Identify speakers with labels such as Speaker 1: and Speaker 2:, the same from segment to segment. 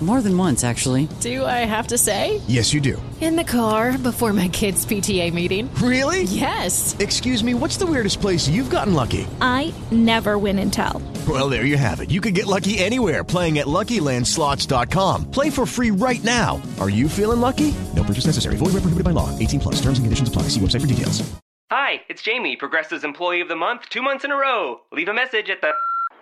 Speaker 1: More than once, actually.
Speaker 2: Do I have to say?
Speaker 3: Yes, you do.
Speaker 4: In the car before my kids' PTA meeting.
Speaker 3: Really?
Speaker 4: Yes.
Speaker 3: Excuse me, what's the weirdest place you've gotten lucky?
Speaker 5: I never win and tell.
Speaker 3: Well, there you have it. You can get lucky anywhere playing at LuckyLandSlots.com. Play for free right now. Are you feeling lucky? No purchase necessary. Void where prohibited by law. 18 plus. Terms and conditions apply. See website for details.
Speaker 6: Hi, it's Jamie, Progressive's Employee of the Month, two months in a row. Leave a message at the.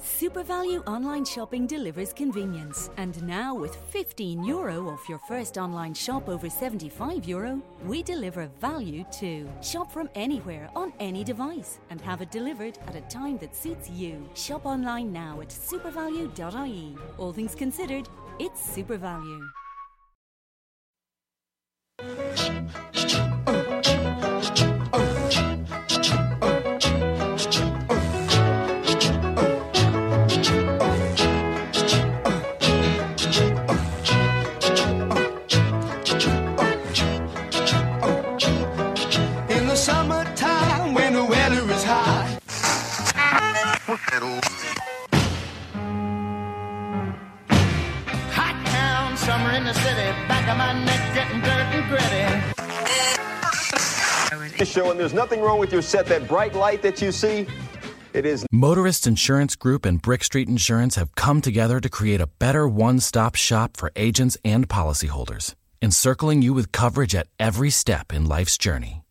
Speaker 7: SuperValue online shopping delivers convenience. And now, with 15 euro off your first online shop over 75 euro, we deliver value too. Shop from anywhere on any device and have it delivered at a time that suits you. Shop online now at supervalue.ie. E. All things considered, it's SuperValue.
Speaker 8: In the summertime when the weather is hot. Hot town, summer in the city. Back of my neck getting dirt and gritty.
Speaker 9: show, and there's nothing wrong with your set. That bright light that you see, it is
Speaker 10: Motorist Insurance Group and Brick Street Insurance have come together to create a better one stop shop for agents and policyholders, encircling you with coverage at every step in life's journey.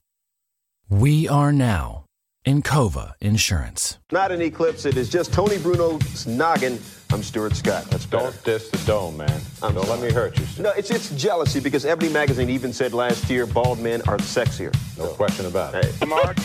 Speaker 10: We are now Encova Insurance.
Speaker 9: not an eclipse. It is just Tony Bruno's noggin. I'm Stuart Scott. That's better.
Speaker 11: Don't diss the dome, man. Don't let me hurt you. Stu.
Speaker 9: No, it's it's jealousy because Ebony magazine even said last year bald men are sexier.
Speaker 11: No question about it.
Speaker 9: Hey.
Speaker 11: Mark.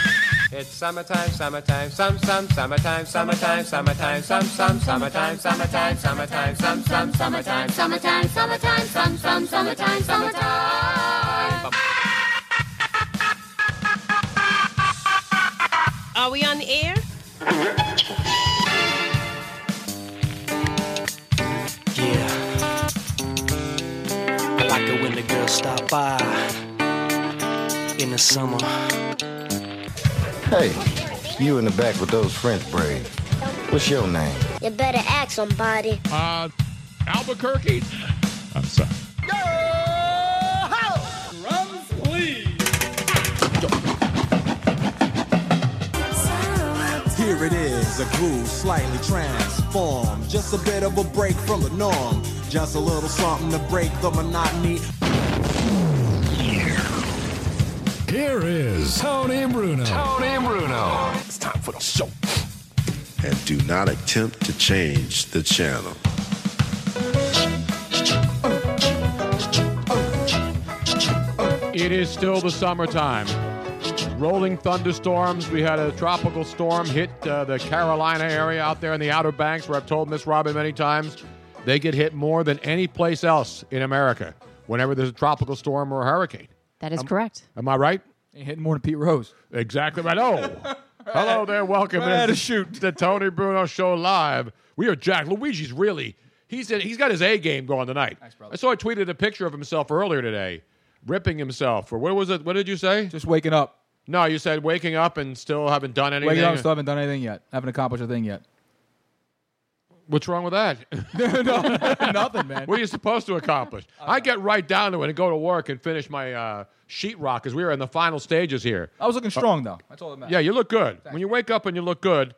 Speaker 11: Hmm?
Speaker 6: It's summertime, summertime, some, some, summertime, summertime, summertime, some, some, summertime, summertime, summertime, some, some, summertime, summertime, summertime, some, some, summertime, summertime.
Speaker 2: Are we on the air?
Speaker 8: Yeah. I like it when the girls stop by in the summer.
Speaker 12: Hey, you in the back with those French braids. What's your name?
Speaker 13: You better ask somebody.
Speaker 11: Uh, Albuquerque. I'm sorry.
Speaker 8: Here it is, a groove slightly transformed. Just a bit of a break from the norm. Just a little something to break the monotony.
Speaker 3: Here is Tony Bruno. Tony Bruno.
Speaker 8: It's time for the show.
Speaker 12: And do not attempt to change the channel.
Speaker 11: It is still the summertime. Rolling thunderstorms. We had a tropical storm hit uh, the Carolina area out there in the Outer Banks, where I've told Miss Robin many times They get hit more than any place else in America whenever there's a tropical storm or a hurricane.
Speaker 14: That is correct.
Speaker 11: Am I right?
Speaker 15: Ain't hitting more than Pete Rose.
Speaker 11: Exactly right. Oh, hello there. Welcome
Speaker 15: Right out
Speaker 11: to shoot the Tony Bruno Show live. We are Jack. Luigi's really he's in, he's got his A game going tonight. I saw I tweeted a picture of himself earlier today, ripping himself. Or what was it? What did you say? Just
Speaker 15: waking up.
Speaker 11: No, you said waking up and still haven't done anything.
Speaker 15: Wake up, still haven't done anything yet. Haven't accomplished a thing yet.
Speaker 11: What's wrong with that?
Speaker 15: Nothing, man.
Speaker 11: What are you supposed to accomplish? I get right down to it and go to work and finish my uh, sheetrock because we are in the final stages here.
Speaker 15: I was looking
Speaker 11: Uh,
Speaker 15: strong though. That's all that matters.
Speaker 11: Yeah, you look good. When you wake up and you look good,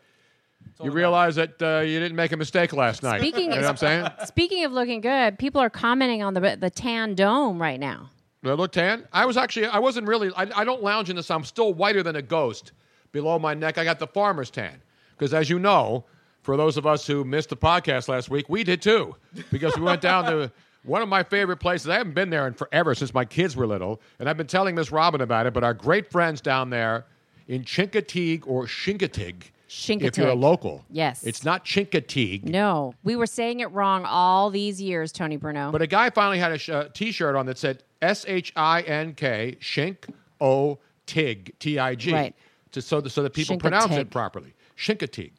Speaker 11: you realize that uh, you didn't make a mistake last night.
Speaker 14: Speaking,
Speaker 11: you know what I'm saying?
Speaker 14: Speaking of looking good, people are commenting on the the tan dome right now.
Speaker 11: Do I look tan? I was actually, I wasn't really, I, I don't lounge in this. I'm still whiter than a ghost below my neck. I got the farmer's tan. Because as you know, for those of us who missed the podcast last week, we did too. Because we went down to one of my favorite places. I haven't been there in forever since my kids were little. And I've been telling Miss Robin about it, but our great friends down there in Chincoteague or Chincoteague, if you're a
Speaker 14: Chincoteague.
Speaker 11: local.
Speaker 14: Yes.
Speaker 11: It's not Chincoteague.
Speaker 14: No, Oh, we were saying it wrong all these years, Tony Bruno.
Speaker 11: But a guy finally had a sh- uh, T-shirt on that said S H I N K Shink O Tig T I G,
Speaker 14: Right.
Speaker 11: to so that so that people
Speaker 14: Shinkatig.
Speaker 11: pronounce it properly. Shinkatig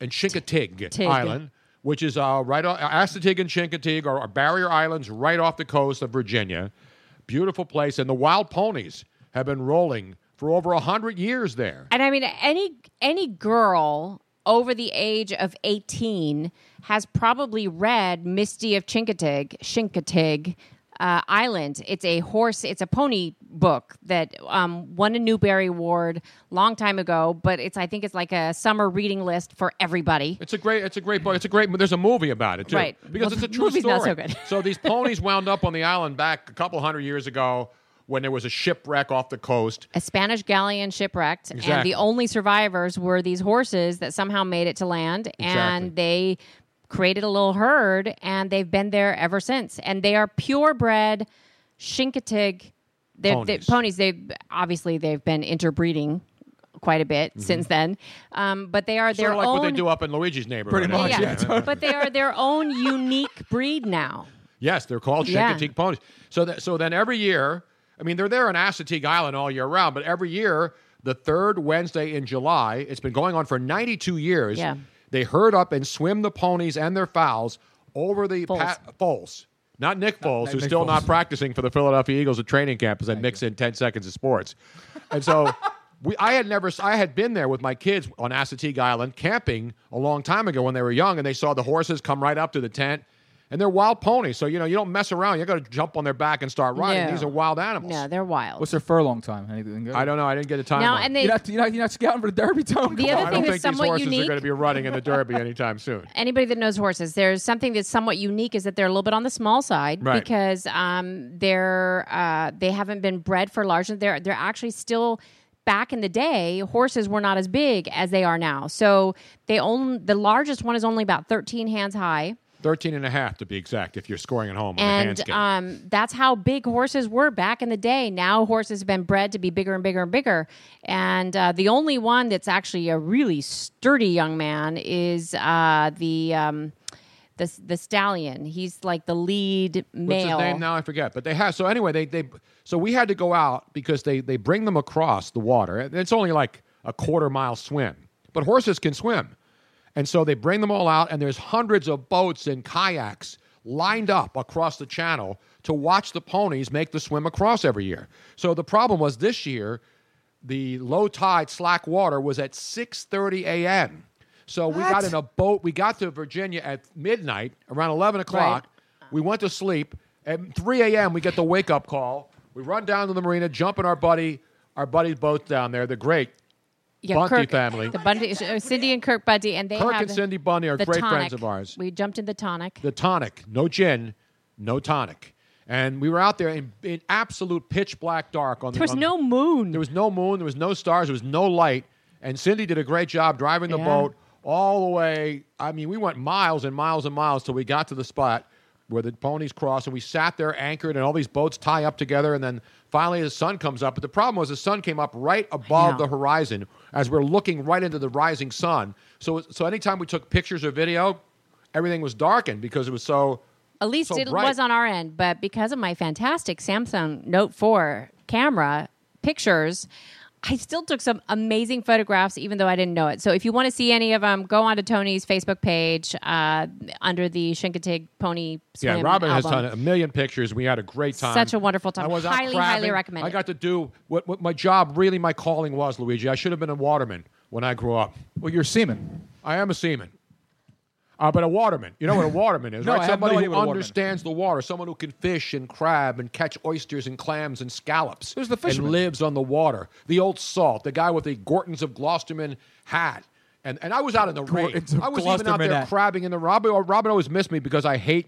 Speaker 11: and Chincoteague
Speaker 14: Tig.
Speaker 11: Island, which is uh, right off Assateague and Chincoteague are, are barrier islands right off the coast of Virginia. Beautiful place, and the wild ponies have been rolling for over hundred years there.
Speaker 14: And I mean, any any girl over the age of eighteen has probably read Misty of Chincoteague, Chincoteague uh, Island. It's a horse, it's a pony book that um, won a Newbery Award long time ago. But it's I think it's like a summer reading list for everybody.
Speaker 11: It's a great. It's a great book. It's a great. There's a movie about it too.
Speaker 14: Right.
Speaker 11: Because
Speaker 14: Well,
Speaker 11: it's a
Speaker 14: the
Speaker 11: true
Speaker 14: movie's
Speaker 11: story.
Speaker 14: not so good.
Speaker 11: So these ponies wound up on the island back a couple hundred years ago when there was a shipwreck off the coast.
Speaker 14: A Spanish galleon shipwrecked, and
Speaker 11: Exactly.
Speaker 14: the only survivors were these horses that somehow made it to land,
Speaker 11: Exactly.
Speaker 14: and they created a little herd, and they've been there ever since. And they are purebred Chincoteague they're, they're
Speaker 16: Ponies.
Speaker 14: ponies. They obviously they've been interbreeding quite a
Speaker 11: Mm-hmm.
Speaker 14: bit since then, um, but they are
Speaker 11: Sort
Speaker 14: their
Speaker 11: of like
Speaker 14: own.
Speaker 11: what they do up in Luigi's neighborhood.
Speaker 15: Pretty much,
Speaker 14: yeah, but they are their own unique breed now.
Speaker 11: Yes, they're called
Speaker 14: Yeah.
Speaker 11: Chincoteague ponies. So that, so then every year, I mean, they're there on Assateague Island all year round, but every year, the third Wednesday in July, it's been going on for 92 years.
Speaker 14: Yeah.
Speaker 11: They herd up and swim the ponies and their fowls over the
Speaker 14: Foals.
Speaker 11: pa- foals. Not Nick Foles,
Speaker 15: not
Speaker 11: who's
Speaker 15: Nick
Speaker 11: still not
Speaker 15: Foles.
Speaker 11: practicing for the Philadelphia Eagles at training camp, because I mix in 10 seconds of sports. And so we, I had never, I had been there with my kids on Assateague Island camping a long time ago when they were young, and they saw the horses come right up to the tent. And they're wild ponies, so you know you don't mess around. You got to jump on their back and start riding.
Speaker 14: No.
Speaker 11: These are wild animals.
Speaker 14: No, they're wild.
Speaker 15: What's their furlong time? Anything good?
Speaker 11: I don't know. I didn't get a time.
Speaker 14: Now, and they-
Speaker 15: you're, not, you're, not, you're not scouting for the Derby, Tony.
Speaker 14: The
Speaker 15: Come
Speaker 11: I
Speaker 15: on.
Speaker 14: other
Speaker 11: don't
Speaker 14: thing that's
Speaker 11: think these
Speaker 14: somewhat
Speaker 11: horses are
Speaker 14: unique-
Speaker 11: going to be running in the Derby anytime soon.
Speaker 14: anybody that knows horses, there's something that's somewhat unique is that they're a little bit on the small side
Speaker 11: Right.
Speaker 14: because um, they're uh, they haven't been bred for large. They're they're actually still back in the day horses were not as big as they are now. So they own the largest one is only about 13 hands high.
Speaker 11: 13 and a half to be exact, if you're scoring at home on the hand
Speaker 14: And
Speaker 11: scale.
Speaker 14: um, that's how big horses were back in the day. Now horses have been bred to be bigger and bigger and bigger. And uh, the only one that's actually a really sturdy young man is uh, the. Um, the, the stallion. He's like the lead
Speaker 11: What's
Speaker 14: male.
Speaker 11: his name now? I forget. But they have. So anyway, they they so we had to go out because they they bring them across the water. And It's only like a quarter mile swim, but horses can swim, and so they bring them all out. And there's hundreds of boats and kayaks lined up across the channel to watch the ponies make the swim across every year. So the problem was this year the low tide slack water was at 6.30 a.m so we got
Speaker 15: What?
Speaker 11: in a boat we got to virginia at midnight around 11 o'clock we went to sleep at 3 a.m we get the wake-up call we run down to the marina jump in our buddy our buddy's boat down there the great
Speaker 14: Yeah,
Speaker 11: bunty
Speaker 14: Kirk-
Speaker 11: family
Speaker 14: The Bundy, uh, Cindy and Kirk Bundy, and they
Speaker 11: Kirk
Speaker 14: have
Speaker 11: and
Speaker 14: the-
Speaker 11: Cindy Bundy are
Speaker 14: the
Speaker 11: great friends
Speaker 14: tonic.
Speaker 11: of ours.
Speaker 14: We jumped in the tonic.
Speaker 11: the tonic, no gin, no tonic. And we were out there in, in absolute pitch black dark. On
Speaker 14: There was
Speaker 11: the, on-
Speaker 14: no moon.
Speaker 11: There was no moon. There was no stars. There was no light. And Cindy did a great job driving the
Speaker 14: Yeah.
Speaker 11: boat all the way. I mean, we went miles and miles and miles till we got to the spot where the ponies cross, and we sat there anchored, and all these boats tie up together, and then finally the sun comes up. But the problem was the sun came up right above the horizon as we're looking right into the rising sun. So, so anytime we took pictures or video, everything was darkened because it was so.
Speaker 14: At least
Speaker 11: so
Speaker 14: it
Speaker 11: bright.
Speaker 14: was on our end, but because of my fantastic Samsung Note 4 camera pictures, I still took some amazing photographs, even though I didn't know it. So if you want to see any of them, go onto Tony's Facebook page uh, under the Shinkatig Pony
Speaker 11: Yeah,
Speaker 14: Swim
Speaker 11: Robin has
Speaker 14: album.
Speaker 11: done a million pictures. We had a great time.
Speaker 14: Such a wonderful time.
Speaker 11: I was out
Speaker 14: Highly, highly
Speaker 11: crabbing.
Speaker 14: recommend
Speaker 11: I
Speaker 14: it.
Speaker 11: got to do what, what my job, really my calling was, Luigi. I should have been a waterman when I grew up. Well, you're a seaman. I am a seaman. Uh, but a waterman. You know what a waterman is,
Speaker 15: No,
Speaker 11: right?
Speaker 15: I have no
Speaker 11: Somebody
Speaker 15: idea
Speaker 11: who
Speaker 15: what a waterman is.
Speaker 11: understands the water. Someone who can fish and crab and catch oysters and clams and scallops. Who's the
Speaker 15: fisherman.
Speaker 11: And lives on the water. The old salt. The guy with the Gortons of Gloucesterman hat. And, and I was out in the rain.
Speaker 15: Gortons of
Speaker 11: I was even out
Speaker 15: Gloucesterman
Speaker 11: there
Speaker 15: hat.
Speaker 11: crabbing in the Robin. uh, Robin always missed me because I hate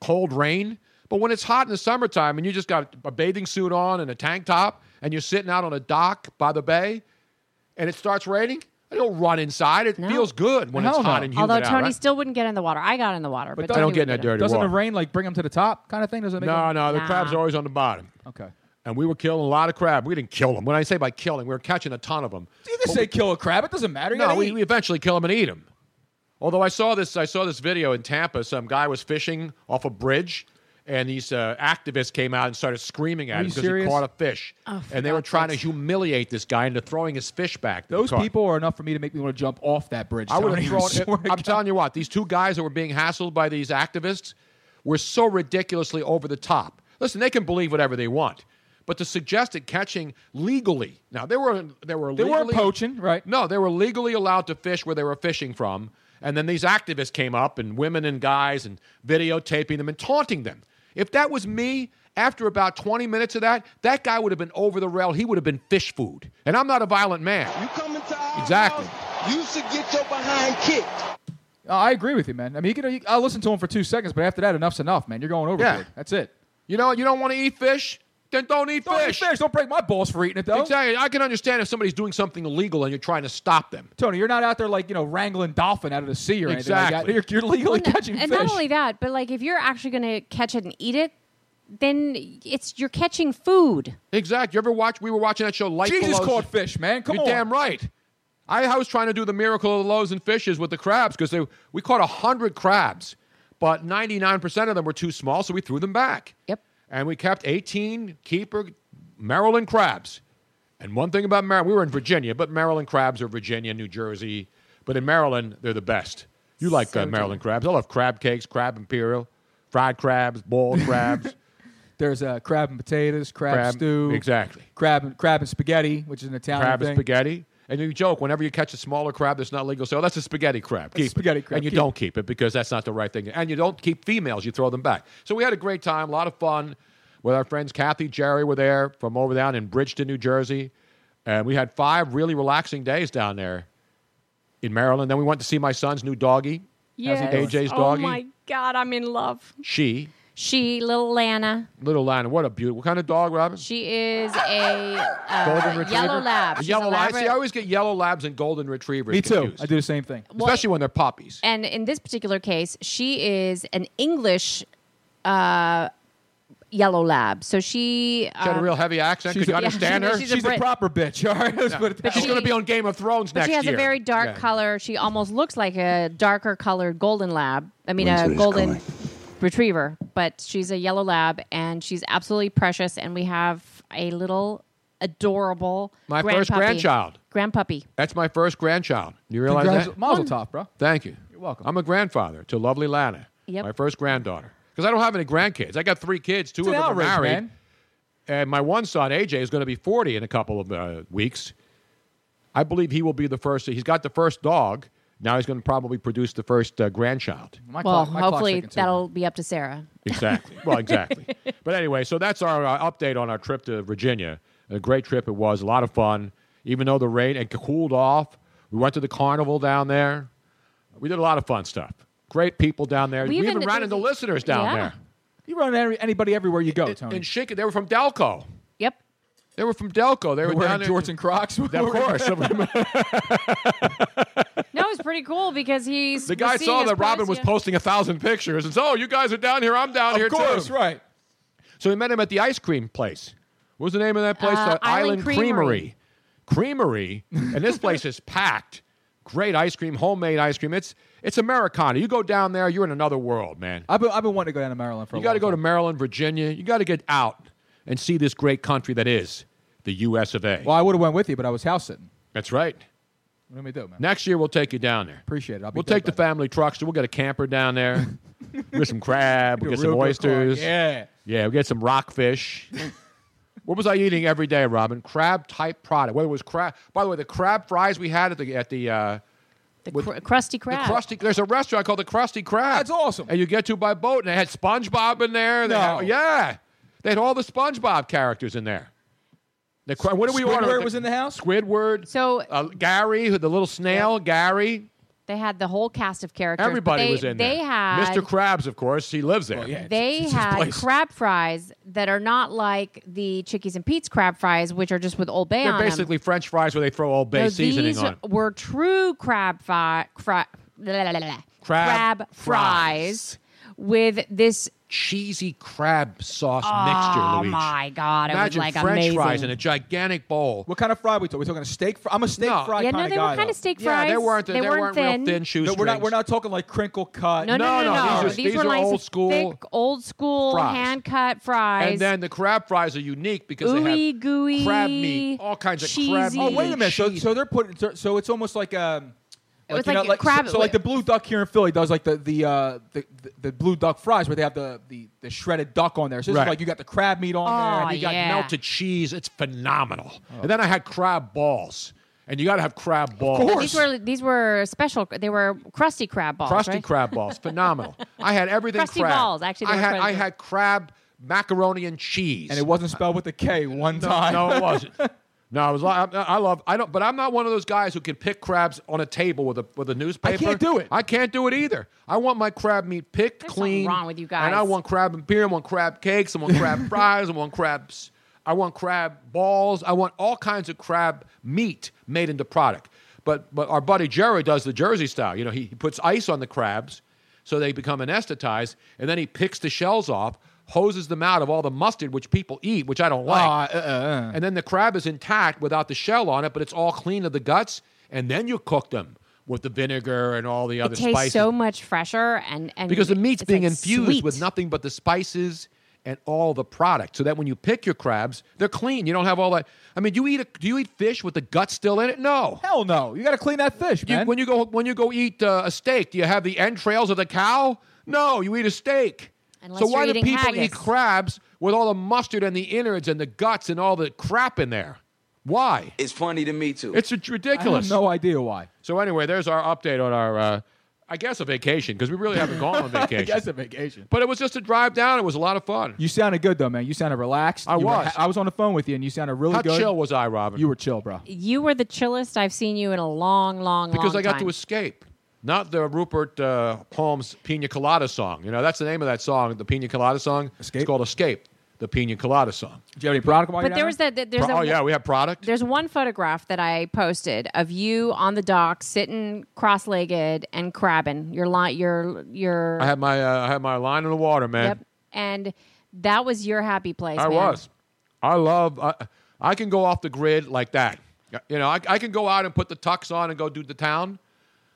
Speaker 11: cold rain. But when it's hot in the summertime and you just got a bathing suit on and a tank top and you're sitting out on a dock by the bay and it starts raining, I don't run inside. It feels good when it's
Speaker 14: Hell no.
Speaker 11: hot and humid
Speaker 14: Although
Speaker 11: out,
Speaker 14: Tony
Speaker 11: right?
Speaker 14: still wouldn't get in the water. I got in the water. But,
Speaker 11: I don't get in
Speaker 14: that
Speaker 11: that dirty
Speaker 15: Doesn't
Speaker 11: water.
Speaker 15: the rain like bring them to the top kind of thing? Does it make
Speaker 11: No,
Speaker 15: them-
Speaker 11: no, the crabs are always on the bottom. Okay. And we were killing a lot of crab. We didn't kill them. When I say by killing, we were catching a ton of them.
Speaker 15: You can say kill a crab. It doesn't matter. You
Speaker 11: No,
Speaker 15: gotta
Speaker 11: we,
Speaker 15: eat.
Speaker 11: we eventually kill them and eat them. Although I saw this, I saw this video in Tampa. Some guy was fishing off a bridge, and these uh, activists came out and started screaming
Speaker 15: Are
Speaker 11: at him
Speaker 15: you
Speaker 11: because he
Speaker 15: serious?
Speaker 11: caught a fish.
Speaker 15: Oh, for
Speaker 11: and they were
Speaker 15: God's
Speaker 11: trying to humiliate this guy into throwing his fish back. that he
Speaker 15: Those
Speaker 11: caught.
Speaker 15: people are enough for me to make me want to jump off that bridge.
Speaker 11: I would
Speaker 15: Tony.
Speaker 11: have
Speaker 15: swear
Speaker 11: thrown.
Speaker 15: to
Speaker 11: I'm telling you what, these two guys that were being hassled by these activists were so ridiculously over the top. Listen, they can believe whatever they want, but to suggest that catching legally now they were they were
Speaker 15: They weren't
Speaker 11: legally-
Speaker 15: poaching, right?
Speaker 11: No, they were legally allowed to fish where they were fishing from, and then these activists came up and women and guys and videotaping them and taunting them. If that was me. After about 20 minutes of that, that guy would have been over the rail. He would have been fish food. And I'm not a violent man. You come into Exactly.
Speaker 15: You should get your behind kicked. I agree with you, man. I mean, you can, you- I'll listen to him for two seconds, but after that, enough's enough, man. You're going overboard.
Speaker 11: Yeah.
Speaker 15: That's it.
Speaker 11: You know, you don't want to eat fish. Then don't eat
Speaker 15: Don't
Speaker 11: fish.
Speaker 15: Eat fish. Don't break my balls for eating it, though.
Speaker 11: Exactly. I can understand if somebody's doing something illegal and you're trying to stop them.
Speaker 15: Tony, you're not out there like you know wrangling dolphin out of the sea or
Speaker 11: Exactly.
Speaker 15: anything like that. You're, you're legally catching
Speaker 14: And
Speaker 15: fish.
Speaker 14: not only that, but like if you're actually going to catch it and eat it, then it's you're catching food.
Speaker 11: Exactly. You ever watch? We were watching that show. Life
Speaker 15: Jesus
Speaker 11: Below
Speaker 15: caught fish, man. Come
Speaker 11: you're
Speaker 15: on.
Speaker 11: damn right. I, I was trying to do the miracle of the loaves and fishes with the crabs because they we caught hundred crabs, but ninety nine percent of them were too small, so we threw them back.
Speaker 14: Yep.
Speaker 11: And we kept eighteen keeper Maryland crabs. And one thing about Maryland, we were in Virginia, but Maryland crabs are Virginia, New Jersey, but in Maryland they're the best. You like uh, Maryland crabs? I love crab cakes, crab imperial, fried crabs, boiled crabs.
Speaker 15: There's uh, crab and potatoes, crab,
Speaker 11: Crab-
Speaker 15: stew,
Speaker 11: exactly.
Speaker 15: Crab and crab and spaghetti, which is an Italian
Speaker 11: crab
Speaker 15: thing.
Speaker 11: and spaghetti. And you joke whenever you catch a smaller crab that's not legal, say, "Oh, that's a spaghetti crab." Keep
Speaker 15: spaghetti
Speaker 11: it.
Speaker 15: crab.
Speaker 11: and you
Speaker 15: Keep
Speaker 11: don't keep it because that's not the right thing. And you don't keep females; you throw them back. So we had a great time, a lot of fun with our friends. Kathy, Jerry were there from over down in Bridgeton, New Jersey, and we had five really relaxing days down there in Maryland. Then we went to see my son's new doggy, AJ's doggy.
Speaker 14: Oh my god, I'm in love.
Speaker 11: she,
Speaker 14: She, little Lana,
Speaker 11: little Lana, what a beautiful. What kind of dog, Robin?
Speaker 14: she is a
Speaker 11: golden
Speaker 14: uh,
Speaker 11: retriever.
Speaker 14: yellow lab.
Speaker 11: A
Speaker 14: She's
Speaker 11: Yellow
Speaker 14: a
Speaker 11: lab. See, I
Speaker 14: Labra-
Speaker 11: always get yellow labs and golden retrievers.
Speaker 15: Me too.
Speaker 11: confused.
Speaker 15: I do the same thing.
Speaker 11: especially when they're puppies.
Speaker 14: And in this particular case, she is an English uh, yellow lab. So she,
Speaker 11: She had a
Speaker 14: um,
Speaker 11: real heavy accent.
Speaker 15: She's
Speaker 11: Could you
Speaker 15: a- yeah,
Speaker 11: understand
Speaker 14: she's a-
Speaker 11: her?
Speaker 14: she's a She's a Brit.
Speaker 15: proper bitch. All right, let's
Speaker 11: Yeah.
Speaker 15: put it that
Speaker 11: she's
Speaker 14: way.
Speaker 11: going to be on Game of Thrones
Speaker 14: But
Speaker 11: next
Speaker 14: she has
Speaker 11: year.
Speaker 14: a very dark color. She almost looks like a darker colored golden lab. I mean,
Speaker 16: Winter
Speaker 14: a
Speaker 16: is
Speaker 14: golden
Speaker 16: coming.
Speaker 14: retriever. But she's a yellow lab, and she's absolutely precious. And we have a little adorable
Speaker 11: My
Speaker 14: grand
Speaker 11: first
Speaker 14: puppy.
Speaker 11: grandchild.
Speaker 14: grandpuppy.
Speaker 11: That's my first grandchild. You realize
Speaker 15: Congrats-
Speaker 11: that?
Speaker 15: Mazel tov, bro.
Speaker 11: Thank you.
Speaker 15: You're welcome.
Speaker 11: I'm a grandfather to lovely Lana.
Speaker 14: Yep.
Speaker 11: My first granddaughter. Because I don't have any grandkids. I got three kids. Two
Speaker 15: It's
Speaker 11: of
Speaker 15: an
Speaker 11: them
Speaker 15: outrage,
Speaker 11: are married.
Speaker 15: man.
Speaker 11: And my one son, AJ, is going to be 40 in a couple of uh, weeks. I believe he will be the first. He's got the first dog. Now he's going to probably produce the first uh, grandchild.
Speaker 15: My
Speaker 14: well,
Speaker 15: clock- my clock's
Speaker 14: hopefully
Speaker 15: ticking, too.
Speaker 14: that'll be up to Sarah.
Speaker 11: Exactly. Well, exactly. but anyway, so that's our uh, update on our trip to Virginia. A great trip it was. A lot of fun. Even though the rain had cooled off, we went to the carnival down there. We did a lot of fun stuff. Great people down there.
Speaker 15: We
Speaker 11: We,
Speaker 15: even-
Speaker 11: even ran into listeners down
Speaker 15: Yeah.
Speaker 11: there.
Speaker 15: You run into anybody everywhere you go, Tony.
Speaker 11: And Shik, they were from Delco.
Speaker 14: Yep.
Speaker 11: They were from Delco. They were,
Speaker 15: We're
Speaker 11: down
Speaker 15: wearing
Speaker 11: there-
Speaker 15: jorts and Crocs.
Speaker 11: Of course.
Speaker 14: No, it's pretty cool because he's
Speaker 11: the guy
Speaker 14: was seeing
Speaker 11: saw
Speaker 14: us
Speaker 11: that Robin
Speaker 14: post,
Speaker 11: was
Speaker 14: yeah.
Speaker 11: posting a thousand pictures and said, "Oh, you guys are down here. I'm down
Speaker 15: Of
Speaker 11: here too."
Speaker 15: course, right.
Speaker 11: So we met him at the ice cream place. What was the name of that place?
Speaker 15: Uh,
Speaker 11: Uh,
Speaker 15: Island
Speaker 11: Creamery. Creamery, and this place is packed. Great ice cream, homemade ice cream. It's It's Americana. You go down there, you're in another world, man.
Speaker 15: I've been, I've been wanting to go down to Maryland for
Speaker 11: You
Speaker 15: a
Speaker 11: got
Speaker 15: while.
Speaker 11: to go to Maryland, Virginia. You got to get out and see this great country that is the U.S. of A.
Speaker 15: Well, I would have went with you, but I was house sitting.
Speaker 11: That's right.
Speaker 15: What do we do, man?
Speaker 11: Next year, we'll take you down there.
Speaker 15: Appreciate it. I'll be
Speaker 11: We'll
Speaker 15: dead
Speaker 11: take the family trucks. We'll get a camper down there. get some crab. We'll
Speaker 15: Do a
Speaker 11: get some
Speaker 15: real good
Speaker 11: oysters.
Speaker 15: crab. Yeah.
Speaker 11: Yeah, we'll get some rockfish. what was I eating every day, Robin? Crab type product. Whether it was crab. By the way, the crab fries we had at the at the uh,
Speaker 14: The
Speaker 11: with-
Speaker 14: cr- crusty crab.
Speaker 11: the Krusty, there's a restaurant called the Krusty Krab. That's awesome. And you get to by boat, and they had SpongeBob in there. They had-
Speaker 15: No.
Speaker 11: yeah, they had all the SpongeBob characters in there. The, cra- what did we order?
Speaker 15: Squidward was in the house?
Speaker 11: Squidward.
Speaker 14: So
Speaker 11: uh, Gary, who- the little snail, Gary.
Speaker 14: They had the whole cast of characters. but
Speaker 11: Everybody
Speaker 14: they,
Speaker 11: was in
Speaker 14: they
Speaker 11: there.
Speaker 14: had
Speaker 11: Mr. Krabs, of course, he lives there.
Speaker 14: They had crab fries that are not like the Chickies and Pete's crab fries, which are just with Old Bay
Speaker 11: They're
Speaker 14: on them.
Speaker 11: basically French fries where they throw all bay
Speaker 14: No,
Speaker 11: seasoning
Speaker 14: these
Speaker 11: on.
Speaker 14: were true crab fi- cra- la- la- la- la- la.
Speaker 11: Crab
Speaker 14: crab fries with this
Speaker 11: cheesy crab sauce
Speaker 15: mixture,
Speaker 14: Oh
Speaker 15: Luigi.
Speaker 14: my god, it
Speaker 15: Imagine
Speaker 14: was like
Speaker 15: French
Speaker 14: amazing.
Speaker 15: fries in
Speaker 11: a gigantic bowl.
Speaker 15: What kind of fry we talking? We talking a steak? Fry? I'm a steak fry
Speaker 14: Yeah, no,
Speaker 15: kind of
Speaker 14: they were
Speaker 15: guy.
Speaker 14: kinda
Speaker 15: though.
Speaker 14: steak Yeah, they fries. weren't- They they weren't weren't real thin. thin
Speaker 15: No, we're not.
Speaker 11: shoestrings.
Speaker 15: We're not talking like crinkle cut.
Speaker 14: No, no, no, no.
Speaker 11: these are- these
Speaker 14: were
Speaker 11: are
Speaker 14: like
Speaker 11: old school
Speaker 14: thick, old school
Speaker 11: fries.
Speaker 14: hand cut fries.
Speaker 11: And then the crab fries are unique because they
Speaker 14: Ooey
Speaker 11: have
Speaker 14: gooey,
Speaker 11: crab meat, all kinds of crab meat.
Speaker 14: cheesy.
Speaker 15: Oh wait a minute. So, so they're putting. so- So it's almost like um.
Speaker 14: It was
Speaker 15: you know,
Speaker 14: like crab-
Speaker 15: So, so like the blue duck here in Philly does like the the uh, the, the the blue duck fries where they have the the, the shredded duck on there. So it's
Speaker 11: Right.
Speaker 15: like you got the crab meat on there. Oh.
Speaker 11: and you got melted cheese. It's phenomenal. And then I had crab balls. And you got to have crab balls.
Speaker 14: But These were these were special. They were crusty crab balls.
Speaker 11: Crusty
Speaker 14: right?
Speaker 11: crab balls, phenomenal. I had everything
Speaker 14: Crusty
Speaker 11: crab.
Speaker 14: balls, actually, they
Speaker 11: I
Speaker 14: were
Speaker 11: had
Speaker 14: crusty.
Speaker 11: I had crab macaroni and cheese, and it
Speaker 15: wasn't spelled with a K one
Speaker 11: no,
Speaker 15: time.
Speaker 11: No, it wasn't. No, it was. I, I love. I don't. But I'm not one of those guys who can pick crabs on a table with a with a newspaper.
Speaker 15: can't do it.
Speaker 11: I can't do it either. I want my crab meat picked clean.
Speaker 14: wrong with you
Speaker 11: And I
Speaker 14: guys.
Speaker 11: want crab and beer. I want crab cakes. I want crab fries. I want crabs. I want crab balls. I want all kinds of crab meat made into product. But but our buddy Jerry does the Jersey style. You know, he, he puts ice on the crabs so they become anesthetized, and then he picks the shells off, hoses them out of all the mustard which people eat, which I don't like.
Speaker 14: uh-uh.
Speaker 11: And then the crab is intact without the shell on it, but it's all clean of the guts, and then you cook them with the vinegar and all the
Speaker 14: It
Speaker 11: other
Speaker 14: tastes
Speaker 11: spices
Speaker 14: so much fresher and and
Speaker 11: because the meat's
Speaker 14: it's,
Speaker 11: being
Speaker 14: like,
Speaker 11: infused
Speaker 14: sweet.
Speaker 11: with nothing but the spices and all the product, so that when you pick your crabs, they're clean. You don't have all that. I mean, do you eat a, do you eat fish with the gut still in it? No,
Speaker 15: hell no. You got to clean that fish,
Speaker 11: man. when you go when you go eat uh, a steak, do you have the entrails of the cow? No, you eat a steak.
Speaker 14: Unless
Speaker 11: so why
Speaker 14: you're
Speaker 11: do
Speaker 14: eating
Speaker 11: people eat
Speaker 14: haggis.
Speaker 11: crabs with all the mustard and the innards and the guts and all the crap in there? Why?
Speaker 16: It's funny to me too.
Speaker 11: It's ridiculous.
Speaker 15: no idea why.
Speaker 11: So anyway, there's our update on our, uh, I guess, a vacation because we really haven't gone on vacation.
Speaker 15: I guess a vacation.
Speaker 11: But it was just a drive down. It was a lot of fun.
Speaker 15: You sounded good though, man. You sounded relaxed.
Speaker 11: I
Speaker 15: You were
Speaker 11: was.
Speaker 15: ha- I was on the phone with you, and you sounded really
Speaker 11: How
Speaker 15: good.
Speaker 11: chill was I, Robin?
Speaker 15: You were chill, bro.
Speaker 14: You were the chillest I've seen you in a long, long,
Speaker 11: Because
Speaker 14: long
Speaker 11: I got
Speaker 14: time.
Speaker 11: to escape. Not the Rupert uh, Holmes Pina Colada song. You know, that's the name of that song, the Pina Colada song. Escape? It's called Escape, the Pina Colada song.
Speaker 15: Do you have any product
Speaker 14: But there was that. that- There's
Speaker 11: Pro-
Speaker 14: a,
Speaker 11: oh, yeah, we have product.
Speaker 14: There's one photograph that I posted of you on the dock, sitting cross-legged and crabbing. Your line, your your.
Speaker 11: I had my uh, I had my line in the water, man.
Speaker 14: Yep. And that was your happy place.
Speaker 11: I
Speaker 14: man.
Speaker 11: was. I love. I, I can go off the grid like that. You know, I, I can go out and put the tux on and go do the town.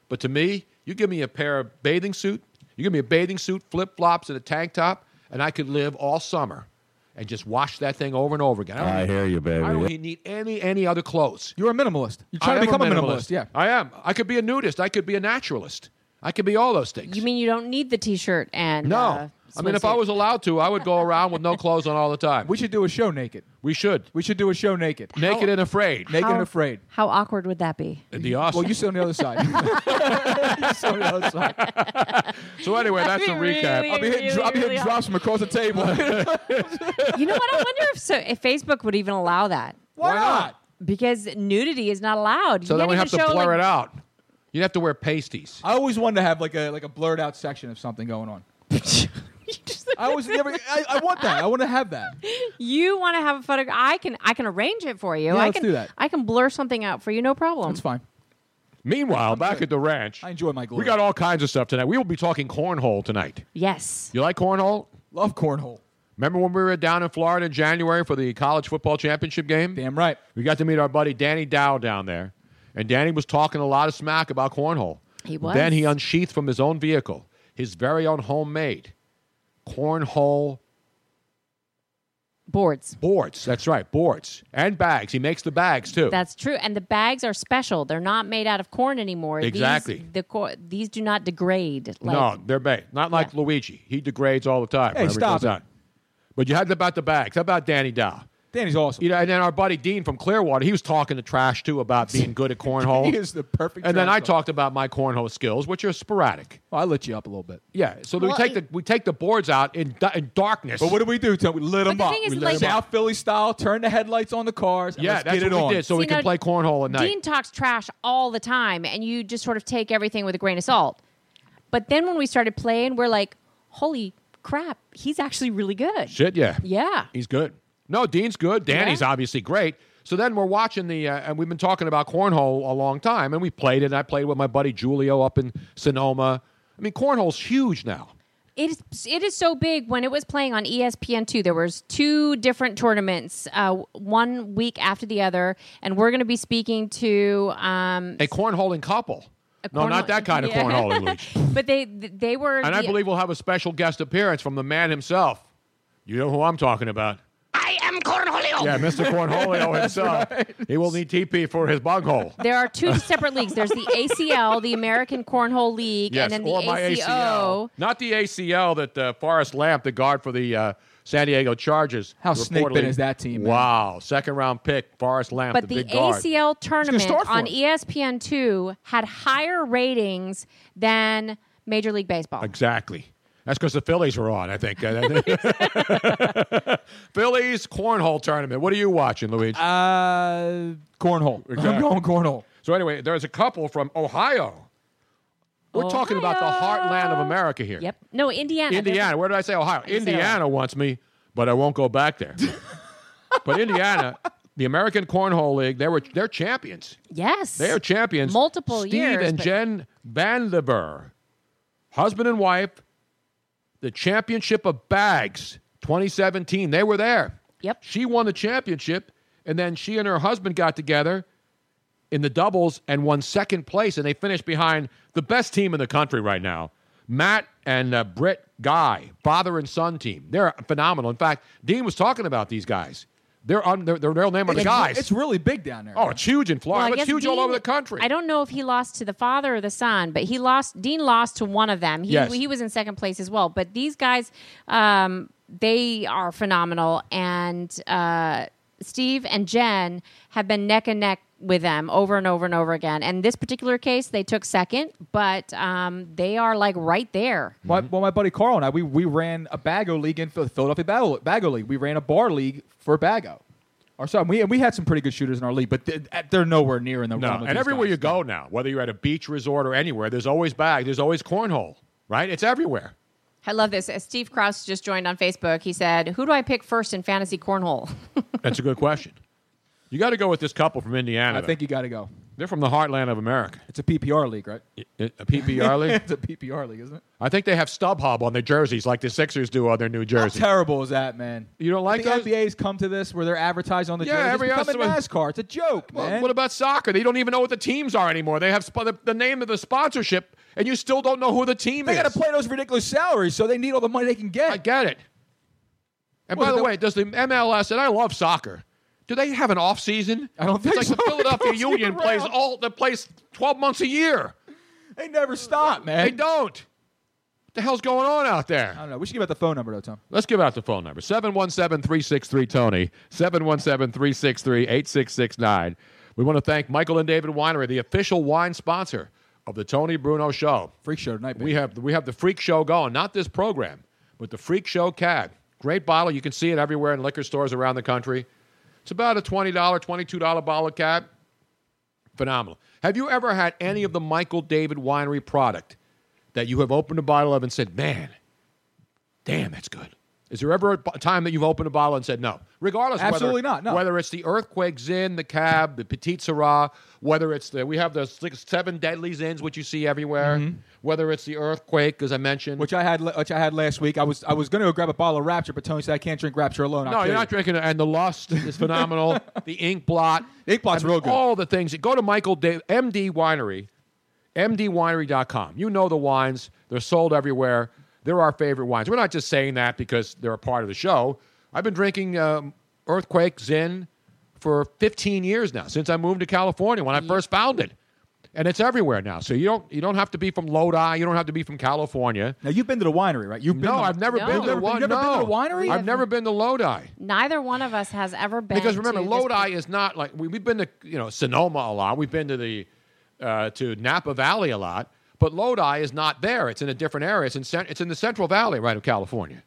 Speaker 11: But to me, you give me a pair of bathing suit, you give me a bathing suit, flip flops, and a tank top, and I could live all summer and just wash that thing over and over again. don't need-
Speaker 17: you, baby.
Speaker 11: I don't really need any any other clothes.
Speaker 15: You're a minimalist. You're trying
Speaker 11: I
Speaker 15: to
Speaker 11: am
Speaker 15: become a minimalist. Yeah.
Speaker 11: I am. I could be a nudist. I could be a naturalist. I could be all those things.
Speaker 14: You mean you don't need the T-shirt and
Speaker 11: No.
Speaker 14: uh,
Speaker 11: I mean, if I
Speaker 14: swimsuit?
Speaker 11: was allowed to, I would go around with no clothes on all the time.
Speaker 15: We should do a show naked.
Speaker 11: We should.
Speaker 15: We should do a show naked.
Speaker 11: Naked and afraid.
Speaker 15: Naked and afraid.
Speaker 14: how awkward would that be?
Speaker 11: It'd be awesome.
Speaker 15: Well, you sit on the other side. you sit on the other side.
Speaker 11: So anyway, that's a
Speaker 14: That'd be
Speaker 11: recap.
Speaker 14: really,
Speaker 15: I'll be hitting,
Speaker 14: really,
Speaker 15: I'll be hitting
Speaker 14: really
Speaker 15: drops from across the table.
Speaker 14: You know what? I wonder if so if Facebook would even allow that.
Speaker 15: Why not?
Speaker 14: Because nudity is not allowed.
Speaker 11: So
Speaker 14: You
Speaker 11: then
Speaker 14: can't
Speaker 11: we
Speaker 14: even
Speaker 11: have to
Speaker 14: show,
Speaker 11: blur
Speaker 14: like-
Speaker 11: it out. You'd have to wear pasties.
Speaker 15: I always wanted to have like a like a blurred out section of something going on. I always never. I, I want that. I want to have that.
Speaker 14: You want to have a photo? I can. I can arrange it for you.
Speaker 15: Yeah,
Speaker 14: I
Speaker 15: let's
Speaker 14: can
Speaker 15: do that.
Speaker 14: I can blur something out for you. No problem. That's
Speaker 15: fine.
Speaker 11: Meanwhile, back at the ranch, I
Speaker 15: enjoy my glory.
Speaker 11: we got all kinds of stuff tonight. We will be talking cornhole tonight.
Speaker 14: Yes.
Speaker 11: You like cornhole?
Speaker 15: Love cornhole.
Speaker 11: Remember when we were down in Florida in January for the college football championship game?
Speaker 15: Damn right.
Speaker 11: We got to meet our buddy Danny Dow down there, and Danny was talking a lot of smack about cornhole.
Speaker 14: He was.
Speaker 11: Then he unsheathed from his own vehicle his very own homemade cornhole
Speaker 14: boards.
Speaker 11: Boards. That's right, boards and bags. He makes the bags too.
Speaker 14: That's true. And the bags are special. They're not made out of corn anymore. These-
Speaker 11: Exactly.
Speaker 14: the cor- these do not degrade. Like,
Speaker 11: no, they're bad. Not like Luigi. He degrades all the time.
Speaker 14: Hey,
Speaker 11: whenever he
Speaker 14: stop
Speaker 11: goes
Speaker 14: it.
Speaker 11: out. But you had about the bags. How about Danny Dow? Danny's awesome. You know, and then our buddy Dean from Clearwater, he was talking the trash too about being good at cornhole.
Speaker 15: He is the perfect
Speaker 11: And then I
Speaker 15: trash
Speaker 11: talked about my cornhole skills, which are sporadic.
Speaker 15: I lit you up a little bit.
Speaker 11: Yeah, so
Speaker 15: Well,
Speaker 11: we take the we take the boards out in, da- in darkness.
Speaker 15: But what do we do, Tony? We lit
Speaker 14: But
Speaker 15: them
Speaker 14: the
Speaker 15: up.
Speaker 14: thing is,
Speaker 15: we
Speaker 14: like-
Speaker 15: lit 'em South Philly style, turn the headlights on the cars. And
Speaker 11: Yeah,
Speaker 15: let's
Speaker 11: that's
Speaker 15: get it
Speaker 11: what we
Speaker 15: on.
Speaker 11: did, so we
Speaker 14: See,
Speaker 11: can
Speaker 14: now,
Speaker 11: play cornhole at night.
Speaker 14: Dean talks trash all the time, and you just sort of take everything with a grain of salt. But then when we started playing, we're like, holy crap, he's actually really good.
Speaker 11: Shit, yeah.
Speaker 14: Yeah.
Speaker 11: He's good. No, Dean's good. Danny's obviously great. So then we're watching the, uh, and we've been talking about cornhole a long time, and we played it. And I played with my buddy Julio up in Sonoma. I mean, cornhole's huge now.
Speaker 14: It is, it is so big. When it was playing on E ESPN2, there was two different tournaments, uh, one week after the other, and we're going to be speaking to... Um,
Speaker 11: A cornholing couple. no, not that kind of
Speaker 14: Yeah.
Speaker 11: cornholing, Luigi.
Speaker 14: but they they were...
Speaker 11: And I
Speaker 14: the-
Speaker 11: believe we'll have a special guest appearance from the man himself. You know who I'm talking about.
Speaker 14: I am Cornholio.
Speaker 11: Yeah, Mr. Cornholio himself. He will need TP for his bunghole.
Speaker 14: There are two separate leagues. There's the ACL, the American Cornhole League,
Speaker 11: Yes,
Speaker 14: and then the
Speaker 11: or my
Speaker 14: ACO.
Speaker 11: ACL. Not the ACL that uh, Forrest Lamp, the guard for the uh, San Diego Chargers.
Speaker 15: How snake-bitten
Speaker 11: reportedly-
Speaker 15: is that team, man?
Speaker 11: Wow. Second round pick, Forrest Lamp,
Speaker 14: But
Speaker 11: the,
Speaker 14: the
Speaker 11: big guard.
Speaker 14: ACL tournament
Speaker 15: start for
Speaker 14: on E
Speaker 15: him.
Speaker 14: ESPN2 had higher ratings than Major League Baseball.
Speaker 11: Exactly. That's because the Phillies were on, I think. Phillies cornhole tournament. What are you watching, Luigi?
Speaker 15: Uh, cornhole. I'm going cornhole.
Speaker 11: So anyway, there's a couple from Ohio. We're talking about the heartland of America here.
Speaker 14: Yep. No, Indiana.
Speaker 11: Indiana. Where did I say Ohio?
Speaker 14: You said
Speaker 11: Indiana wants me, but I won't go back there. but Indiana, the American Cornhole League, they were they're champions.
Speaker 14: Yes.
Speaker 11: They are champions.
Speaker 14: Multiple
Speaker 11: Steve
Speaker 14: years,
Speaker 11: and
Speaker 14: but-
Speaker 11: Jen Vandiver, husband and wife, the championship of bags 2017. They were there.
Speaker 14: Yep.
Speaker 11: She won the championship, and then she and her husband got together in the doubles and won second place, and they finished behind the best team in the country right now. Matt and uh, Britt Guy, father and son team. They're phenomenal. In fact, Dean was talking about these guys. They're on their, their real name on the guys.
Speaker 15: It's really big down there.
Speaker 11: oh, it's huge in Florida.
Speaker 14: Well, I
Speaker 11: but
Speaker 14: guess
Speaker 11: it's huge all
Speaker 14: Dean-
Speaker 11: over the country.
Speaker 14: I don't know if he lost to the father or the son, but he lost. Dean lost to one of them. He,
Speaker 11: Yes.
Speaker 14: he was in second place as well. But these guys, um, they are phenomenal, and uh, Steve and Jen have been neck and neck with them over and over and over again. And this particular case, they took second, but um, they are like right there.
Speaker 15: My,
Speaker 11: Mm-hmm.
Speaker 15: well, my buddy Carl and I, we, we ran a Bago League in Phil- Philadelphia Bago, Bago League. We ran a bar league for Bago. Our son, we, and we had some pretty good shooters in our league, but they, they're nowhere near in the
Speaker 11: No,
Speaker 15: realm of
Speaker 11: and
Speaker 15: these
Speaker 11: everywhere
Speaker 15: guys.
Speaker 11: you go now, whether you're at a beach resort or anywhere, there's always bag, there's always cornhole, right? It's everywhere.
Speaker 14: I love this. As Steve Kraus just joined on Facebook, he said, "Who do I pick first in fantasy cornhole?"
Speaker 11: That's a good question. You got to go with this couple from Indiana.
Speaker 15: I think you got to go.
Speaker 11: they're from the heartland of America.
Speaker 15: It's a PPR league, right?
Speaker 11: A PPR league.
Speaker 15: it's a PPR league, isn't it?
Speaker 11: I think they have StubHub on their jerseys, like the Sixers do on their new jersey.
Speaker 15: How terrible is that, man?
Speaker 11: You don't like
Speaker 15: the
Speaker 11: those?
Speaker 15: NBA's come to this where they're advertised on the
Speaker 11: Yeah,
Speaker 15: jerseys.
Speaker 11: every
Speaker 15: It's
Speaker 11: other-
Speaker 15: becoming NASCAR. It's a joke,
Speaker 11: Well,
Speaker 15: man.
Speaker 11: what about soccer? They don't even know what the teams are anymore. They have sp- the, the name of the sponsorship, and you still don't know who the team
Speaker 15: they
Speaker 11: is.
Speaker 15: got to play those ridiculous salaries, so they need all the money they can get. I
Speaker 11: get it. And by
Speaker 15: Well,
Speaker 11: the
Speaker 15: the-
Speaker 11: way, does the MLS and I love soccer? Do they have an off season? I don't
Speaker 15: think
Speaker 11: it's like
Speaker 15: so.
Speaker 11: the Philadelphia
Speaker 15: It goes
Speaker 11: Union
Speaker 15: year
Speaker 11: plays
Speaker 15: round.
Speaker 11: all that plays twelve months a year.
Speaker 15: They never stop, man.
Speaker 11: They don't. What the hell's going on out
Speaker 15: I
Speaker 11: there?
Speaker 15: don't know. We should give out the phone number, though, Tom.
Speaker 11: Let's give out the phone number 717 363 Tony, 717 363 8669. We want to thank Michael and David Winery, the official wine sponsor of the Tony Bruno Show.
Speaker 15: Freak show tonight,
Speaker 11: We have, we have the Freak Show going, not this program, but the Freak Show CAD. Great bottle. You can see it everywhere in liquor stores around the country. It's about a $20, $22 bottle of CAD. Phenomenal. Have you ever had any of the Michael David Winery product that you have opened a bottle of and said, man, damn, that's good? Is there ever a bo- time that you've opened a bottle and said no? Regardless, whether-
Speaker 15: Absolutely not, no.
Speaker 11: Whether it's the Earthquake Zin, the Cab, the Petit Syrah, whether it's the we have the six, seven deadly Zins, which you see everywhere.
Speaker 15: Mm-hmm.
Speaker 11: Whether it's the Earthquake, as I mentioned.
Speaker 15: Which I had, which I had last week. I was, I was going to go grab a bottle of Rapture, but Tony said I can't drink Rapture alone. I'll
Speaker 11: no,
Speaker 15: kill
Speaker 11: you're
Speaker 15: you."
Speaker 11: not drinking it. And the Lust is phenomenal. the Ink Blot.
Speaker 15: Ink Blot's real good.
Speaker 11: All the things. Go to Michael da- MD Winery MDWinery.com. You know the wines, they're sold everywhere. They're our favorite wines. We're not just saying that because they're a part of the show. I've been drinking um, Earthquake Zin for 15 years now, since I moved to California when I first found it. And it's everywhere now. So you don't you don't have to be from Lodi, you don't have to be from California. Now
Speaker 15: you've been to the winery, right? You've
Speaker 11: been No,
Speaker 15: to-
Speaker 11: I've never
Speaker 15: No.
Speaker 11: been
Speaker 15: You've
Speaker 11: to
Speaker 15: never been-
Speaker 11: one.
Speaker 15: you've never been
Speaker 11: no.
Speaker 15: to the winery?
Speaker 11: I've never been to Lodi.
Speaker 14: Neither one of us has ever been.
Speaker 11: Because remember,
Speaker 14: to this-
Speaker 11: Lodi is not like we, we've been to you know Sonoma a lot. We've been to the uh, to Napa Valley a lot, but Lodi is not there. It's in a different area. It's in cen- it's in the Central Valley, right of California,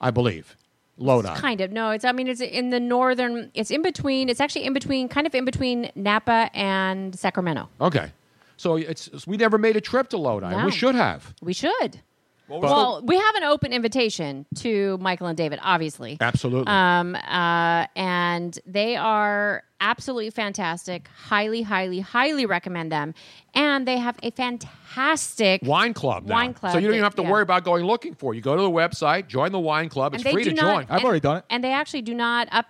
Speaker 11: I believe. Lodi.
Speaker 14: Kind of. No, it's. I mean, it's in the northern. It's in between. It's actually in between. Kind of in between Napa and Sacramento.
Speaker 11: Okay, so it's we never made a trip to Lodi.
Speaker 14: No.
Speaker 11: We should have.
Speaker 14: We should. Well,
Speaker 11: was
Speaker 14: we have an open invitation to Michael and David, obviously.
Speaker 11: Absolutely.
Speaker 14: Um, uh, and they are absolutely fantastic. Highly, highly, highly recommend them. And they have a fantastic
Speaker 11: Wine club. now.
Speaker 14: Wine club
Speaker 11: So you don't
Speaker 14: that-
Speaker 11: even have to
Speaker 14: yeah.
Speaker 11: worry about going looking for. it. You go to the website, join the wine club. It's
Speaker 14: And they
Speaker 11: free
Speaker 14: do
Speaker 11: to
Speaker 14: not-
Speaker 11: join.
Speaker 14: I've and- already
Speaker 11: done it.
Speaker 14: and they actually do not up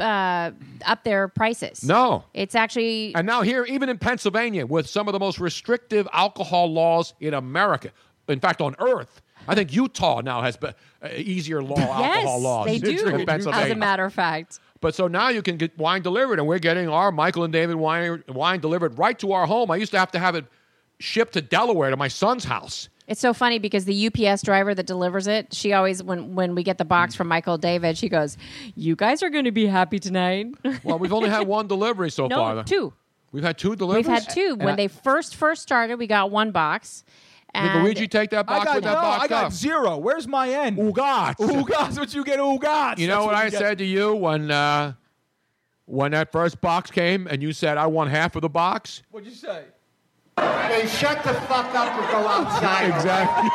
Speaker 14: uh, up their prices.
Speaker 11: No.
Speaker 14: It's actually
Speaker 11: And now here, even in Pennsylvania, with some of the most restrictive alcohol laws in America, in fact, on Earth, I think Utah now has be- uh, easier law alcohol
Speaker 14: yes,
Speaker 11: laws
Speaker 14: they
Speaker 11: than
Speaker 14: do. As
Speaker 11: Pennsylvania.
Speaker 14: a matter of fact.
Speaker 11: but so now you can get wine delivered, and we're getting our Michael and David wine wine delivered right to our home. I used to have to have it shipped to Delaware to my son's house.
Speaker 14: It's so funny because the UPS driver that delivers it, she always when when we get the box from Michael David, she goes, "You guys are going to be happy tonight."
Speaker 11: Well, we've only had one delivery so
Speaker 14: No,
Speaker 11: far.
Speaker 14: two.
Speaker 11: We've had two deliveries.
Speaker 14: We've had two. When they first first started, we got one box.
Speaker 11: Did
Speaker 14: And
Speaker 11: Luigi take that box
Speaker 15: I got,
Speaker 11: with that
Speaker 15: no,
Speaker 11: box
Speaker 15: I got
Speaker 11: up?
Speaker 15: zero. Where's my end?
Speaker 11: Ugats.
Speaker 15: Ugats. What you get? Ugats.
Speaker 11: You
Speaker 15: That's
Speaker 11: know what, I
Speaker 15: you get.
Speaker 11: said to you when uh, when that first box came, and you said I want half of the box.
Speaker 15: What'd you say?
Speaker 16: Then shut the fuck up and go outside.
Speaker 11: Exactly.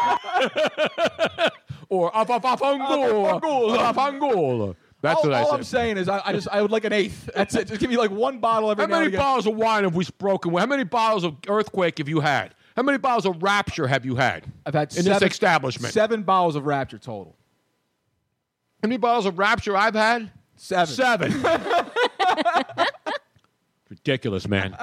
Speaker 11: or up, up, up,
Speaker 15: Up, up,
Speaker 11: angul,
Speaker 15: angul.
Speaker 11: up, angul. That's
Speaker 15: all,
Speaker 11: what I
Speaker 15: all
Speaker 11: said.
Speaker 15: I'm saying is, I, I just I would like an eighth. That's it. Just give me like one bottle every
Speaker 11: How
Speaker 15: now and
Speaker 11: many
Speaker 15: again.
Speaker 11: bottles of wine have we broken? How many bottles of earthquake have you had? How many bottles of rapture have you had? I've had in
Speaker 15: seven-
Speaker 11: this establishment.
Speaker 15: Seven bottles of Rapture total.
Speaker 11: How many bottles of rapture I've had?
Speaker 15: Seven.
Speaker 11: Seven. Ridiculous, man.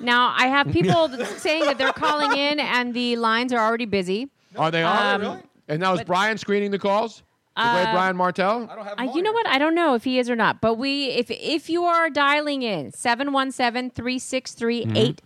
Speaker 14: Now I have people saying that they're calling in and the lines are already busy.
Speaker 11: Are they all?
Speaker 14: Um, Really?
Speaker 11: And now is Brian screening the calls? The
Speaker 14: Uh,
Speaker 11: great Brian Martell?
Speaker 14: Uh, you know what? I don't know if he is or not, but we if if you are dialing in 717-363-8669,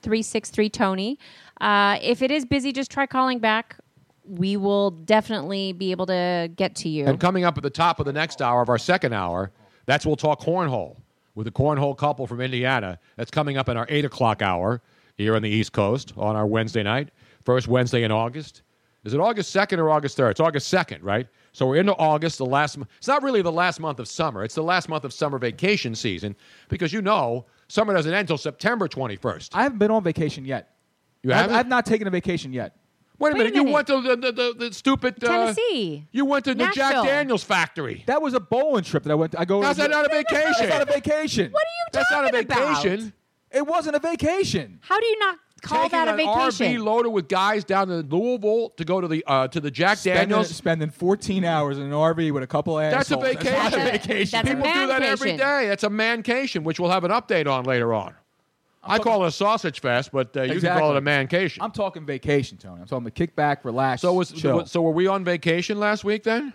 Speaker 14: 717-363 Tony. Uh, if it is busy, just try calling back. We will definitely be able to get to you.
Speaker 11: And coming up at the top of the next hour of our second hour, that's we'll talk cornhole with a cornhole couple from Indiana. That's coming up in our eight o'clock hour here on the East Coast on our Wednesday night, first Wednesday in August. Is it August second or August third? It's August second, right? So we're into August, the last. m- It's not really the last month of summer. It's the last month of summer vacation season because you know summer doesn't end until September twenty first.
Speaker 15: I haven't been on vacation yet.
Speaker 11: You
Speaker 15: I've,
Speaker 11: haven't?
Speaker 15: I've not taken a vacation yet.
Speaker 11: Wait a minute, you went to the the, the, the stupid uh,
Speaker 14: Tennessee.
Speaker 11: You went to the Jack
Speaker 14: Nashville.
Speaker 11: Daniels factory.
Speaker 15: That was a bowling trip that I went. To. I go.
Speaker 11: How's that not a vacation?
Speaker 15: That's not a vacation.
Speaker 14: What are you
Speaker 11: That's not a
Speaker 14: talking about?
Speaker 11: vacation.
Speaker 15: It wasn't a vacation.
Speaker 14: How do you not call
Speaker 11: taking
Speaker 14: that a
Speaker 11: an
Speaker 14: vacation?
Speaker 11: RV loaded with guys down to Louisville to go to the uh, to the Jack
Speaker 15: Spending,
Speaker 11: Daniels.
Speaker 15: spending 14 hours in an RV with a couple of
Speaker 11: That's a
Speaker 15: assholes.
Speaker 11: vacation.
Speaker 15: That's not a vacation.
Speaker 14: That's a
Speaker 11: People do that every
Speaker 14: mancation.
Speaker 11: day. That's a mancation, which we'll have an update on later on. I call it a sausage fest, but uh, you can call it a mancation.
Speaker 15: I'm talking vacation, Tony. I'm talking the kickback, relax.
Speaker 11: So was
Speaker 15: chill.
Speaker 11: so were we on vacation last week then?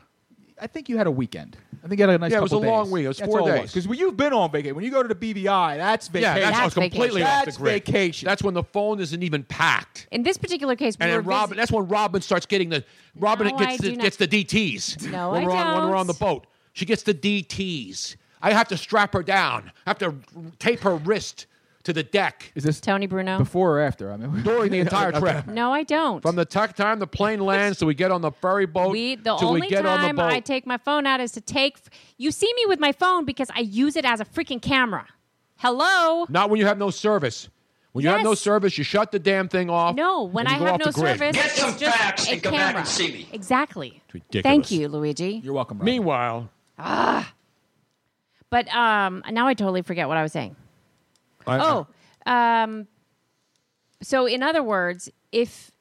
Speaker 15: I think you had a weekend. I think you had a nice.
Speaker 11: Yeah, it was
Speaker 15: couple
Speaker 11: a long
Speaker 15: days.
Speaker 11: week. It was
Speaker 15: That's
Speaker 11: four
Speaker 15: all
Speaker 11: days.
Speaker 15: Because when you've been on vacation, when you go to the BVI, that's
Speaker 11: yeah,
Speaker 15: vacation.
Speaker 11: that's, I was completely off
Speaker 15: that's
Speaker 11: the grid.
Speaker 15: vacation.
Speaker 11: That's when the phone isn't even packed.
Speaker 14: In this particular case, we
Speaker 11: And
Speaker 14: were
Speaker 11: then Robin, that's when Robin starts getting the Robin
Speaker 14: No,
Speaker 11: gets
Speaker 14: I
Speaker 11: the,
Speaker 14: do not.
Speaker 11: gets the DTS.
Speaker 14: No,
Speaker 11: when
Speaker 14: I
Speaker 11: we're On, when we're on the
Speaker 14: don't.
Speaker 11: boat, she gets the DTS. I have to strap her down. I have to tape her wrist to the deck
Speaker 15: Is this
Speaker 14: Tony Bruno?
Speaker 15: before or after? I mean,
Speaker 11: during the entire trip.
Speaker 14: No, I don't.
Speaker 11: From the tuck time the plane lands till we get on the ferry boat
Speaker 14: We the
Speaker 11: till
Speaker 14: only
Speaker 11: we get on the
Speaker 14: time
Speaker 11: boat.
Speaker 14: I take my phone out is to take. You see me with my phone because I use it as a freaking camera. Hello.
Speaker 11: Not when you have no service. When you have no
Speaker 14: Yes.
Speaker 11: service, you shut the damn thing off.
Speaker 14: No, when
Speaker 11: and you
Speaker 14: I
Speaker 11: go
Speaker 14: have
Speaker 11: off
Speaker 14: no
Speaker 11: the grid.
Speaker 14: service, it's just a
Speaker 16: and come
Speaker 14: camera.
Speaker 16: back and see me.
Speaker 14: Exactly.
Speaker 11: ridiculous.
Speaker 14: Thank you, Luigi.
Speaker 15: You're welcome. Rob.
Speaker 11: Meanwhile,
Speaker 14: But um, now I totally forget what I was saying.
Speaker 11: I-
Speaker 14: oh, um, so in other words, if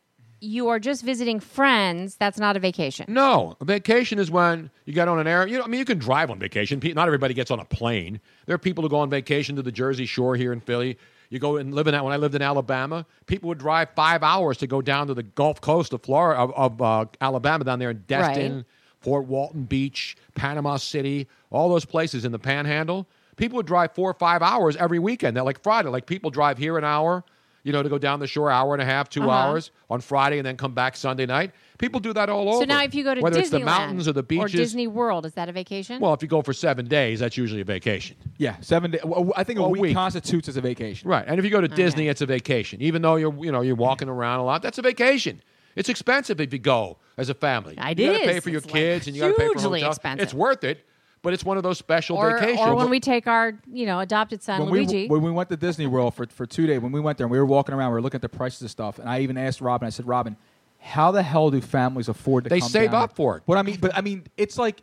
Speaker 14: you are just visiting friends, that's not a vacation.
Speaker 11: No, a vacation is when you get on an air. You know, I mean, you can drive on vacation. Pe- Not everybody gets on a plane. There are people who go on vacation to the Jersey Shore here in Philly. You go and live in that. When I lived in Alabama, people would drive five hours to go down to the Gulf Coast of Florida of, of uh, Alabama down there in Destin, Fort Walton Beach, Panama City, all those places in the Panhandle. People would drive four or five hours every weekend. They're like Friday. Like people drive here an hour, you know, to go down the shore, hour and a half, 2
Speaker 14: Uh-huh.
Speaker 11: hours on Friday, and then come back Sunday night. People do that all over.
Speaker 14: So now, if you go to
Speaker 11: whether
Speaker 14: Disneyland
Speaker 11: it's the mountains or the beaches,
Speaker 14: Disney World, is that a vacation?
Speaker 11: well, if you go for seven days, that's usually a vacation.
Speaker 15: Yeah, seven days. I think a,
Speaker 11: A
Speaker 15: week,
Speaker 11: week.
Speaker 15: constitutes as a vacation.
Speaker 11: Right. And if you go to Disney, it's a vacation. Even though you're you know you're walking around a lot, that's a vacation. It's expensive if you go as a family.
Speaker 14: It
Speaker 11: you got to pay
Speaker 14: is.
Speaker 11: for your
Speaker 14: It's, like,
Speaker 11: kids and you got to pay for
Speaker 14: hugely
Speaker 11: hotel.
Speaker 14: expensive.
Speaker 11: It's worth it, but it's one of those special
Speaker 14: or,
Speaker 11: vacations.
Speaker 14: or when we take our you know adopted son
Speaker 15: When we,
Speaker 14: Luigi.
Speaker 15: when we went to Disney World for, for two days, when we went there and we were walking around, we were looking at the prices of stuff, and I even asked Robin, I said, Robin, how the hell do families afford to
Speaker 11: They
Speaker 15: come
Speaker 11: save
Speaker 15: down
Speaker 11: up for it.
Speaker 15: What I mean, but I mean, it's like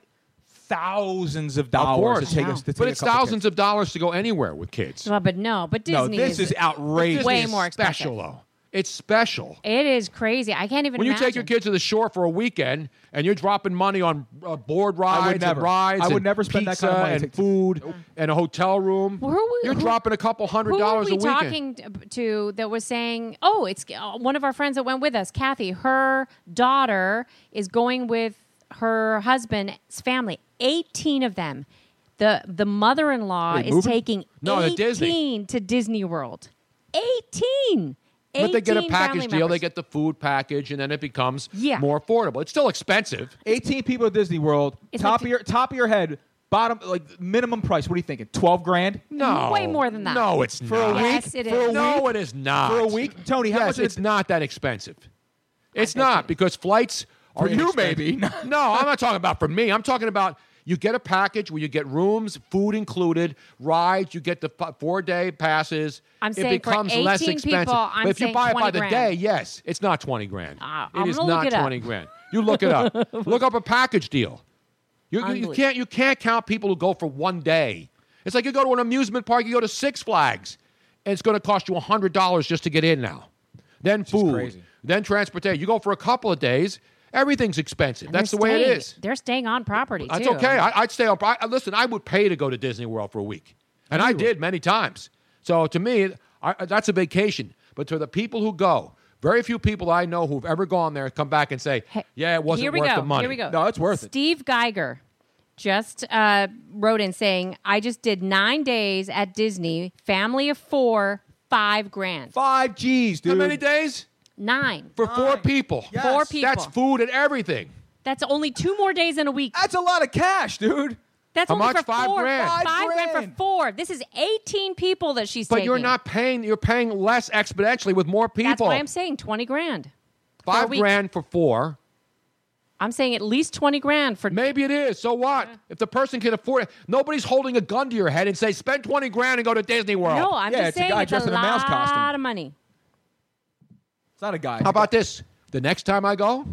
Speaker 15: thousands of
Speaker 11: of
Speaker 15: dollars
Speaker 11: course.
Speaker 15: to take us to take
Speaker 11: but
Speaker 15: a
Speaker 11: it's
Speaker 15: couple trips.
Speaker 11: thousands of dollars to go anywhere with kids.
Speaker 14: Well, but no, but
Speaker 15: No,
Speaker 14: Disney.
Speaker 15: this is outrageous.
Speaker 14: Way
Speaker 11: Disney is
Speaker 14: more expensive.
Speaker 11: special though. It's special.
Speaker 14: It is crazy. I can't even.
Speaker 11: When you
Speaker 14: imagine.
Speaker 11: take your kids to the shore for a weekend and you're dropping money on uh, board rides
Speaker 15: never.
Speaker 11: and rides,
Speaker 15: I would
Speaker 11: and
Speaker 15: never spend that
Speaker 11: pizza
Speaker 15: kind of money to
Speaker 11: and food and a hotel room. you're dropping a couple hundred
Speaker 14: Who
Speaker 11: dollars a
Speaker 14: were we
Speaker 11: weekend.
Speaker 14: talking t- to that was saying, "Oh, it's uh, one of our friends that went with us, Kathy. Her daughter is going with her husband's family. Eighteen of them. The the mother in law
Speaker 11: Wait,
Speaker 14: is
Speaker 11: moving?
Speaker 14: taking
Speaker 11: No, to
Speaker 14: eighteen
Speaker 11: Disney.
Speaker 14: to Disney World. Eighteen.
Speaker 11: But they get a
Speaker 14: 18 family
Speaker 11: package deal. They
Speaker 14: members.
Speaker 11: get the food package, and then it becomes
Speaker 14: Yeah.
Speaker 11: more affordable. It's still expensive.
Speaker 15: 18 people at Disney World.
Speaker 14: It's
Speaker 15: top
Speaker 14: like-
Speaker 15: of your top of your head, bottom like minimum price. What are you thinking? 12 grand?
Speaker 11: No,
Speaker 14: Way more than that.
Speaker 11: No, it's
Speaker 15: For
Speaker 11: not.
Speaker 15: a week?
Speaker 14: Yes, it
Speaker 15: For a
Speaker 14: is.
Speaker 15: week?
Speaker 11: No, it is not.
Speaker 15: For a week? Tony, how
Speaker 11: yes,
Speaker 15: much is
Speaker 11: it's not that expensive. It's not because flights are
Speaker 15: For you,
Speaker 11: inexpensive.
Speaker 15: maybe.
Speaker 11: no, I'm not talking about for me. I'm talking about you get a package where you get rooms, food included, rides. You get the four day passes.
Speaker 14: I'm
Speaker 11: it
Speaker 14: saying for
Speaker 11: becomes less
Speaker 14: 18 people,
Speaker 11: expensive.
Speaker 14: I'm
Speaker 11: but if you
Speaker 14: saying
Speaker 11: buy it by
Speaker 14: 20
Speaker 11: the
Speaker 14: grand.
Speaker 11: day, yes, it's not twenty grand.
Speaker 14: Ah,
Speaker 11: It
Speaker 14: I'm
Speaker 11: is
Speaker 14: gonna look
Speaker 11: not
Speaker 14: it up.
Speaker 11: twenty grand. You look it up. look up a package deal. You, you, you
Speaker 14: Unbelievable.
Speaker 11: can't you can't count people who go for one day. It's like you go to an amusement park, you go to Six Flags, and it's going to cost you hundred dollars just to get in now. Then food, then transportation. You go for a couple of days, everything's expensive.
Speaker 14: And
Speaker 11: That's the
Speaker 14: they're
Speaker 11: way it
Speaker 14: staying-
Speaker 11: is.
Speaker 14: They're staying on property.
Speaker 11: That's
Speaker 14: too.
Speaker 11: okay. I, I'd stay up. I, listen, I would pay to go to Disney World for a week, and I did many times. So to me, I, that's a vacation. But to the people who go, very few people I know who've ever gone there come back and say, "Yeah, it wasn't
Speaker 14: Here we
Speaker 11: worth
Speaker 14: go.
Speaker 11: the money."
Speaker 14: Here we go.
Speaker 15: No, it's worth it.
Speaker 14: Steve Geiger just uh, wrote in saying, "I just did nine days at Disney, family of four, five grand,
Speaker 15: 5 Gs, dude.
Speaker 11: How many days?
Speaker 14: nine
Speaker 11: For four people.
Speaker 14: Yes. Four people.
Speaker 11: That's food and everything.
Speaker 14: That's only two more days in a week.
Speaker 15: That's a lot of cash, dude.
Speaker 14: That's
Speaker 11: How
Speaker 14: only
Speaker 11: much?
Speaker 14: for
Speaker 11: Five
Speaker 14: four.
Speaker 11: grand.
Speaker 14: Five,
Speaker 15: Five
Speaker 14: grand.
Speaker 15: grand.
Speaker 14: for four. This is eighteen people that she's
Speaker 11: But
Speaker 14: taking.
Speaker 11: you're not paying. You're paying less exponentially with more people.
Speaker 14: That's why I'm saying twenty grand. for a
Speaker 11: Five
Speaker 14: week.
Speaker 11: grand for four.
Speaker 14: I'm saying at least twenty grand for.
Speaker 11: Maybe it is. So what? If the person can afford it, nobody's holding a gun to your head and say, "Spend twenty grand and go to Disney World."
Speaker 14: No, I'm just saying it's a, lot of money.
Speaker 15: It's not a guy.
Speaker 11: How about this? The next time I go,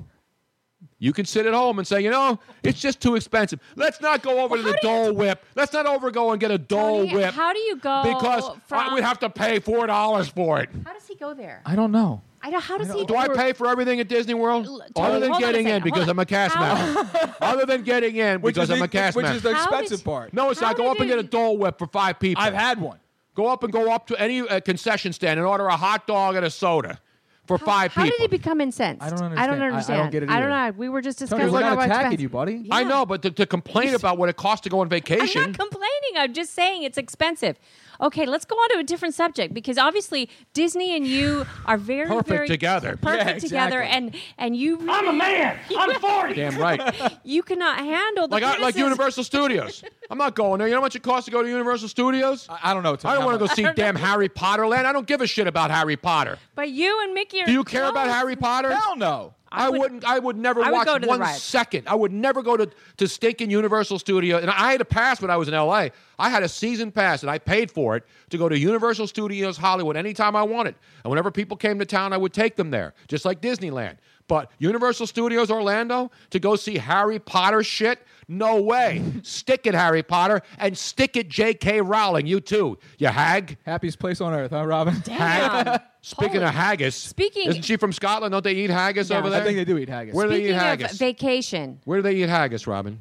Speaker 11: you can sit at home and say, you know, it's just too expensive. Let's not go over to the Dole Whip. Let's not overgo and get a Dole Whip
Speaker 14: How do you go?
Speaker 11: because
Speaker 14: from,
Speaker 11: I would have to pay four dollars for it.
Speaker 14: How does he go there?
Speaker 15: I don't know.
Speaker 14: I don't. How does he?
Speaker 11: Do I pay for everything at Disney World? Other than
Speaker 14: hold on a
Speaker 11: getting in
Speaker 14: second,
Speaker 11: because
Speaker 14: hold
Speaker 11: I'm a cast member. Other than getting in
Speaker 15: Which
Speaker 11: because
Speaker 15: is
Speaker 11: I'm
Speaker 15: the-
Speaker 11: a cast
Speaker 15: which
Speaker 11: member.
Speaker 15: is the How expensive did- part.
Speaker 11: No, it's
Speaker 15: how
Speaker 11: not. Go
Speaker 15: did
Speaker 11: up and get a Dole Whip for five people.
Speaker 15: I've had one.
Speaker 11: Go up and go up to any uh, concession stand and order a hot dog and a soda for five
Speaker 14: How
Speaker 11: people.
Speaker 14: did he become incensed?
Speaker 15: I don't
Speaker 14: I
Speaker 15: understand.
Speaker 14: don't
Speaker 15: I- I don't
Speaker 14: understand.
Speaker 15: get it
Speaker 14: I don't
Speaker 15: either.
Speaker 14: know. We were just
Speaker 15: Tony,
Speaker 14: discussing
Speaker 15: we're
Speaker 14: how
Speaker 15: not attacking
Speaker 14: expensive-
Speaker 15: you, buddy.
Speaker 11: I know, but to, to complain about what it costs to go on
Speaker 14: I'm
Speaker 11: vacation.
Speaker 14: not complaining. I'm just saying it's expensive. Okay, let's go on to a different subject because obviously Disney and you are very
Speaker 11: Perfect
Speaker 14: very
Speaker 11: together.
Speaker 14: Perfect
Speaker 11: Yeah, exactly.
Speaker 14: together, and and you.
Speaker 16: I'm a man. I'm 40.
Speaker 11: Damn right.
Speaker 14: You cannot handle the
Speaker 11: like I, like
Speaker 14: criticism.
Speaker 11: Universal Studios. I'm not going there. You know how much it costs to go to Universal Studios?
Speaker 15: I, I don't know. Tony,
Speaker 11: I don't
Speaker 15: how
Speaker 11: want to go
Speaker 15: much?
Speaker 11: see damn Harry Potter land. I don't give a shit about Harry Potter.
Speaker 14: But you and Mickey are.
Speaker 11: Do you care about
Speaker 14: close.
Speaker 11: Harry Potter?
Speaker 15: Hell no.
Speaker 11: I, would, not I would never
Speaker 14: I would
Speaker 11: watch
Speaker 14: go to the
Speaker 11: one
Speaker 14: ride.
Speaker 11: second. I would never go to to stinking Universal Studio. And I had a pass when I was in L.A. I had a season pass, and I paid for it to go to Universal Studios Hollywood anytime I wanted. And whenever people came to town, I would take them there, just like Disneyland. But Universal Studios Orlando to go see Harry Potter shit? No way. stick it, Harry Potter, and stick it, J.K. Rowling. You too, you hag.
Speaker 15: Happiest place on earth, huh, Robin?
Speaker 11: Hag. Speaking
Speaker 14: Poland.
Speaker 11: of haggis,
Speaker 14: Speaking-
Speaker 11: isn't she from Scotland? Don't they eat haggis
Speaker 14: No.
Speaker 11: over
Speaker 15: I
Speaker 11: there?
Speaker 15: think they do eat haggis.
Speaker 11: Where do they eat
Speaker 14: Speaking of
Speaker 11: haggis?
Speaker 14: vacation,
Speaker 11: Where do they eat haggis, Robin?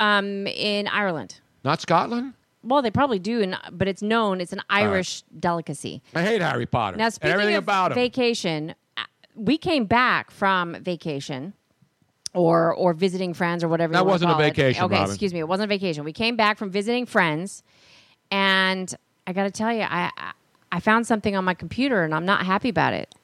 Speaker 14: um, in Ireland.
Speaker 11: Not Scotland?
Speaker 14: well, they probably do, and but it's known. It's an
Speaker 11: right.
Speaker 14: Irish delicacy.
Speaker 11: I hate Harry Potter.
Speaker 14: Now, speaking
Speaker 11: and everything
Speaker 14: of
Speaker 11: about him.
Speaker 14: vacation, uh, we came back from vacation or or visiting friends or whatever.
Speaker 11: That
Speaker 14: you wanna
Speaker 11: wasn't a
Speaker 14: call it.
Speaker 11: vacation,
Speaker 14: Okay,
Speaker 11: Robin.
Speaker 14: excuse me, it wasn't a vacation. We came back from visiting friends, and I got to tell you, I I- I found something on my computer, and I'm not happy about it.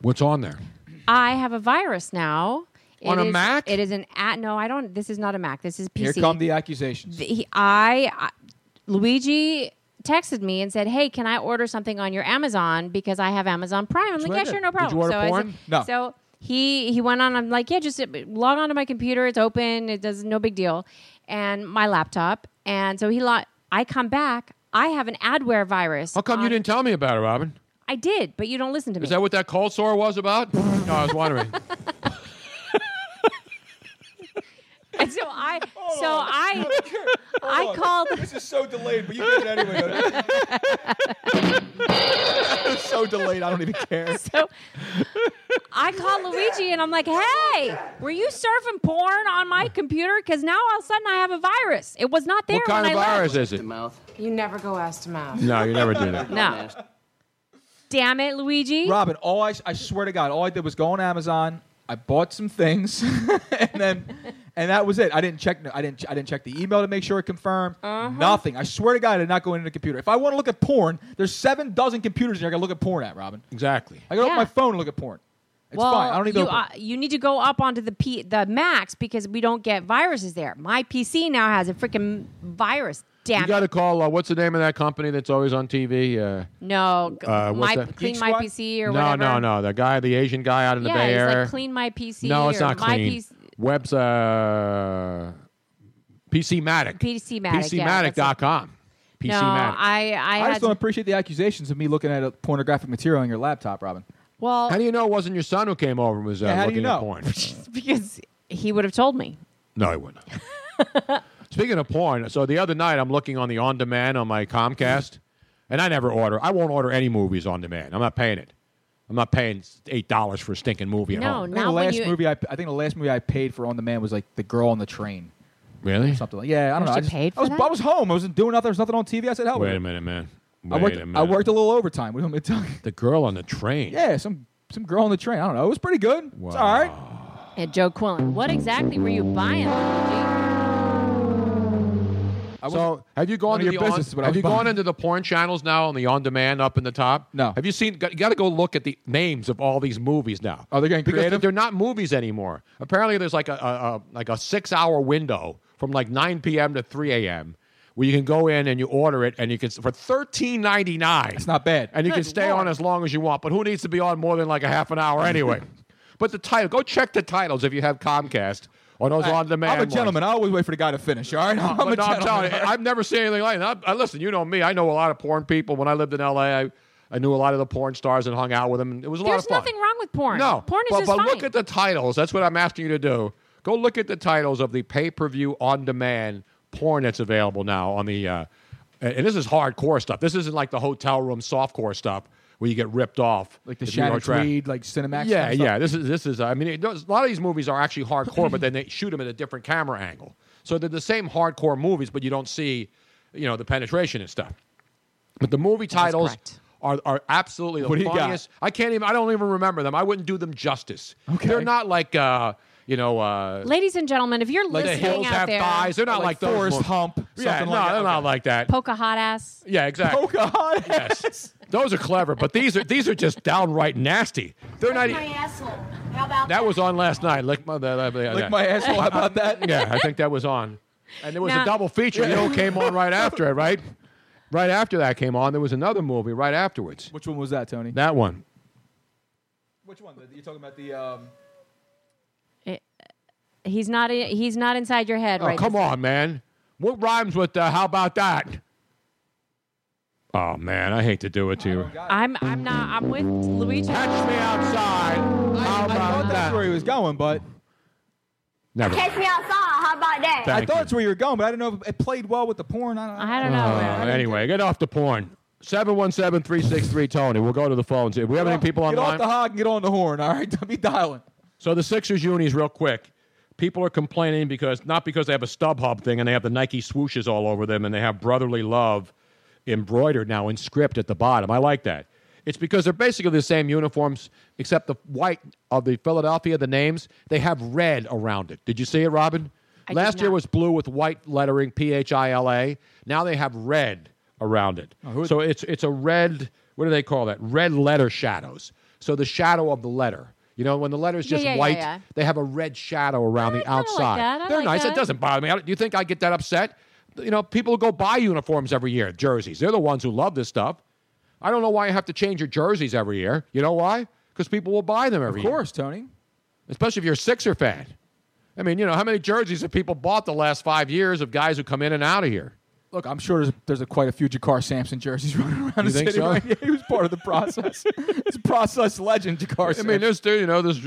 Speaker 11: What's on there?
Speaker 14: I have a virus now.
Speaker 11: On a
Speaker 14: is-
Speaker 11: Mac?
Speaker 14: It is an at. No, I don't. This is not a Mac. This is PC.
Speaker 15: Here come the accusations.
Speaker 14: The- he- I, I Luigi texted me and said, "Hey, can I order something on your Amazon because I have Amazon Prime?" I'm
Speaker 15: That's
Speaker 14: like,
Speaker 15: what I
Speaker 14: "Yeah,
Speaker 15: did.
Speaker 14: sure, no
Speaker 15: Did you
Speaker 14: problem."
Speaker 15: order
Speaker 14: so I
Speaker 15: porn?
Speaker 14: said-
Speaker 15: No.
Speaker 14: So he he went on. I'm like, "Yeah, just uh, log on to my computer. It's open. It does no big deal." And my laptop. And so he lo- I come back. I have an adware virus.
Speaker 11: How come you
Speaker 14: on-
Speaker 11: didn't tell me about it, Robin?
Speaker 14: I did, but you don't listen to me.
Speaker 11: Is that what that cold sore was about? no, I was wondering.
Speaker 14: And so I, so I, I called.
Speaker 15: Oh. This is so delayed, but you did it anyway. it's so delayed. I don't even care.
Speaker 14: So I call Luigi and I'm like, "Hey, were you surfing porn on my computer? Because now all of a sudden I have a virus. It was not there
Speaker 11: what kind
Speaker 14: when
Speaker 11: of
Speaker 14: I
Speaker 11: virus
Speaker 14: left.
Speaker 11: is it?
Speaker 4: You never go ass to mouth.
Speaker 11: No, you never do that.
Speaker 14: No. Damn it, Luigi.
Speaker 15: Robin, all I, I swear to God, all I did was go on Amazon. I bought some things, and then, and that was it. I didn't check. I didn't. I didn't check the email to make sure it confirmed.
Speaker 14: Uh-huh.
Speaker 15: Nothing. I swear to God, I did not go into the computer. If I want to look at porn, there's seven dozen computers here. I got to look at porn at Robin.
Speaker 11: Exactly.
Speaker 15: I got to
Speaker 14: Yeah.
Speaker 15: open my phone and look at porn. It's
Speaker 14: well,
Speaker 15: fine. I don't need to.
Speaker 14: you,
Speaker 15: open it.
Speaker 14: uh, you need to go up onto the P, the Max because we don't get viruses there. My PC now has a freaking virus. Damn
Speaker 11: You
Speaker 14: it.
Speaker 11: got to call. Uh, what's the name of that company that's always on TV? Uh,
Speaker 14: no, g-
Speaker 11: uh, what's
Speaker 14: my,
Speaker 11: that?
Speaker 14: clean my PC or
Speaker 11: no,
Speaker 14: whatever.
Speaker 11: no, no. The guy, the Asian guy out in the
Speaker 14: Yeah,
Speaker 11: Bay
Speaker 14: he's
Speaker 11: Area.
Speaker 14: like clean my PC.
Speaker 11: no, it's
Speaker 14: or
Speaker 11: not
Speaker 14: my
Speaker 11: clean.
Speaker 14: PC
Speaker 11: Web's uh, PCmatic.
Speaker 14: PCmatic. yeah, that's it.
Speaker 11: PCmatic.com. PCmatic.
Speaker 14: No, I I,
Speaker 15: I
Speaker 14: had
Speaker 15: just don't appreciate the accusations of me looking at a pornographic material on your laptop, Robin.
Speaker 14: well
Speaker 11: How do you know it wasn't your son who came over and was uh,
Speaker 15: Yeah, how do
Speaker 11: looking
Speaker 15: you
Speaker 11: at
Speaker 15: know?
Speaker 11: porn?
Speaker 14: because he would have told me.
Speaker 11: no, he wouldn't. Speaking of porn, so the other night I'm looking on the on demand on my Comcast, and I never order. I won't order any movies on demand. I'm not paying it. I'm not paying eight dollars for a stinking movie at
Speaker 14: No,
Speaker 11: home.
Speaker 15: I think
Speaker 14: Now
Speaker 15: the
Speaker 14: when
Speaker 15: last
Speaker 14: you-
Speaker 15: movie I, I think the last movie I paid for on demand was like The Girl on the Train.
Speaker 11: Really?
Speaker 15: Something like yeah, I don't
Speaker 14: What,
Speaker 15: know.
Speaker 14: you
Speaker 15: I, just,
Speaker 14: paid
Speaker 15: I was
Speaker 14: for that?
Speaker 15: I was home. I wasn't doing nothing. There was nothing on TV. I said, "Hell, with
Speaker 11: Wait
Speaker 15: it."
Speaker 11: a minute, man. Wait
Speaker 15: I worked.
Speaker 11: a
Speaker 15: I
Speaker 11: minute.
Speaker 15: worked a little overtime. What do you want me to tell you?
Speaker 11: the girl on the train.
Speaker 15: Yeah, some some girl on the train. I don't know. It was pretty good. It's all right.
Speaker 14: And Joe Quillen, what exactly were you buying? Luigi?
Speaker 15: I wasn't-
Speaker 11: So, have you gone
Speaker 15: None
Speaker 11: to
Speaker 15: of
Speaker 11: the
Speaker 15: your
Speaker 11: on,
Speaker 15: business is what I
Speaker 11: have
Speaker 15: was
Speaker 11: you gone
Speaker 15: buying.
Speaker 11: into the porn channels now on the on demand up in the top?
Speaker 15: No.
Speaker 11: Have you seen? You got to go look at the names of all these movies now.
Speaker 15: Are they getting
Speaker 11: because
Speaker 15: creative?
Speaker 11: They're not movies anymore. Apparently, there's like a, a, a like a six hour window from like 9 p.m. to 3 a.m. where you can go in and you order it, and you can for 13.99.
Speaker 15: It's not bad.
Speaker 11: and you can
Speaker 14: Good
Speaker 11: stay
Speaker 14: Lord.
Speaker 11: on as long as you want. But who needs to be on more than like a half an hour anyway? but the title, go check the titles if you have Comcast on those on demand.
Speaker 15: I'm a gentleman. I always wait for the guy to finish. All right. I'm
Speaker 11: But
Speaker 15: a
Speaker 11: no, I'm
Speaker 15: gentleman.
Speaker 11: telling you, I've never seen anything like that. I, I- listen, you know me. I know a lot of porn people. When I lived in L.A., I, I knew a lot of the porn stars and hung out with them. And it was a lot of
Speaker 14: There's
Speaker 11: fun.
Speaker 14: nothing wrong with porn.
Speaker 11: No,
Speaker 14: porn is
Speaker 11: but,
Speaker 14: just
Speaker 11: but
Speaker 14: fine.
Speaker 11: look at the titles. That's what I'm asking you to do. Go look at the titles of the pay-per-view on-demand porn that's available now on the. Uh, and and this is hardcore stuff. This isn't like the hotel room softcore stuff where you get ripped off,
Speaker 15: like the
Speaker 11: if you don't
Speaker 15: Shannon
Speaker 11: track-
Speaker 15: Tweed, like Cinemax.
Speaker 11: yeah,
Speaker 15: kind of stuff.
Speaker 11: yeah. This is this is. I mean, it does, a lot of these movies are actually hardcore, but then they shoot them at a different camera angle, so they're the same hardcore movies, but you don't see, you know, the penetration and stuff. But the movie titles
Speaker 14: correct.
Speaker 11: are, are absolutely the
Speaker 15: What do you got?
Speaker 11: funniest. I can't even. I don't even remember them. I wouldn't do them justice. They're not like uh, you know. Uh,
Speaker 14: Ladies and gentlemen, if you're
Speaker 11: the
Speaker 14: listening
Speaker 11: hills
Speaker 14: out
Speaker 11: have
Speaker 14: there,
Speaker 11: thighs. They're not like,
Speaker 15: Like
Speaker 11: those.
Speaker 15: Forrest
Speaker 11: movies.
Speaker 15: Hump,
Speaker 11: Yeah, no,
Speaker 15: something like that. Oh,
Speaker 11: they're not like that.
Speaker 14: poke a hot ass.
Speaker 11: yeah, exactly.
Speaker 15: Pocahontas.
Speaker 11: Yes, those are clever, but these are these are just downright nasty. They're not. e-
Speaker 13: asshole. How about
Speaker 11: That was on last night. Lick my, that, that,
Speaker 15: Lick
Speaker 11: yeah.
Speaker 15: my asshole. How about that?
Speaker 11: yeah, I think that was on. And there was a
Speaker 14: Now-
Speaker 11: double feature. You know, came on right after it, right? Right after that came on, there was another movie right afterwards.
Speaker 15: Which one was that, Tony?
Speaker 11: That one.
Speaker 15: Which one? You're talking about the. Um,
Speaker 14: He's not. i- He's not inside your head,
Speaker 11: Oh,
Speaker 14: right?
Speaker 11: come on, man. What rhymes with uh, how about that? Oh, man, I hate to do it to you.
Speaker 14: I'm. I'm not. I'm with Luigi.
Speaker 11: Catch me outside. How
Speaker 15: I
Speaker 11: about
Speaker 15: thought that's where
Speaker 11: that?
Speaker 15: he was going, but
Speaker 11: Never.
Speaker 13: Catch me outside. How about that?
Speaker 15: I
Speaker 11: Thank
Speaker 15: thought
Speaker 11: you.
Speaker 15: it's where you were going, but I didn't know if it played well with the porn. I don't know.
Speaker 14: I don't know. man.
Speaker 11: Uh, anyway, get off the porn. 717 363 Tony. We'll go to the phones. If we have any people
Speaker 15: Get
Speaker 11: online.
Speaker 15: off the hog and get on the horn. All right, don't be dialing.
Speaker 11: So the Sixers unis, real quick. people are complaining because not because they have a StubHub thing and they have the Nike swooshes all over them and they have brotherly love embroidered now in script at the bottom. I like that. It's because they're basically the same uniforms, except the white of the Philadelphia, the names, they have red around it. Did you see it, Robin? Last year was blue with white lettering, P H I L A. Now they have red around it. so it's it's a red. What do they call that? Red letter shadows. So the shadow of the letter. You know, when the letter is
Speaker 14: Yeah,
Speaker 11: just
Speaker 14: yeah, yeah,
Speaker 11: white,
Speaker 14: yeah.
Speaker 11: they have a red shadow around the outside.
Speaker 14: that. I
Speaker 11: They're
Speaker 14: like
Speaker 11: nice.
Speaker 14: that.
Speaker 11: It doesn't bother me. I don't- Do you think I get that upset? You know, people go buy uniforms every year, jerseys. They're the ones who love this stuff. I don't know why you have to change your jerseys every year. You know why? Because people will buy them every year. Of course,
Speaker 15: Tony.
Speaker 11: Especially if you're a Sixer fan. I mean, you know, how many jerseys have people bought the last five years of guys who come in and out of here?
Speaker 15: Look, I'm sure there's, there's a, quite a few Jakar Sampson jerseys running around
Speaker 11: You
Speaker 15: the
Speaker 11: think
Speaker 15: city.
Speaker 11: so?
Speaker 15: right now. he was part of the process. He's a process legend, Jakar
Speaker 11: I
Speaker 15: Sampson.
Speaker 11: mean, there's you know there's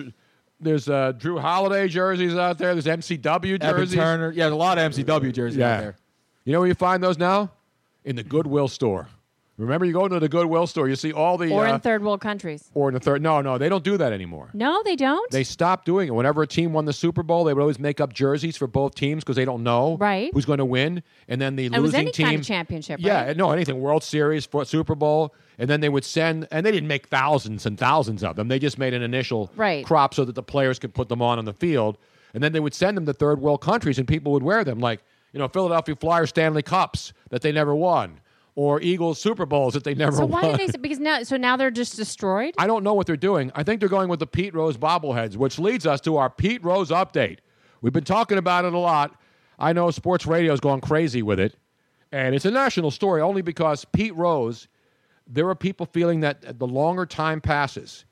Speaker 11: there's uh, Drew Holiday jerseys out there. There's MCW
Speaker 15: Evan
Speaker 11: jerseys.
Speaker 15: Turner. Yeah, there's a lot of MCW jerseys out there.
Speaker 11: You know where you find those now? In the Goodwill store. Remember, you go into the Goodwill store, you see all the
Speaker 14: or
Speaker 11: uh,
Speaker 14: in third world countries.
Speaker 11: or in the third. No, no, they don't do that anymore.
Speaker 14: No, they don't.
Speaker 11: They stopped doing it. Whenever a team won the Super Bowl, they would always make up jerseys for both teams because they don't know
Speaker 14: Right.
Speaker 11: who's going to win. And then the
Speaker 14: And it
Speaker 11: losing
Speaker 14: was any
Speaker 11: team
Speaker 14: kind of championship,
Speaker 11: Yeah,
Speaker 14: right?
Speaker 11: no, anything World Series, for Super Bowl, and then they would send. And they didn't make thousands and thousands of them. They just made an initial
Speaker 14: Right.
Speaker 11: crop so that the players could put them on on the field. And then they would send them to third world countries, and people would wear them, like you know Philadelphia Flyers Stanley Cups that they never won, or Eagles Super Bowls that they never
Speaker 14: so
Speaker 11: won.
Speaker 14: why did they? Because now, so now they're just destroyed.
Speaker 11: I don't know what they're doing. I think they're going with the Pete Rose bobbleheads, which leads us to our Pete Rose update. We've been talking about it a lot. I know sports radio's gone crazy with it, and it's a national story only because Pete Rose. There are people feeling that the longer time passes,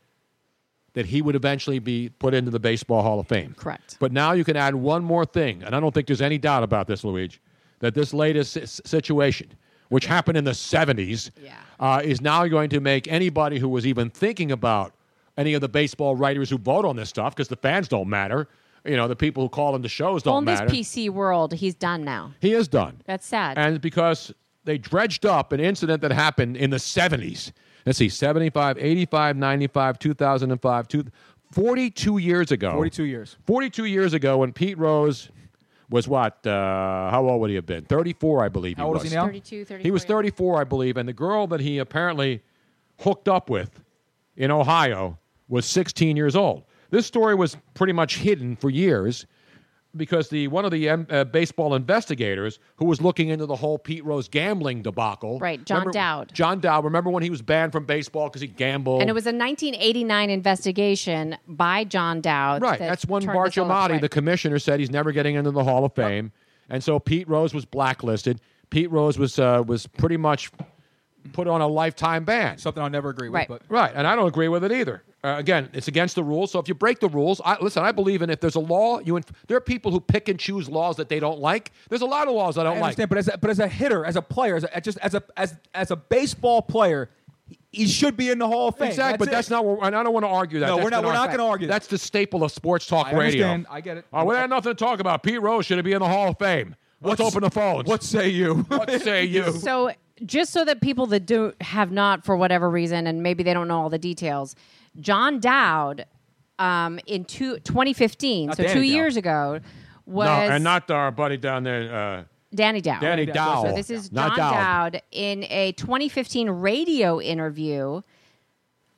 Speaker 11: that he would eventually be put into the Baseball Hall of Fame. Correct. But now you can add one more thing, and I don't think there's any doubt about this, Luigi, that this latest si- situation, which happened in the 70s, uh, is now going to make anybody who was even thinking about any of the baseball writers who vote on this stuff, because the fans don't matter, you know, the people who call into shows don't
Speaker 14: well, in
Speaker 11: matter.
Speaker 14: this PC world, he's done now.
Speaker 11: he is done.
Speaker 14: That's sad.
Speaker 11: And because they dredged up an incident that happened in the 70s. Let's see, 75, 85, 95, 2005, two, 42 years ago.
Speaker 15: 42 years.
Speaker 11: 42 years ago when Pete Rose was what? Uh, how old would he have been? 34, I believe he
Speaker 15: How old
Speaker 11: was.
Speaker 15: is he now?
Speaker 14: 32,
Speaker 11: He was 34, I believe. And the girl that he apparently hooked up with in Ohio was 16 years old. This story was pretty much hidden for years because the one of the um, uh, baseball investigators who was looking into the whole Pete Rose gambling debacle,
Speaker 14: Right, John
Speaker 11: remember-
Speaker 14: Dowd.
Speaker 11: John Dowd. Remember when he was banned from baseball because he gambled?
Speaker 14: And it was a 1989 investigation by John Dowd.
Speaker 11: Right.
Speaker 14: that
Speaker 11: That's when
Speaker 14: turned this all
Speaker 11: Bartiamati,
Speaker 14: upright.
Speaker 11: the commissioner, said he's never getting into the Hall of Fame, and so Pete Rose was blacklisted. Pete Rose was uh, was pretty much put on a lifetime ban.
Speaker 15: Something I'll never agree with. But
Speaker 11: Right, and I don't agree with it either. Uh, again, it's against the rules. So if you break the rules, I, listen, I believe in if there's a law, you inf- there are people who pick and choose laws that they don't like. There's a lot of laws I don't
Speaker 15: I
Speaker 11: like.
Speaker 15: understand, but as a, but as a hitter, as a player, as a, just as a as as a baseball player, he- he should be in the Hall of Fame.
Speaker 11: Exactly, but
Speaker 15: it.
Speaker 11: that's not. What, and I don't want to argue that.
Speaker 15: No,
Speaker 11: That's
Speaker 15: we're not-
Speaker 11: been
Speaker 15: we're
Speaker 11: our-
Speaker 15: not gonna argue that.
Speaker 11: That's the staple of sports talk
Speaker 15: I
Speaker 11: radio.
Speaker 15: understand. I get it.
Speaker 11: Oh, we had nothing to talk about. Pete Rose should be in the Hall of Fame. Let's open the phones. What
Speaker 15: say you?
Speaker 11: What say you?
Speaker 14: So just so that people that do have not for whatever reason, and maybe they don't know all the details, John Dowd, um, in two, 2015,
Speaker 11: Not
Speaker 14: so
Speaker 11: Danny
Speaker 14: two
Speaker 11: Dowd.
Speaker 14: years ago, was
Speaker 11: no, and not our buddy down there. Uh,
Speaker 14: Danny Dowd.
Speaker 11: Danny Dowd.
Speaker 14: So this is
Speaker 11: Not
Speaker 14: John
Speaker 11: Dowd.
Speaker 14: Dowd. in a 2015 radio interview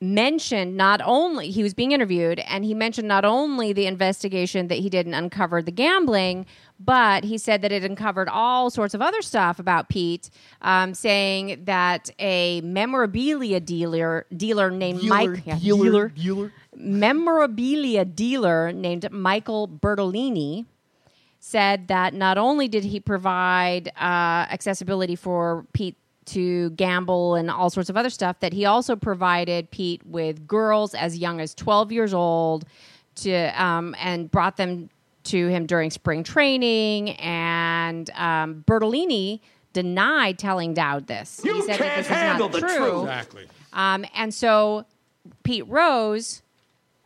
Speaker 14: mentioned not only he was being interviewed and he mentioned not only the investigation that he did and uncovered the gambling but he said that it uncovered all sorts of other stuff about pete um, saying that a memorabilia dealer dealer named mike yeah,
Speaker 15: Bueller, Bueller.
Speaker 14: memorabilia dealer named Michael Bertolini said that not only did he provide uh, accessibility for Pete to gamble and all sorts of other stuff, that he also provided Pete with girls as young as 12 years old to um, and brought them to him during spring training. And um, Bertolini denied telling Dowd this. he said that this is not true. Um, and so Pete Rose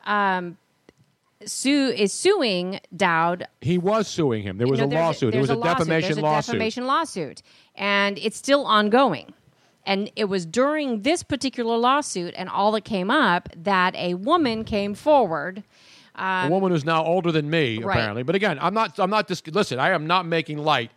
Speaker 14: um, sue is suing Dowd.
Speaker 11: he was suing him. There was
Speaker 14: No,
Speaker 11: a
Speaker 14: there's
Speaker 11: lawsuit. There
Speaker 14: there's
Speaker 11: was a,
Speaker 14: lawsuit.
Speaker 11: defamation
Speaker 14: There's a
Speaker 11: lawsuit.
Speaker 14: defamation lawsuit, and it's still ongoing. And it was during this particular lawsuit and all that came up that a woman came forward
Speaker 11: a
Speaker 14: Um,
Speaker 11: woman who's now older than me,
Speaker 14: Right.
Speaker 11: apparently. But again, I'm not. I'm not. Dis- listen, I am not making light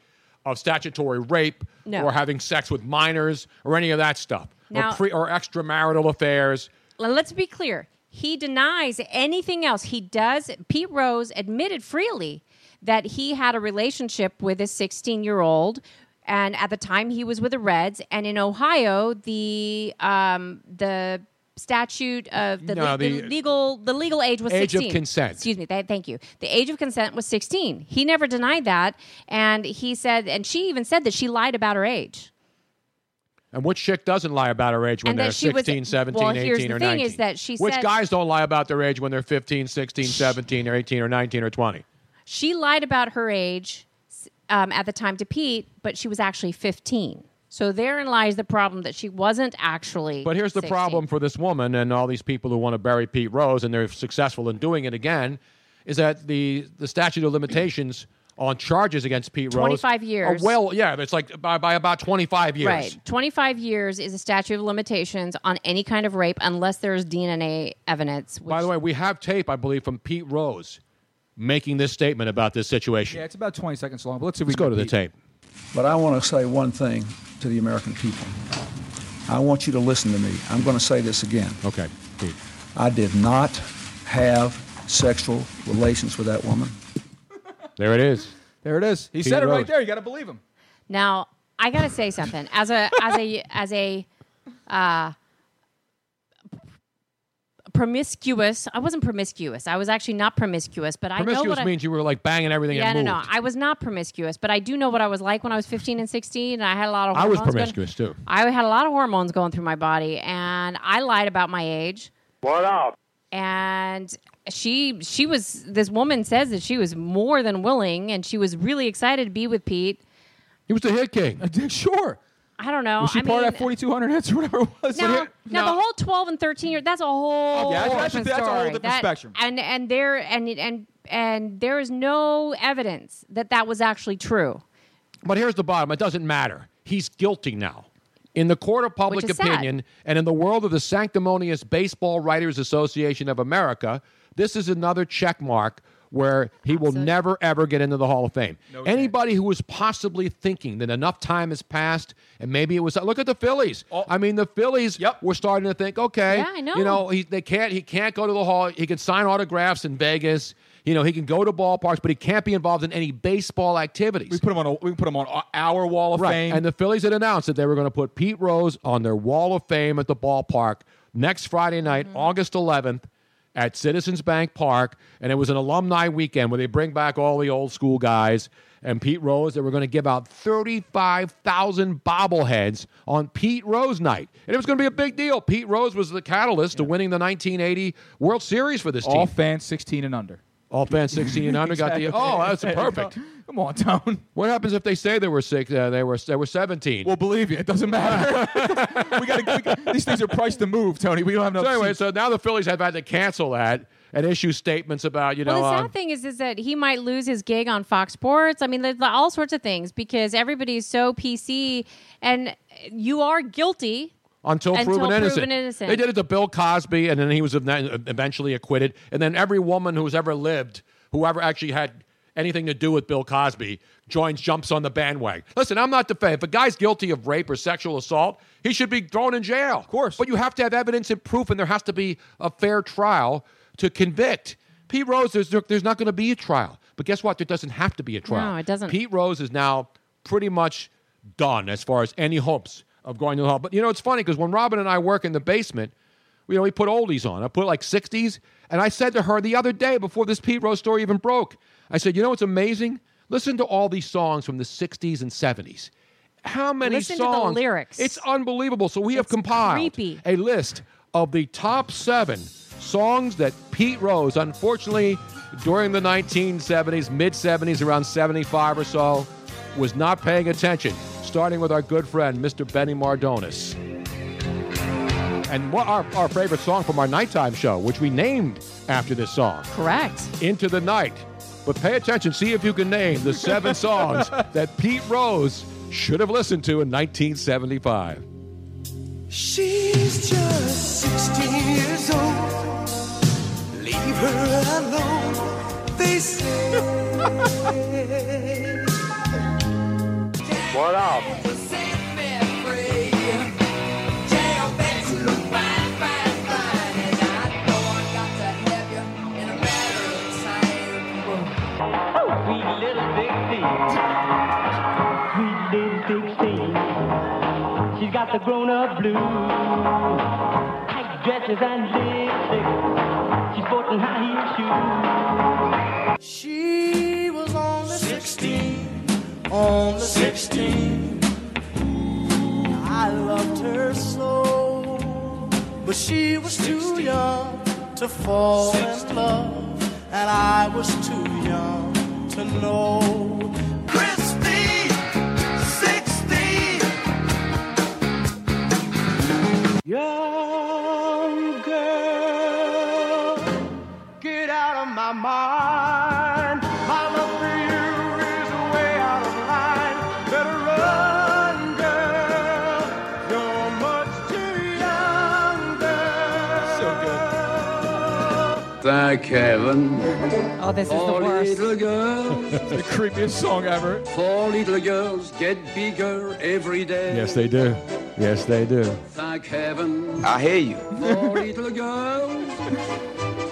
Speaker 11: of statutory rape
Speaker 14: No.
Speaker 11: or having sex with minors or any of that stuff
Speaker 14: Now-
Speaker 11: or, pre- or extramarital affairs.
Speaker 14: Well, let's be clear. He denies anything else. He does. Pete Rose admitted freely that he had a relationship with a 16 year old. And at the time, he was with the Reds. And in Ohio, the um, the statute of the,
Speaker 11: No,
Speaker 14: le- the
Speaker 11: the- uh,
Speaker 14: legal the legal age was
Speaker 11: Age of
Speaker 14: 16.
Speaker 11: consent.
Speaker 14: Excuse me. Th- thank you. The age of consent was 16. He never denied that. And he said, and she even said that she lied about her age.
Speaker 11: And which chick doesn't lie about her age when
Speaker 14: And that
Speaker 11: they're
Speaker 14: she was-
Speaker 11: 16, 17,
Speaker 14: well,
Speaker 11: 18,
Speaker 14: here's
Speaker 11: or
Speaker 14: the
Speaker 11: 19?
Speaker 14: thing is that she
Speaker 11: which
Speaker 14: said-
Speaker 11: guys don't lie about their age when they're 15, 16, 17, or 18, or 19, or 20?
Speaker 14: She lied about her age um, at the time to Pete, but she was actually 15. So therein lies the problem that she wasn't actually.
Speaker 11: But here's the
Speaker 14: 16.
Speaker 11: problem for this woman and all these people who want to bury Pete Rose, and they're successful in doing it again, is that the, the statute of limitations on charges against Pete Rose
Speaker 14: 25
Speaker 11: are
Speaker 14: years.
Speaker 11: well, yeah, it's like by, by about 25 years.
Speaker 14: Right. 25 years is a statute of limitations on any kind of rape unless there's DNA evidence.
Speaker 11: By the way, we have tape, I believe, from Pete Rose making this statement about this situation.
Speaker 15: Yeah, it's about 20 seconds long, but let's see if
Speaker 11: Let's
Speaker 15: we
Speaker 11: go to the tape.
Speaker 17: But I want to say one thing to the American people. I want you to listen to me. I'm going to say this again.
Speaker 11: Okay.
Speaker 17: I did not have sexual relations with that woman.
Speaker 11: There it is.
Speaker 15: There it is. He
Speaker 17: Pete
Speaker 15: said it right
Speaker 17: Rose.
Speaker 15: there. You got to believe him.
Speaker 14: Now, I got to say something. As a, as a, as a, uh, promiscuous. I wasn't promiscuous. I was actually not promiscuous, but I know
Speaker 11: Promiscuous
Speaker 14: what I,
Speaker 11: means you were like banging everything
Speaker 14: yeah,
Speaker 11: and moved.
Speaker 14: no, no. I was not promiscuous, but I do know what I was like when I was 15 and 16, and I had a lot of.
Speaker 11: I was
Speaker 14: Hormones going-
Speaker 11: promiscuous, too.
Speaker 14: I had a lot of hormones going through my body, and I lied about my age.
Speaker 16: What up?
Speaker 14: And she, she was. This woman says that she was more than willing, and she was really excited to be with Pete.
Speaker 11: He was the hit king.
Speaker 15: Sure.
Speaker 14: I don't know.
Speaker 15: was she
Speaker 14: I
Speaker 15: part
Speaker 14: mean,
Speaker 15: of that 4,200 hits or whatever it was?
Speaker 14: now, now the whole 12 and 13 year that's a whole
Speaker 15: Yeah, that's- that's-
Speaker 14: different
Speaker 15: that's a whole
Speaker 14: story.
Speaker 15: different
Speaker 14: That-
Speaker 15: spectrum.
Speaker 14: And and there and and and there is no evidence that that was actually true.
Speaker 11: But here's the bottom it doesn't matter. He's guilty now. In the court of public
Speaker 14: Which is sad.
Speaker 11: opinion and in the world of the sanctimonious Baseball Writers Association of America, this is another check mark where he will never ever get into the Hall of Fame. Anybody who was possibly thinking that enough time has passed and maybe it was look at the Phillies. I mean the Phillies were starting to think, okay,
Speaker 14: Yeah, I know.
Speaker 11: you know, he, they can't he can't go to the hall. He can sign autographs in Vegas. You know, he can go to ballparks, but he can't be involved in any baseball activities. We
Speaker 15: put him on a, we put him on our wall of
Speaker 11: right.
Speaker 15: fame.
Speaker 11: And the Phillies had announced that they were going to put Pete Rose on their wall of fame at the ballpark next Friday night,
Speaker 15: Mm-hmm.
Speaker 11: August 11th, at Citizens Bank Park. And it was an alumni weekend where they bring back all the old school guys. And Pete Rose, they were going to give out 35,000 bobbleheads on Pete Rose night. And it was going to be a big deal. Pete Rose was the catalyst to winning the 1980 World Series for this
Speaker 15: All
Speaker 11: team.
Speaker 15: fans 16 and under.
Speaker 11: All fans 16 and under got the. Oh, that's
Speaker 15: Exactly.
Speaker 11: perfect.
Speaker 15: Come on, Tone.
Speaker 11: What happens if they say they were six? Uh, they were they were 17.
Speaker 15: We'll believe you. It doesn't matter. we got to. These things are priced to move, Tony. We don't have enough.
Speaker 11: So anyway,
Speaker 15: seats.
Speaker 11: so now the Phillies have had to cancel that and issue statements about you know.
Speaker 14: well, the sad
Speaker 11: um,
Speaker 14: thing is, is that he might lose his gig on Fox Sports. I mean, there's all sorts of things because everybody's so PC, and you are guilty.
Speaker 11: until,
Speaker 14: Until
Speaker 11: proven, innocent.
Speaker 14: proven innocent.
Speaker 11: They did it to Bill Cosby, and then he was ev- eventually acquitted. And then every woman who's ever lived, whoever actually had anything to do with Bill Cosby, joins, jumps on the bandwagon. Listen, I'm not defending. If a guy's guilty of rape or sexual assault, he should be thrown in jail. Of course. But you have to have evidence and proof, and there has to be a fair trial to convict. Pete Rose, there's, there's not going to be a trial. But guess what? There doesn't have to be a trial.
Speaker 14: No, it doesn't.
Speaker 11: Pete Rose is now pretty much done as far as any hopes of going to the hall. But you know, it's funny because when Robin and I work in the basement, you know, we put oldies on. I put like 60s. And I said to her the other day before this Pete Rose story even broke, I said, you know what's amazing? Listen to all these songs from the 60s and 70s. How many
Speaker 14: Listen to the
Speaker 11: songs?
Speaker 14: lyrics.
Speaker 11: It's unbelievable. So we have compiled
Speaker 14: creepy.
Speaker 11: a list of the top seven songs that Pete Rose, unfortunately, during the 1970s, mid 70s, around 75 or so, was not paying attention, starting with our good friend, Mr. Benny Mardonis. And what our, our favorite song from our nighttime show, which we named after this song.
Speaker 14: Correct.
Speaker 11: Into the Night. But pay attention, see if you can name the seven songs that Pete Rose should have listened to in 1975.
Speaker 16: She's just 16 years old. Late
Speaker 18: leave her alone, they say.
Speaker 2: What up?
Speaker 8: She's got the grown-up blues. Tight dresses and lipstick. She's sporting high heel shoes. She was on the 16,
Speaker 18: On the 16, I loved her so, but she was too young to fall in love, and I was too young to know. Christy, 16.
Speaker 8: young girl. Get out of my mind. My love for you is way out of line. Better run, girl. You're much too young, girl. So good.
Speaker 19: Thank heaven.
Speaker 8: Oh, this is the
Speaker 19: All
Speaker 8: worst.
Speaker 19: little girls. the creepiest song ever. Four little girls get bigger every day.
Speaker 11: Yes, they do. Yes, they do.
Speaker 19: Thank heaven.
Speaker 15: I hear you.
Speaker 19: Four little girls.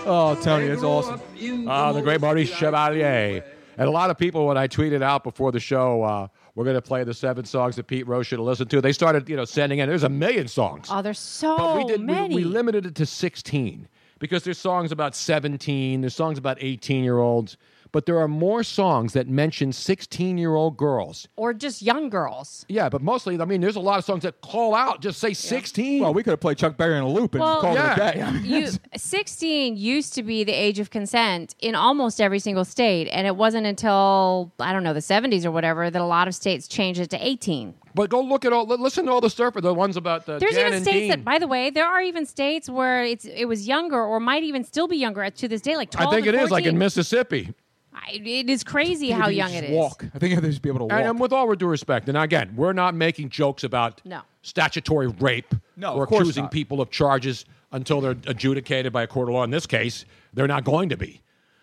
Speaker 11: Oh, Tony, it's awesome. Ah, the great Maurice Chevalier. And a lot of people, when I tweeted out before the show, uh, we're going to play the seven songs that Pete Roche should listen to. They started, you know, sending in. There's a million songs.
Speaker 14: Oh, there's so
Speaker 11: but we did we-
Speaker 14: many.
Speaker 11: We, limited it to 16 because there's songs about 17, there's songs about 18 year olds, but there are more songs that mention 16 year old girls.
Speaker 14: or just young girls.
Speaker 11: Yeah, but mostly, I mean, there's a lot of songs that call out, just say 16. Well,
Speaker 15: we could have played Chuck Berry in a loop and
Speaker 14: Well,
Speaker 15: called it a day.
Speaker 11: Yeah.
Speaker 14: you, 16 used to be the age of consent in almost every single state, and it wasn't until I don't know the 70s or whatever that a lot of states changed it to 18.
Speaker 11: But go look at all, li- listen to all the surfer, the ones about the.
Speaker 14: There's
Speaker 11: Jan
Speaker 14: even
Speaker 11: and
Speaker 14: states
Speaker 11: Dean.
Speaker 14: that, by the way, there are even states where it's it was younger or might even still be younger to this day, like 12.
Speaker 11: I think it
Speaker 14: and
Speaker 11: is, like in
Speaker 14: 14.
Speaker 11: Mississippi.
Speaker 14: I- It is crazy how young it is.
Speaker 11: I think they should be able to And,
Speaker 14: walk.
Speaker 11: and with all due respect, and again, we're not making jokes about
Speaker 14: No.
Speaker 11: statutory rape
Speaker 15: No,
Speaker 11: or
Speaker 15: of course
Speaker 11: accusing
Speaker 15: not.
Speaker 11: people of charges until they're adjudicated by a court of law. In this case, they're not going to be.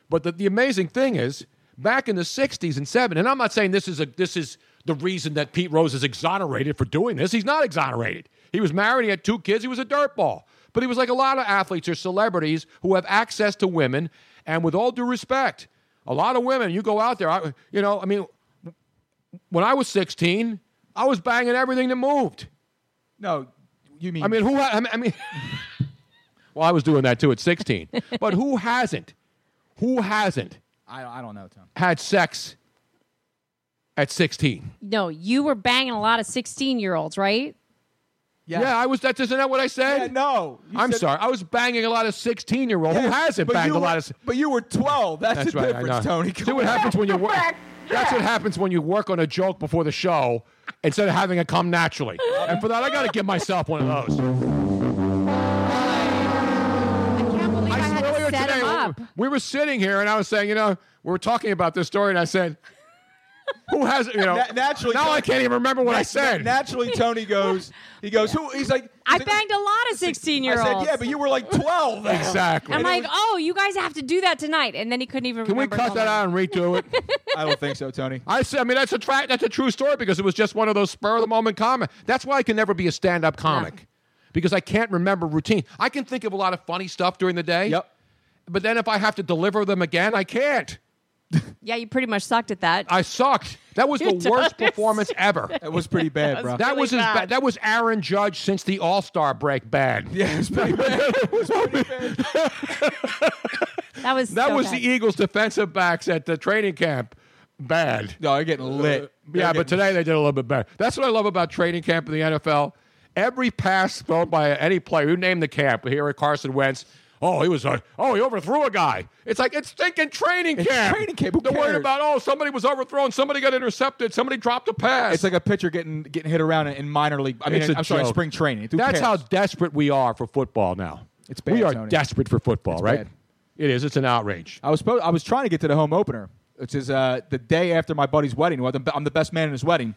Speaker 11: But the, the amazing thing is, back in the 60s and 70s, and I'm not saying this is, a, this is the reason that Pete Rose is exonerated for doing this. He's not exonerated. He was married, he had two kids, he was a dirtball. But he was like a lot of athletes or celebrities who have access to women. And with all due respect, a lot of women, you go out there, I, you know, I mean, when I was 16, I was banging everything that moved.
Speaker 15: No, you mean
Speaker 11: I mean, who? ha- I mean, I mean well, I was doing that too at 16. but who hasn't? Who hasn't
Speaker 15: I, I don't know, Tom.
Speaker 11: had sex at 16?
Speaker 14: No, you were banging a lot of 16 year olds, right?
Speaker 11: Yeah. I was. That's isn't that what I said?
Speaker 15: no,
Speaker 11: I'm
Speaker 15: said-
Speaker 11: sorry. I was banging a lot of 16 year old. Who
Speaker 15: Yes,
Speaker 11: hasn't
Speaker 15: but
Speaker 11: banged
Speaker 15: you
Speaker 11: a lot
Speaker 15: were-
Speaker 11: of?
Speaker 15: But you were 12. That's, the
Speaker 11: right, I
Speaker 15: difference,
Speaker 11: know.
Speaker 15: Tony.
Speaker 11: See what happens when you work. That's what happens when you work on a joke before the show instead of having it come naturally. and for that, I got to give myself one of those.
Speaker 14: I had to
Speaker 11: Earlier
Speaker 14: set
Speaker 11: today,
Speaker 14: 'em
Speaker 11: we-
Speaker 14: up.
Speaker 11: we were sitting here, and I was saying, you know, we were talking about this story, and I said, "Who has you know?"
Speaker 15: Na- naturally,
Speaker 11: now I can't even remember what I
Speaker 15: Na-
Speaker 11: said.
Speaker 15: Naturally, Tony goes. He goes. Who? He's like.
Speaker 14: I banged a lot of 16 year
Speaker 15: I
Speaker 14: olds.
Speaker 15: said, yeah, but you were like 12.
Speaker 11: Exactly.
Speaker 14: I'm like, oh, you guys have to do that tonight, and then he couldn't even.
Speaker 11: Can we
Speaker 14: remember
Speaker 11: cut that out and redo it?
Speaker 15: I don't think so, Tony.
Speaker 11: I said, I mean, that's a tra- that's a true story because it was just one of those spur of the moment comment. That's why I can never be a stand up comic because I can't remember routine. I can think of a lot of funny stuff during the day. Yep. But then if I have to deliver them again, I can't.
Speaker 14: Yeah, you pretty much sucked at that.
Speaker 11: I sucked. That was
Speaker 14: He
Speaker 11: the worst
Speaker 14: does.
Speaker 11: performance ever.
Speaker 15: That was pretty bad, That was bro.
Speaker 11: That
Speaker 15: really
Speaker 11: was as
Speaker 15: bad.
Speaker 11: bad. That was Aaron Judge since the All Star break bad.
Speaker 15: Yeah, it was pretty bad.
Speaker 14: That was
Speaker 11: that
Speaker 14: so
Speaker 11: was
Speaker 14: bad.
Speaker 11: the Eagles' defensive backs at the training camp. Bad. Uh,
Speaker 15: No, they're getting lit. They're
Speaker 11: yeah,
Speaker 15: getting-
Speaker 11: but today they did a little bit better. That's what I love about training camp in the NFL. Every pass thrown by any player, you name the camp. Here at Carson Wentz. Oh, he was. Uh, oh, he overthrew a guy. It's like it's thinking training
Speaker 15: It's
Speaker 11: camp.
Speaker 15: training camp. Who
Speaker 11: They're worried
Speaker 15: cares?
Speaker 11: about oh somebody was overthrown, somebody got intercepted, somebody dropped a pass.
Speaker 15: It's like a pitcher getting getting hit around in- in minor league. I mean,
Speaker 11: It's a
Speaker 15: I'm sorry,
Speaker 11: joke.
Speaker 15: spring training. Who
Speaker 11: That's
Speaker 15: cares?
Speaker 11: how desperate we are for football now. It's
Speaker 15: bad,
Speaker 11: We are
Speaker 15: Tony.
Speaker 11: desperate for football,
Speaker 15: It's
Speaker 11: right?
Speaker 15: bad.
Speaker 11: It is. It's an outrage.
Speaker 15: I was supposed, I was trying to get to the home opener, which is uh, the day after my buddy's wedding. Well, the- I'm the best man in his wedding,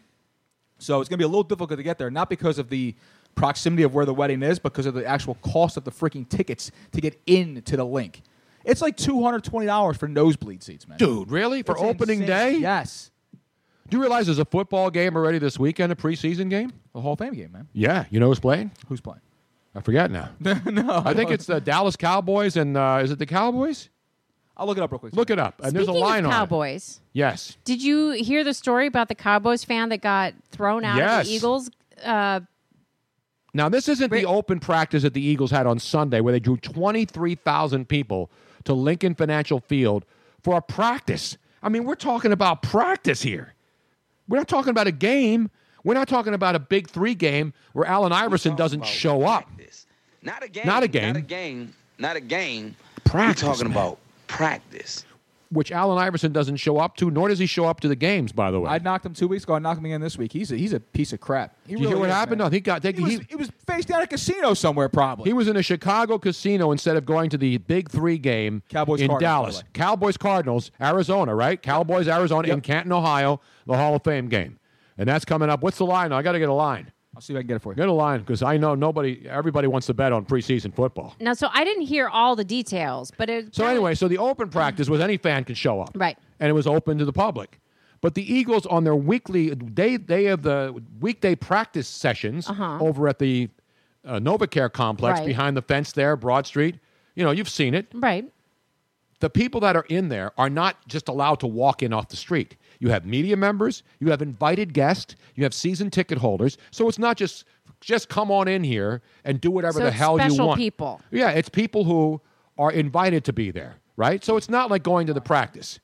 Speaker 15: so it's going to be a little difficult to get there. Not because of the proximity of where the wedding is, because of the actual cost of the freaking tickets to get into the link. It's like two hundred twenty dollars for nosebleed seats, man.
Speaker 11: Dude, really? For
Speaker 15: It's
Speaker 11: opening
Speaker 15: insane.
Speaker 11: day?
Speaker 15: Yes.
Speaker 11: Do you realize there's a football game already this weekend, a preseason game?
Speaker 15: The Hall of Fame game, man.
Speaker 11: Yeah. You know who's playing?
Speaker 15: Who's playing?
Speaker 11: I forget now.
Speaker 15: no,
Speaker 11: I think it's the Dallas Cowboys and uh, is it the Cowboys?
Speaker 15: I'll look it up real quick.
Speaker 11: Look it up. And there's a
Speaker 14: Speaking
Speaker 11: line
Speaker 14: of
Speaker 11: on it.
Speaker 14: Cowboys,
Speaker 11: Yes.
Speaker 14: did you hear the story about the Cowboys fan that got thrown out of
Speaker 11: Yes.
Speaker 14: the Eagles? Uh,
Speaker 11: Now this isn't the open practice that the Eagles had on Sunday where they drew 23,000 people to Lincoln Financial Field for a practice. I mean, we're talking about practice here. We're not talking about a game. We're not talking about a big 3 game where Allen Iverson doesn't show up.
Speaker 20: Not a game.
Speaker 11: Not a game.
Speaker 20: Not a game. Not a game.
Speaker 11: Practice,
Speaker 20: We're talking
Speaker 11: man.
Speaker 20: about practice.
Speaker 11: Which Allen Iverson doesn't show up to, nor does he show up to the games, by the way.
Speaker 15: I knocked him two weeks ago. I knocked him again this week. He's a, he's a piece of crap. He
Speaker 11: Did you hear what happened? No, he got they,
Speaker 15: he, was, he was face down at a casino somewhere, probably.
Speaker 11: He was in a Chicago casino instead of going to the Big Three game
Speaker 15: Cowboys
Speaker 11: in
Speaker 15: Cardinals, by
Speaker 11: Dallas.
Speaker 15: the way.
Speaker 11: Cowboys Cardinals, Arizona, right? Cowboys Arizona in Canton, Ohio, the Hall of Fame game, and that's coming up. What's the line? I got to get a line.
Speaker 15: I'll see if I can get it for you.
Speaker 11: Get a line because I know nobody, everybody wants to bet on preseason football.
Speaker 14: now, so I didn't hear all the details, but it
Speaker 11: So anyway, so the open practice was any fan could show up,
Speaker 14: Right.
Speaker 11: And it was open to the public. But the Eagles on their weekly day they have the weekday practice sessions
Speaker 14: Uh-huh.
Speaker 11: over at the uh, NovaCare complex
Speaker 14: Right.
Speaker 11: behind the fence there, Broad Street. You know, you've seen it.
Speaker 14: right.
Speaker 11: The people that are in there are not just allowed to walk in off the street. You have media members, you have invited guests, you have season ticket holders. So it's not just just come on in here and do whatever
Speaker 14: So
Speaker 11: the
Speaker 14: it's
Speaker 11: hell you
Speaker 14: special
Speaker 11: want.
Speaker 14: people.
Speaker 11: Yeah, it's people who are invited to be there, right? So it's not like going to the practice.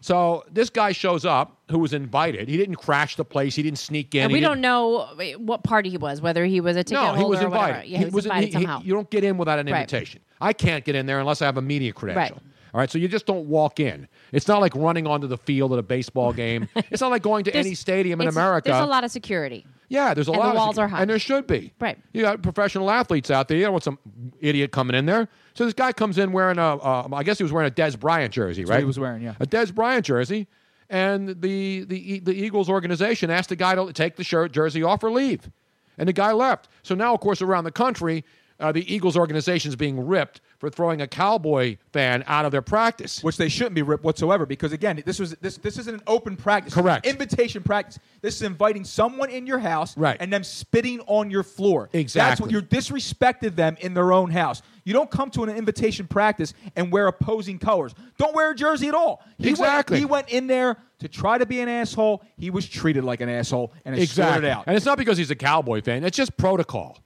Speaker 11: So this guy shows up who was invited. He didn't crash the place. He didn't sneak in.
Speaker 14: And
Speaker 11: he
Speaker 14: we
Speaker 11: didn't-
Speaker 14: don't know what party he was, whether he was a ticket
Speaker 11: no,
Speaker 14: holder
Speaker 11: he was
Speaker 14: or whatever.
Speaker 11: invited.
Speaker 14: Yeah, he, was invited
Speaker 11: he-
Speaker 14: somehow.
Speaker 11: you don't get in without an
Speaker 14: Right.
Speaker 11: invitation. I can't get in there unless I have a media credential.
Speaker 14: Right.
Speaker 11: All right, so you just don't walk in. It's not like running onto the field at a baseball game. it's not like going to
Speaker 14: There's-
Speaker 11: any stadium in
Speaker 14: it's-
Speaker 11: America.
Speaker 14: There's a lot of security.
Speaker 11: Yeah, there's a
Speaker 14: and
Speaker 11: lot.
Speaker 14: The walls
Speaker 11: of,
Speaker 14: are high.
Speaker 11: and there should be.
Speaker 14: Right.
Speaker 11: You got professional athletes out there. You don't want some idiot coming in there. So this guy comes in wearing a, uh, I guess he was wearing a Des Bryant jersey,
Speaker 15: That's
Speaker 11: right?
Speaker 15: what he was wearing, yeah.
Speaker 11: a Des Bryant jersey, and the the E- the Eagles organization asked the guy to take the shirt jersey off or leave, and the guy left. So now, of course, around the country, uh, the Eagles organization is being ripped for throwing a cowboy fan out of their practice,
Speaker 15: which they shouldn't be ripped whatsoever because again this was this this isn't an open practice
Speaker 11: Correct.
Speaker 15: invitation practice this is inviting someone in your house
Speaker 11: Right.
Speaker 15: and them spitting on your floor that's
Speaker 11: Exactly.
Speaker 15: what you disrespected them in their own house you don't come to an invitation practice and wear opposing colors don't wear a jersey at all he
Speaker 11: Exactly.
Speaker 15: went, he went in there to try to be an asshole he was treated like an asshole and it
Speaker 11: exactly.
Speaker 15: sorted out
Speaker 11: And it's not because he's a cowboy fan. It's just protocol.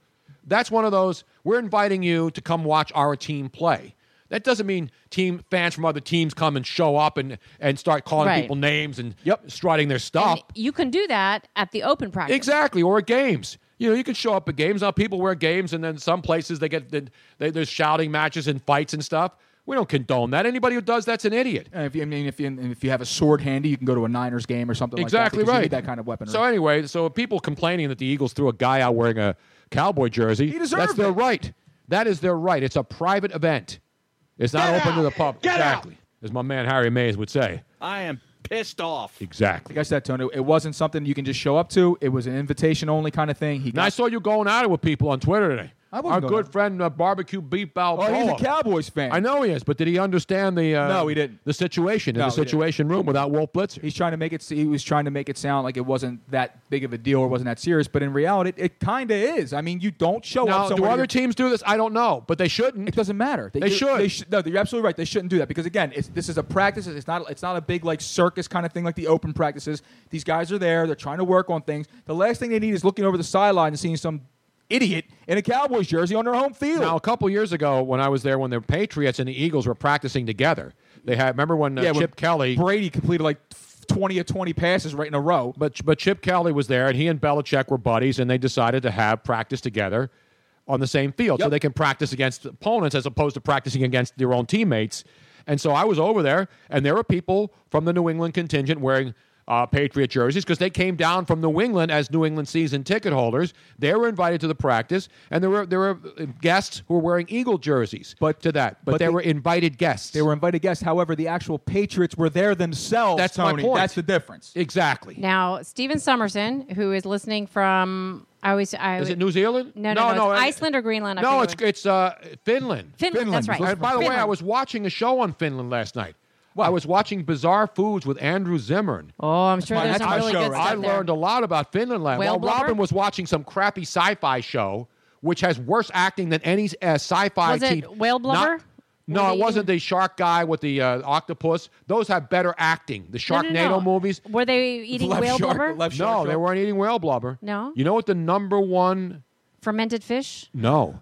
Speaker 11: That's one of those. We're inviting you to come watch our team play. That doesn't mean team fans from other teams come and show up and, and start calling
Speaker 14: Right.
Speaker 11: people names and strutting their stuff.
Speaker 14: You can do that at the open practice.
Speaker 11: Exactly, or at games. You know, you can show up at games. Now people wear games, and then some places they get they, they, there's shouting matches and fights and stuff. We don't condone that. Anybody who does that's an idiot.
Speaker 15: And if you, I mean, if you, and if you have a sword handy, you can go to a Niners game or something
Speaker 11: Exactly
Speaker 15: like that. because
Speaker 11: right.
Speaker 15: You need that kind of weaponry.
Speaker 11: So anyway, so people complaining that the Eagles threw a guy out wearing a cowboy jersey.
Speaker 15: He deserved
Speaker 11: that's their right. That is their right. It's a private event. It's not open to the public. exactly. As my man Harry Mays would say.
Speaker 15: I am pissed off.
Speaker 11: Exactly.
Speaker 15: Like I said, Tony, it wasn't something you can just show up to. It was an invitation only kind of thing. He
Speaker 11: And I
Speaker 15: got,
Speaker 11: saw you going at it with people on Twitter today.
Speaker 15: I wasn't
Speaker 11: Our
Speaker 15: going
Speaker 11: good friend uh, Barbecue Beef Balboa.
Speaker 15: oh, he's a Cowboys fan.
Speaker 11: I know he is, but did he understand the uh,
Speaker 15: No, he didn't.
Speaker 11: the situation in
Speaker 15: No,
Speaker 11: the
Speaker 15: he didn't.
Speaker 11: situation room without Wolf Blitzer?
Speaker 15: He's trying to make it. He was trying to make it sound like it wasn't that big of a deal or wasn't that serious, but in reality, it, it kind of is. I mean, you don't show
Speaker 11: Now,
Speaker 15: up.
Speaker 11: do
Speaker 15: somewhere to
Speaker 11: other
Speaker 15: your-
Speaker 11: teams do this? I don't know, but they shouldn't.
Speaker 15: It doesn't matter.
Speaker 11: They should.
Speaker 15: They should. No, you're absolutely right. They shouldn't do that because again, it's, this is a practice. It's not. It's not a big like circus kind of thing like the open practices. These guys are there. They're trying to work on things. The last thing they need is looking over the sideline and seeing some idiot in a Cowboys jersey on their home field.
Speaker 11: Now, a couple years ago, when I was there, when the Patriots and the Eagles were practicing together, they had. Remember when uh,
Speaker 15: Yeah, when
Speaker 11: Chip Kelly?
Speaker 15: Brady completed like twenty or twenty passes right in a row.
Speaker 11: But but Chip Kelly was there, and he and Belichick were buddies, and they decided to have practice together on the same field, so
Speaker 15: Yep.
Speaker 11: they can practice against opponents as opposed to practicing against their own teammates. And so I was over there, and there were people from the New England contingent wearing. uh, Patriot jerseys because they came down from New England as New England season ticket holders. They were invited to the practice, and there were there were uh, guests who were wearing Eagle jerseys. But to that, but,
Speaker 15: but
Speaker 11: they
Speaker 15: the-
Speaker 11: were invited guests.
Speaker 15: They were invited guests. However, the actual Patriots were there themselves.
Speaker 11: That's my
Speaker 15: Tony.
Speaker 11: point.
Speaker 15: That's the difference.
Speaker 11: Exactly.
Speaker 14: Now, Stephen Somerson, who is listening from, I always, I
Speaker 11: Is it New Zealand?
Speaker 14: No, no, no, it's
Speaker 11: I-
Speaker 14: Iceland or Greenland. I
Speaker 11: No,
Speaker 14: forget
Speaker 11: it's it's uh, Finland.
Speaker 14: Finland, Finland. that's right.
Speaker 11: And by the way, I
Speaker 14: Finland.
Speaker 11: was watching a show on Finland last night. I was watching Bizarre Foods with Andrew Zimmern.
Speaker 14: Oh, I'm sure there's some really good
Speaker 11: I
Speaker 14: stuff there.
Speaker 11: learned a lot about Finland last
Speaker 14: Whale
Speaker 11: While
Speaker 14: blubber?
Speaker 11: Robin was watching some crappy sci-fi show, which has worse acting than any uh, sci-fi
Speaker 14: Was it
Speaker 11: teen-
Speaker 14: whale
Speaker 11: Not-
Speaker 14: blubber?
Speaker 11: no,
Speaker 14: Were
Speaker 11: it
Speaker 14: they-
Speaker 11: wasn't the shark guy with the uh, octopus. Those have better acting. The
Speaker 14: No, no,
Speaker 11: Sharknado
Speaker 14: no.
Speaker 11: movies.
Speaker 14: Were they eating whale blubber?
Speaker 11: no, they weren't eating whale blubber.
Speaker 14: No?
Speaker 11: You know what the number one
Speaker 14: Fermented fish?
Speaker 11: no.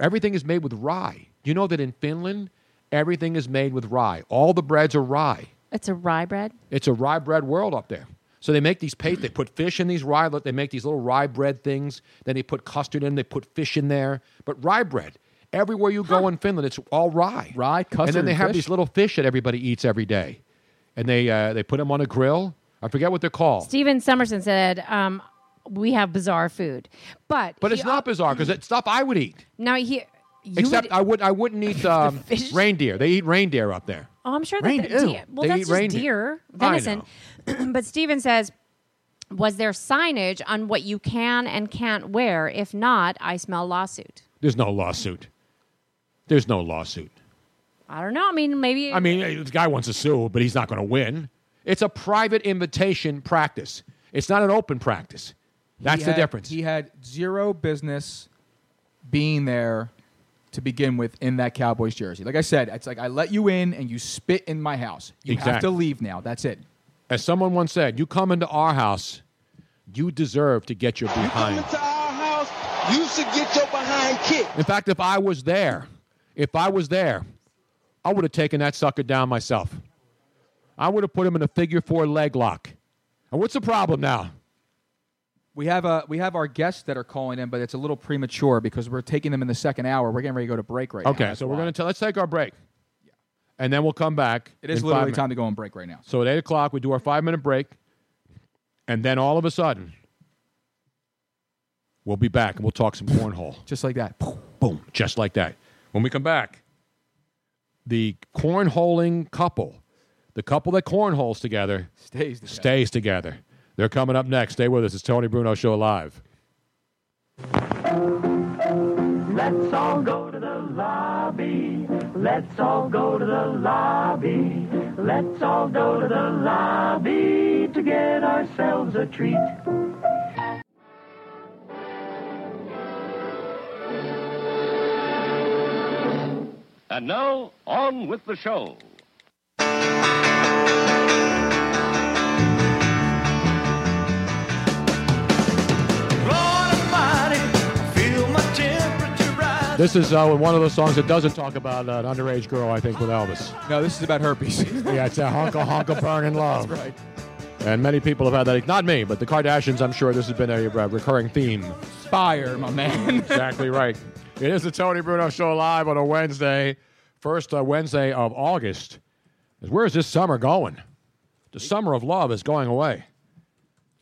Speaker 11: Everything is made with rye. You know that in Finland, everything is made with rye. All the breads are rye.
Speaker 14: It's a rye bread.
Speaker 11: It's a rye bread world up there. So they make these paste. They put fish in these rye. They make these little rye bread things. Then they put custard in. They put fish in there. But rye bread. Everywhere you go in Finland, it's all rye. Rye,
Speaker 15: custard,
Speaker 11: and then they
Speaker 15: and
Speaker 11: have
Speaker 15: fish?
Speaker 11: these little fish that everybody eats every day, and they uh, they put them on a grill. I forget what they're called.
Speaker 14: Stephen Somerson said, um, we have bizarre food. But
Speaker 11: But it's not bizarre because it's stuff I would eat.
Speaker 14: now here, you
Speaker 11: Except
Speaker 14: would-
Speaker 11: I would I wouldn't eat um, reindeer. They eat reindeer up there.
Speaker 14: Oh, I'm sure that
Speaker 11: Reindeer.
Speaker 14: the-
Speaker 11: Ew.
Speaker 14: deer- well,
Speaker 11: They
Speaker 14: that's
Speaker 11: eat
Speaker 14: just
Speaker 11: reindeer.
Speaker 14: deer
Speaker 11: I
Speaker 14: venison. but Steven says, was there signage on what you can and can't wear? If not, I smell lawsuit.
Speaker 11: There's no lawsuit. There's no lawsuit.
Speaker 14: I don't know. I mean, maybe.
Speaker 11: I mean, eh, the guy wants to sue, but he's not going to win. It's a private invitation practice. It's not an open practice. That's
Speaker 15: He
Speaker 11: the
Speaker 15: had-
Speaker 11: difference.
Speaker 15: He had zero business being there to begin with in that Cowboys jersey. Like I said, it's like I let you in and you spit in my house. You have to
Speaker 11: Exactly.
Speaker 15: leave now. That's it.
Speaker 11: As someone once said, you come into our house, you deserve to get your behind.
Speaker 16: our house, you should get your behind kicked.
Speaker 11: In fact, if I was there, if I was there, I would have taken that sucker down myself. I would have put him in a figure four leg lock. And what's the problem now?
Speaker 15: We have a we have our guests that are calling in, but it's a little premature because we're taking them in the second hour. We're getting ready to go to break right now.
Speaker 11: okay,
Speaker 15: That's
Speaker 11: so we're
Speaker 15: why.
Speaker 11: going to let's take our break. And then we'll come back.
Speaker 15: It is
Speaker 11: in five
Speaker 15: literally
Speaker 11: minutes.
Speaker 15: time to go on break right now.
Speaker 11: So at eight o'clock, we do our five minute break, and then all of a sudden, we'll be back and we'll talk some cornhole.
Speaker 15: Just like that. Boom,
Speaker 11: boom, just like that. When we come back, the cornholing couple, the couple that cornholes together,
Speaker 15: Stays together.
Speaker 11: stays together. They're coming up next. Stay with us. It's Tony Bruno Show Live.
Speaker 21: Let's all go to the lobby. Let's all go to the lobby. Let's all go to the lobby to get ourselves a treat.
Speaker 22: And now, on with the show.
Speaker 18: Lord Almighty, I feel my temperature rise.
Speaker 11: This is uh, one of those songs that doesn't talk about uh, an underage girl, I think, with Elvis.
Speaker 15: No, this is about herpes.
Speaker 11: yeah, it's a honka honka burning love.
Speaker 15: That's right.
Speaker 11: And many people have had that. Not me, but the Kardashians, I'm sure this has been a uh, recurring theme.
Speaker 15: Fire, my man.
Speaker 11: exactly right. It is the Tony Bruno Show live on a Wednesday, first uh, Wednesday of August. 'Cause Where is this summer going? The summer of love is going away.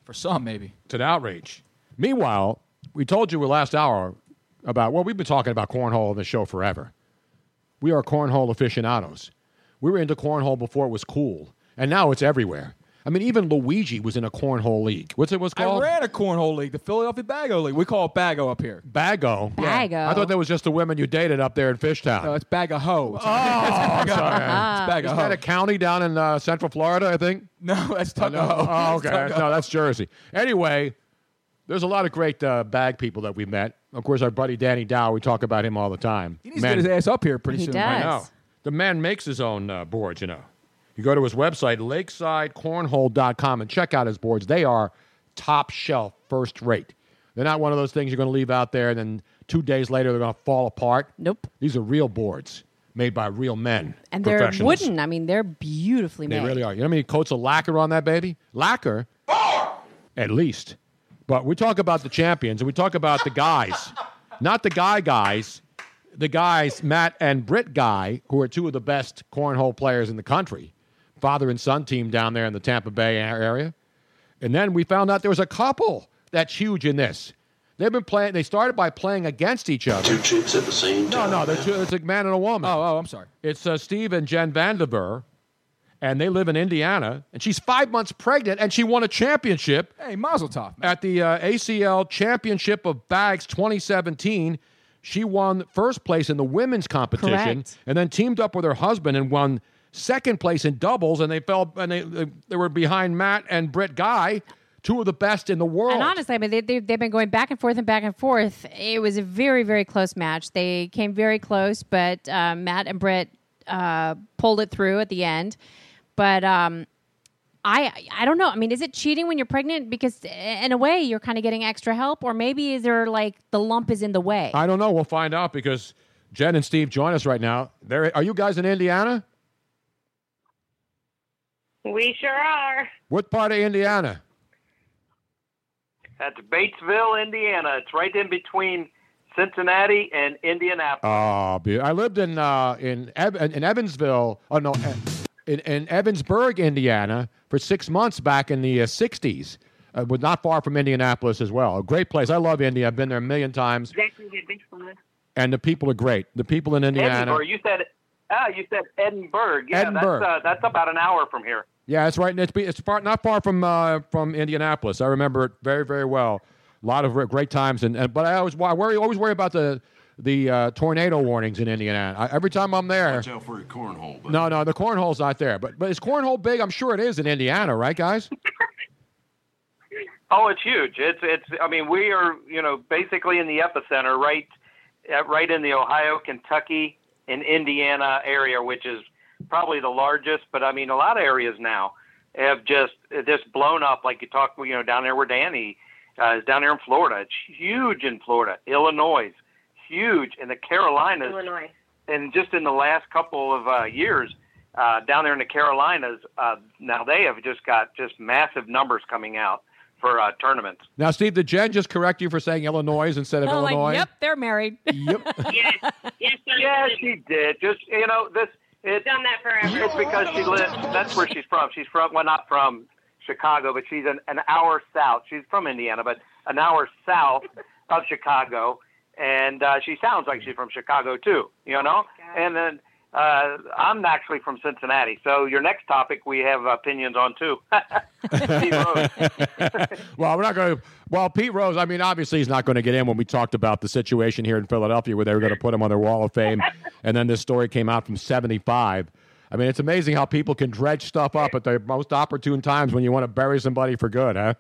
Speaker 15: For some, maybe.
Speaker 11: It's an outrage. Meanwhile, we told you last hour about, well, we've been talking about cornhole on the show forever. We are cornhole aficionados. We were into cornhole before it was cool, and now it's everywhere. I mean, even Luigi was in a cornhole league. What's it was
Speaker 15: I
Speaker 11: called?
Speaker 15: ran a cornhole league, the Philadelphia Bago League. We call it Bago up here.
Speaker 11: Bago.
Speaker 15: Bago.
Speaker 11: I thought that was just the women you dated up there in Fishtown.
Speaker 15: No, it's Bag of Ho. Oh,
Speaker 11: I'm sorry.
Speaker 15: it's Bag
Speaker 11: Uh, Is
Speaker 15: of
Speaker 11: that
Speaker 15: Ho.
Speaker 11: a county down in uh, Central Florida? I think.
Speaker 15: No, that's
Speaker 11: Tuckahoe. Oh,
Speaker 15: That's
Speaker 11: okay. no, that's Jersey. Anyway, there's a lot of great uh, bag people that we met. Of course, our buddy Danny Dow. We talk about him all the time. He
Speaker 15: needs to get his ass up here pretty He soon. does.
Speaker 11: I know. The man makes his own uh, boards. You know. You go to his website, lakesidecornhole.com, and check out his boards. They are top shelf, first rate. They're not one of those things you're going to leave out there and then two days later they're going to fall apart. Nope. These are real boards made by real men.
Speaker 14: and they're
Speaker 11: professionals.
Speaker 14: wooden. I mean, they're beautifully
Speaker 11: They
Speaker 14: made.
Speaker 11: really are. You know how many coats of lacquer on that baby? Lacquer? At least. But we talk about the champions and we talk about the guys, not the guy guys, the guys, Matt and Britt Guy, who are two of the best cornhole players in the country. father and son team down there in the Tampa Bay a- area. And then we found out there was a couple that's huge in this. They've been playing, they started by playing against each other.
Speaker 23: troops at the same
Speaker 11: No, no, they're two, it's a man and a woman. Oh,
Speaker 15: oh, I'm sorry.
Speaker 11: It's uh, Steve and Jen Vandiver, and they live in Indiana. And she's five months pregnant, and she won a championship
Speaker 15: Hey, Mazel Tov.
Speaker 11: at the uh, ACL Championship of Bags 2017. She won first place in the women's competition,
Speaker 5: Correct.
Speaker 11: and then teamed up with her husband and won second place in doubles. And they fell, and they they, they were behind Matt and Brett Guy, two of the best in the world.
Speaker 14: And honestly, I mean, they, they, they've been going back and forth and back and forth. It was a very, very close match. They came very close, but uh, Matt and Britt uh, pulled it through at the end. But um, I, I don't know. I mean, is it cheating when you're pregnant? Because eh, in a way, you're kind of getting extra help, or maybe is there like the lump is in the way?
Speaker 11: I don't know. We'll find out because Jen and Steve join us right now. There, are you guys in Indiana?
Speaker 24: We sure are.
Speaker 11: What part of Indiana?
Speaker 24: That's Batesville, Indiana. It's right in between Cincinnati and Indianapolis.
Speaker 11: Oh, be- I lived in uh, in Ev- in Evansville. Oh no, in, in Evansburg, Indiana, for six months back in the uh, '60s. Uh, was not far from Indianapolis as well. A great place. I love India. I've been there a million times,
Speaker 24: Exactly, Batesville.
Speaker 11: and the people are great. The people in Indiana.
Speaker 24: Edinburgh. You said, ah, you said Edinburgh. Yeah,
Speaker 11: Edinburgh.
Speaker 24: That's, uh, that's about an hour from here.
Speaker 11: Yeah, that's right. And it's, be- it's far, not far from uh, from Indianapolis. I remember it very very well. A lot of re- great times, and, and but I always wa- worry always worry about the the uh, tornado warnings in Indiana. I, every time I'm there,
Speaker 23: Watch out for your cornhole.
Speaker 11: no, no, the cornhole's not there. But but is cornhole big? I'm sure it is in Indiana, right, guys?
Speaker 24: Oh, it's huge. It's it's. I mean, we are you know basically in the epicenter, right, uh, right in the Ohio, Kentucky, and Indiana area, which is probably the largest. But I mean, a lot of areas now have just just blown up. Like you talk, you know, down there where Danny uh, is down there in Florida. It's huge in Florida, Illinois, huge in the Carolinas. Illinois. and just in the last couple of uh, years uh, down there in the Carolinas, uh, now they have just got just massive numbers coming out for uh, tournaments.
Speaker 11: Now, Steve, did Jen just correct you for saying Illinois instead of
Speaker 24: Oh,
Speaker 11: Illinois?
Speaker 14: they're married.
Speaker 11: Yep.
Speaker 24: yes, yes, yes, she did. Just you know, this it's done that forever. It's because she lives. That's where she's from. She's from well, not from Chicago, but she's an, an hour south. She's from Indiana, but an hour south of Chicago, and uh, she sounds like she's from Chicago too. You know, and then. Uh, I'm actually from Cincinnati, so your next topic we have opinions on too.
Speaker 11: well, we're not going to. Well, Pete Rose, I mean, obviously he's not going to get in when we talked about the situation here in Philadelphia where they were going to put him on their Wall of Fame. and then this story came out from 75. I mean, it's amazing how people can dredge stuff up at the most opportune times when you want to bury somebody for good, huh?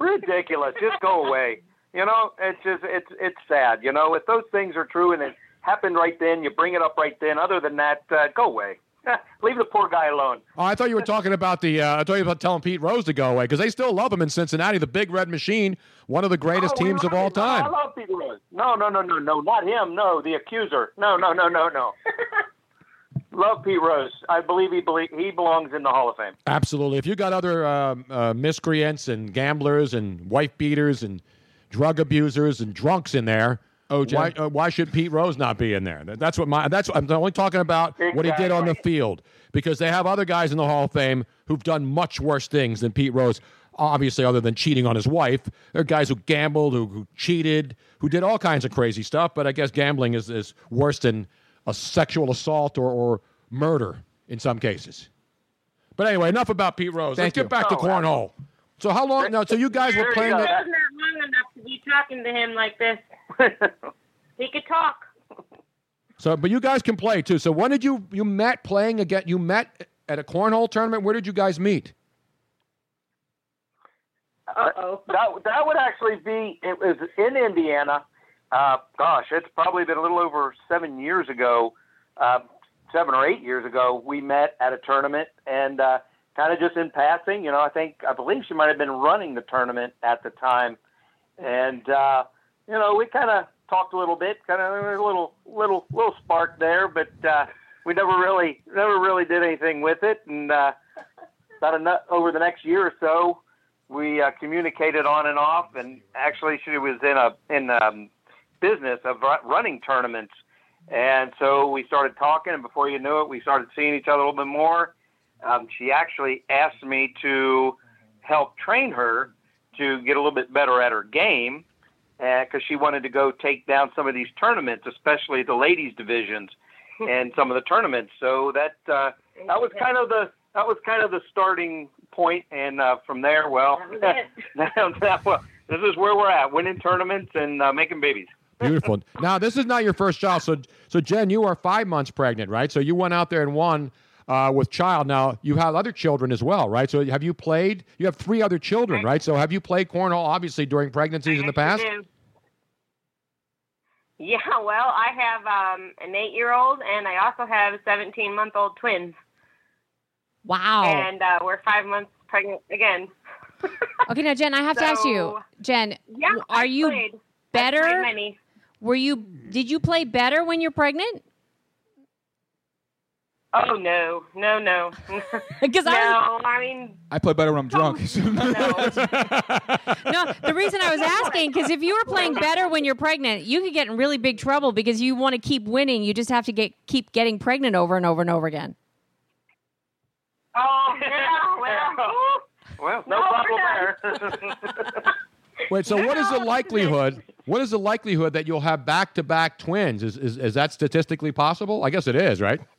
Speaker 24: ridiculous. Just go away. You know, it's just it's it's sad. You know, if those things are true and it happened right then, you bring it up right then. Other than that, uh, go away. Leave the poor guy alone.
Speaker 11: Oh, I thought you were talking about the. Uh, I thought you were about telling Pete Rose to go away because they still love him in Cincinnati, the Big Red Machine, one of the greatest
Speaker 24: Oh, we
Speaker 11: teams of
Speaker 24: love
Speaker 11: all
Speaker 24: him.
Speaker 11: time.
Speaker 24: I love Pete Rose. No, no, no, no, no, not him. No, the accuser. No, no, no, no, no. love Pete Rose. I believe he believe he belongs in the Hall of Fame.
Speaker 11: Absolutely. If you got other um, uh, miscreants and gamblers and wife beaters and drug abusers and drunks in there, oh,
Speaker 24: Jim.
Speaker 11: why, uh, why should Pete Rose not be in there? That- That's what my. That's I'm only talking about what he did on the field because they have other guys in the Hall of Fame who've done much worse things than Pete Rose. Obviously, other than cheating on his wife, there are guys who gambled, who, who cheated, who did all kinds of crazy stuff. But I guess gambling is, is worse than a sexual assault or, or murder in some cases. But anyway, enough about Pete Rose.
Speaker 23: Thank
Speaker 11: Let's get
Speaker 23: you.
Speaker 11: back to
Speaker 23: Oh,
Speaker 11: cornhole. So how long? No, so you guys were playing.
Speaker 24: go.
Speaker 11: The,
Speaker 24: that-
Speaker 2: He's not long enough to be talking to him like this. he could talk.
Speaker 11: so, but you guys can play too. So when did you you met playing again? You met at a cornhole tournament. Where did you guys meet?
Speaker 24: Uh-oh. That that would actually be it was in Indiana. Uh, gosh, it's probably been a little over seven years ago, uh, seven or eight years ago. We met at a tournament and uh, kind of just in passing. You know, I think I believe she might have been running the tournament at the time, and uh, you know we kind of talked a little bit, kind of a little little little spark there, but uh, we never really never really did anything with it. And uh, about enough, over the next year or so, we uh, communicated on and off, and actually she was in a in um, business of ru- running tournaments, And so we started talking, and before you knew it, we started seeing each other a little bit more. Um, she actually asked me to help train her to get a little bit better at her game because she wanted to go take down some of these tournaments, especially the ladies' divisions and some of the tournaments. So that uh, that was kind of the that was kind of the starting point, and uh, from there, well,
Speaker 2: That
Speaker 24: now, now, well, this is where we're at: winning tournaments and uh, making babies.
Speaker 11: Beautiful. now this is not your first child, so so Jen, you are five months pregnant, right? So you went out there and won uh, with child. Now you have other children as well, right? So have you played? You have three other children, right? So have you played cornhole obviously during pregnancies in the past?
Speaker 2: do. Yeah, well, I have um, an eight-year-old, and I also have a 17-month-old twin.
Speaker 14: Wow.
Speaker 2: And uh, we're five months pregnant again.
Speaker 14: okay, now Jen, I have to ask you, Jen,
Speaker 2: Yeah,
Speaker 14: are
Speaker 2: I
Speaker 14: you
Speaker 2: played.
Speaker 14: better?
Speaker 2: played many.
Speaker 14: Were you? Did you play better when you're pregnant?
Speaker 2: Oh no, no, no.
Speaker 14: Because
Speaker 2: no,
Speaker 14: I
Speaker 2: I, mean,
Speaker 15: I play better when I'm drunk.
Speaker 14: No, the reason I was asking because if you were playing better when you're pregnant, you could get in really big trouble because you want to keep winning. You just have to get keep getting pregnant over and over and over again.
Speaker 2: oh no, well,
Speaker 24: well,
Speaker 2: no, problem
Speaker 11: Wait, so what is the likelihood? What is the likelihood that you'll have back to back twins? Is, is is that statistically possible? I guess it is, right?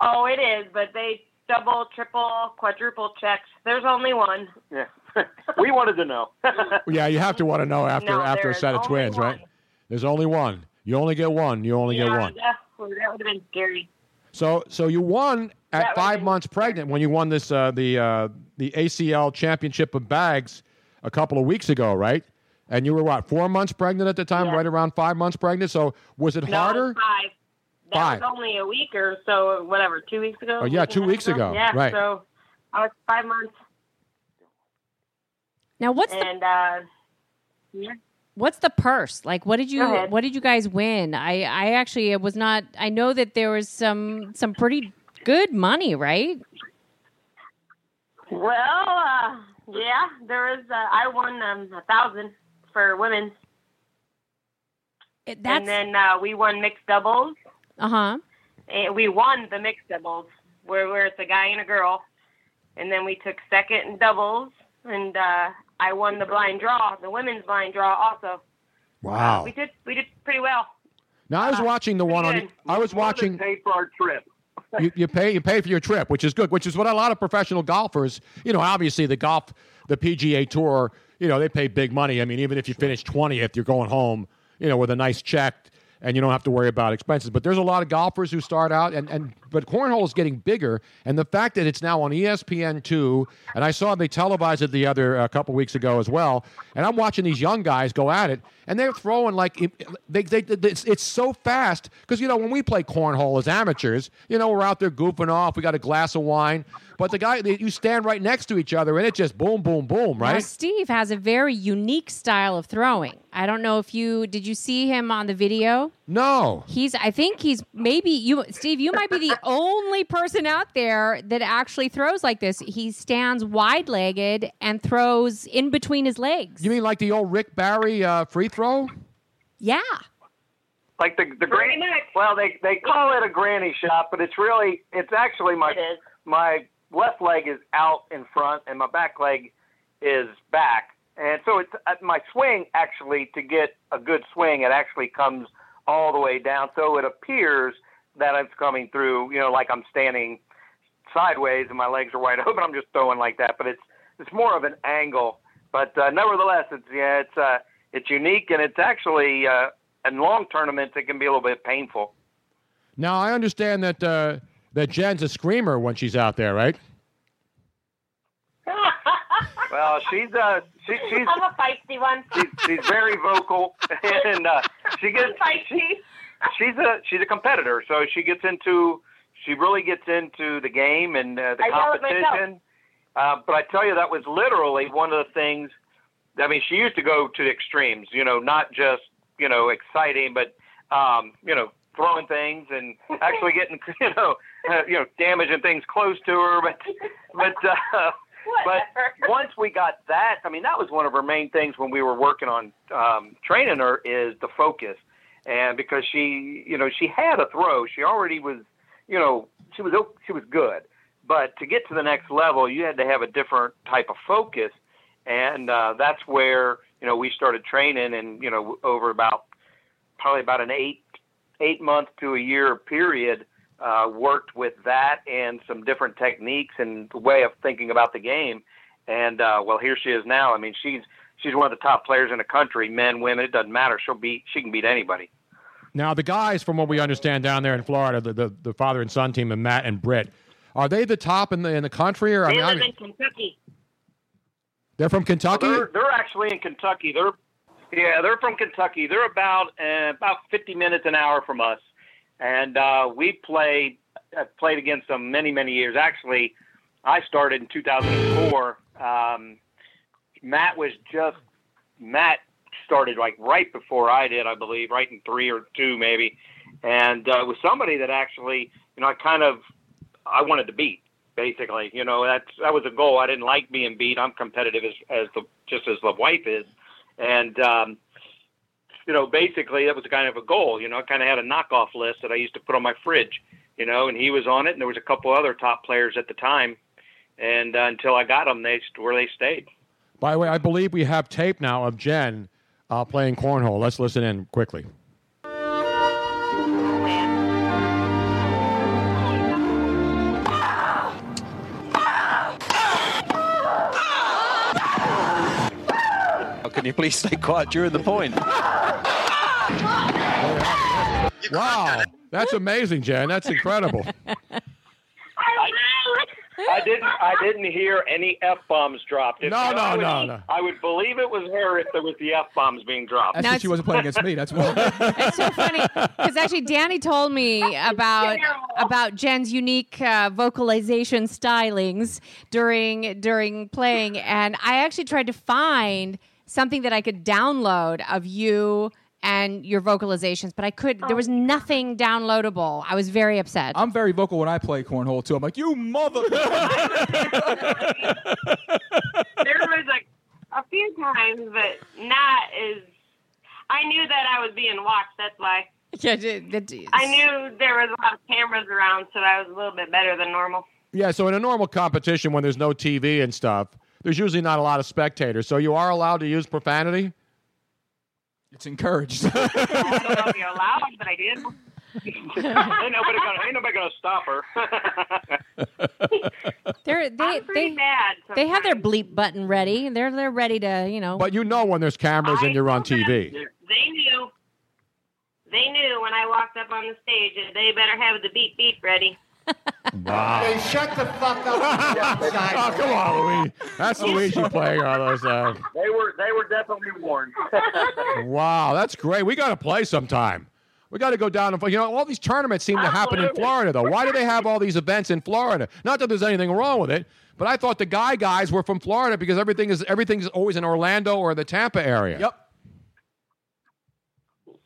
Speaker 2: Oh, it is, but they double, triple, quadruple checks. There's only one.
Speaker 24: Yeah, we wanted to know.
Speaker 11: yeah, you have to want to know after
Speaker 2: Uh, No,
Speaker 11: after
Speaker 2: there
Speaker 11: a set
Speaker 2: is
Speaker 11: of twins, right? There's only one. You only get one. You only get one.
Speaker 2: that would have been scary.
Speaker 11: So so you won at five months pregnant when you won this uh, the uh, the ACL championship of bags a couple of weeks ago, right? And you were what four months pregnant at the time, right around five months pregnant. So was it
Speaker 2: No,
Speaker 11: harder?
Speaker 2: Five. That
Speaker 11: Five.
Speaker 2: was only a week or so, whatever, two weeks ago.
Speaker 11: Oh, yeah,
Speaker 2: week and
Speaker 11: two
Speaker 2: a half
Speaker 11: weeks ago,
Speaker 2: Yeah,
Speaker 11: right.
Speaker 2: so I was five months.
Speaker 14: Now, what's
Speaker 2: and, the uh, yeah.
Speaker 14: What's the purse like? What did you
Speaker 2: Go ahead.
Speaker 14: What did you guys win? I I actually was not. I know that there was some some pretty good money, right?
Speaker 2: Well, uh, yeah, there was. Uh, I won um, a thousand for women,
Speaker 14: that's-
Speaker 2: and then uh, we won mixed doubles.
Speaker 14: Uh huh.
Speaker 2: And we won the mixed doubles, where where it's a guy and a girl, and then we took second in doubles, and uh, I won the blind draw, the women's blind draw also.
Speaker 11: Wow.
Speaker 2: Uh, We uh, did we did pretty well.
Speaker 11: Now I was watching the one on. I was watching.
Speaker 24: Pay for our trip.
Speaker 11: you, you pay you pay for your trip, which is good, which is what a lot of professional golfers, you know, obviously the golf, the PGA Tour, you know, they pay big money. I mean, even if you finish 20th, you're going home, you know, with a nice check and you don't have to worry about expenses. But there's a lot of golfers who start out and, and but cornhole is getting bigger and the fact that it's now on E ESPN2 and I saw they televised it the other a couple weeks ago as well. And I'm watching these young guys go at it and they're throwing like it- they, they, it's, it's so fast because you know when we play cornhole as amateurs, you know we're out there goofing off, we got a glass of wine, but the guy you stand right next to each other and it just boom boom boom,
Speaker 14: Now,
Speaker 11: right?
Speaker 14: Steve has a very unique style of throwing. I don't know if you did you see him on the video?
Speaker 11: No.
Speaker 14: He's I think he's maybe you Steve, you might be the only person out there that actually throws like this. He stands wide-legged and throws in between his legs.
Speaker 11: You mean like the old Rick Barry uh, free throw?
Speaker 14: Yeah.
Speaker 24: like the the granny. Well, they they call it a granny shot, but it's really it's actually my my left leg is out in front and my back leg is back, and so it's uh, my swing actually to get a good swing. It actually comes all the way down, so it appears that it's coming through. You know, like I'm standing sideways and my legs are wide open. I'm just throwing like that, but it's it's more of an angle. But uh, nevertheless, it's yeah, it's uh, it's unique and it's actually uh, in long tournaments it can be a little bit painful.
Speaker 11: Now I understand that uh, that Jen's a screamer when she's out there, right?
Speaker 24: well, she's uh, she, she's
Speaker 2: I'm a feisty one.
Speaker 24: she's very vocal and uh, she gets she, she's a she's a competitor, so she gets into she really gets into the game and uh, the
Speaker 2: I yell at myself.
Speaker 24: competition. Uh, but I tell you, that was literally one of the things. I mean, she used to go to the extremes, you know, not just you know exciting, but um, you know throwing things and actually getting you know uh, you know damaging things close to her. But but uh, but once we got that, I mean, that was one of her main things when we were working on um, training her is the focus and because she, you know, she had a throw, she already was, you know, she was o- she was good, but to get to the next level, you had to have a different type of focus, and uh, that's where you know we started training, and you know, over about probably about an eight eight month to a year period, uh, worked with that and some different techniques and way of thinking about the game. And uh, well, here she is now. I mean, she's she's one of the top players in the country, men, women, it doesn't matter. She'll beat she can beat anybody.
Speaker 11: Now, the guys, from what we understand down there in Florida, the, the, the father and son team, and Matt and Britt, are they the top in the in the country? Or I
Speaker 24: They
Speaker 11: mean, I
Speaker 24: live
Speaker 11: mean,
Speaker 24: in Kentucky.
Speaker 11: they're from Kentucky.
Speaker 24: They're, they're actually in Kentucky. They're yeah, they're from Kentucky. They're about uh, about 50 minutes an hour from us, and uh, we played uh, played against them many many years. Actually, I started in 2004. Um, Matt was just Matt started like right before I did, I believe, right in three or two maybe, and uh, it was somebody that actually you know I kind of I wanted to beat basically. You know, that's that was a goal. I didn't like being beat. I'm competitive as as the just as the wife is, and um, you know, basically that was kind of a goal. You know, I kind of had a knockoff list that I used to put on my fridge. You know, and he was on it, and there was a couple other top players at the time, and uh, until I got them, they where they stayed.
Speaker 11: By the way, I believe we have tape now of Jen uh, playing cornhole. Let's listen in quickly.
Speaker 23: Oh, can you please stay quiet during the point?
Speaker 11: Wow, that's amazing, Jen. That's incredible.
Speaker 24: I didn't. I didn't hear any f bombs dropped. If-
Speaker 11: No, no,
Speaker 24: I would-
Speaker 11: no, no.
Speaker 24: I would believe it was her if there was the f bombs being dropped.
Speaker 15: That's because she wasn't playing against me. That's why.
Speaker 14: Because actually, Danny told me about about Jen's unique uh, vocalization stylings during during playing, and I actually tried to find something that I could download of you and your vocalizations, but I could. There was nothing downloadable. I was very upset.
Speaker 15: I'm very vocal when I play cornhole too. I'm like, you mother.
Speaker 2: there was a, a few times, but not as. I knew that I was being watched. That's why.
Speaker 14: Yeah, that- that-
Speaker 2: I knew there was a lot of cameras around, so I was a little bit better than normal.
Speaker 11: Yeah, so in a normal competition when there's no TV and stuff, there's usually not a lot of spectators. So you are allowed to use profanity?
Speaker 15: It's encouraged.
Speaker 2: I don't know if you're allowed, but I did.
Speaker 24: ain't nobody gonna. Ain't nobody gonna stop her.
Speaker 14: They're, they they they have their bleep button ready. They're they're ready to you know.
Speaker 11: But you know when there's cameras and you're on TV.
Speaker 2: They knew. They knew when I walked up on the stage that they better have the beep beep ready.
Speaker 16: They shut the fuck up.
Speaker 11: oh, come on, Luigi. That's Luigi playing all those. Uh,
Speaker 24: They were. They were definitely warned.
Speaker 11: wow, that's great. We got to play sometime. We got to go down and you know all these tournaments seem to happen in Florida though. Why do they have all these events in Florida? Not that there's anything wrong with it, but I thought the guy guys were from Florida because everything is everything's always in Orlando or the Tampa area. Yep.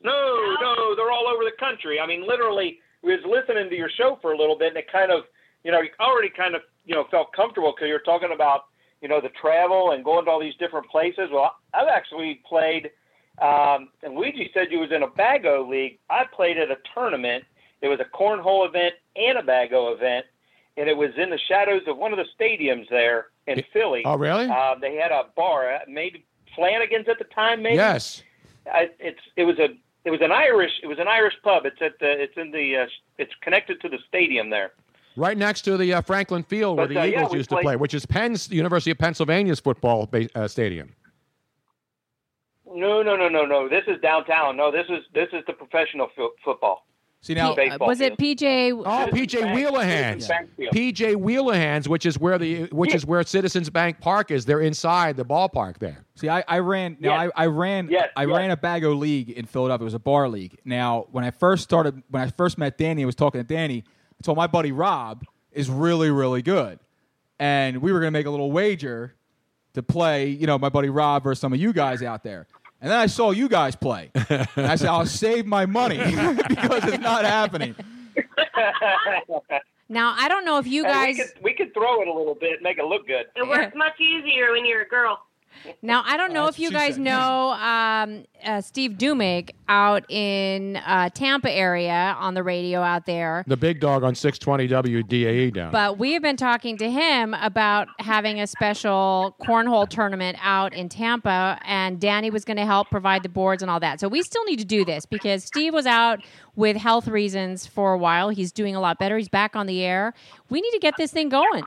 Speaker 24: No, no, they're all over the country. I mean, literally, we was listening to your show for a little bit, and it kind of, you know, you already kind of, you know, felt comfortable because you're talking about, you know, the travel and going to all these different places. Well, I've actually played, um, and Luigi said you was in a Bago league. I played at a tournament. It was a cornhole event and a Bago event, and it was in the shadows of one of the stadiums there in Philly.
Speaker 11: oh, really?
Speaker 24: Uh, they had a bar, uh, maybe Flanagan's at the time, maybe.
Speaker 11: Yes.
Speaker 24: I, it's it was a it was an Irish it was an Irish pub. It's at the it's in the uh, it's connected to the stadium there.
Speaker 11: Right next to the uh, Franklin Field where
Speaker 24: But,
Speaker 11: the
Speaker 24: uh, yeah,
Speaker 11: Eagles
Speaker 24: we
Speaker 11: used to
Speaker 24: played-
Speaker 11: play, which is Penn's University of Pennsylvania's football ba- uh, stadium.
Speaker 24: No, no, no, no, no. This is downtown. No, this is this is the professional fo- football.
Speaker 15: See
Speaker 11: now-
Speaker 24: baseball
Speaker 14: uh, was it
Speaker 24: field.
Speaker 14: PJ?
Speaker 11: Oh, PJ Wheelahans.
Speaker 24: Bankfield.
Speaker 11: PJ Wheelahans, which is where the which is where Citizens Bank Park is. They're inside the ballpark there.
Speaker 15: See, I, I ran. Now
Speaker 11: Yes.
Speaker 15: I, I ran. I ran a Bago league in Philadelphia. It was a bar league. Now, when I first started, when I first met Danny, I was talking to Danny. I told my buddy Rob is really, really good, and we were going to make a little wager to play. You know, my buddy Rob versus some of you guys out there. And then I saw you guys play, and I said, "I'll save my money because it's not happening."
Speaker 14: Now I don't know if you
Speaker 24: And
Speaker 14: guys.
Speaker 24: we could, we could throw it a little bit, make it look good.
Speaker 2: It works much easier when you're a girl.
Speaker 14: Now I don't know if you guys know um, uh, Steve Dumig out in uh, Tampa area on the radio out there,
Speaker 11: The big dog on 620 WDAE E down.
Speaker 14: but we have been talking to him about having a special cornhole tournament out in Tampa, and Danny was going to help provide the boards and all that. So we still need to do this because Steve was out with health reasons for a while. He's doing a lot better. He's back on the air. We need to get this thing going.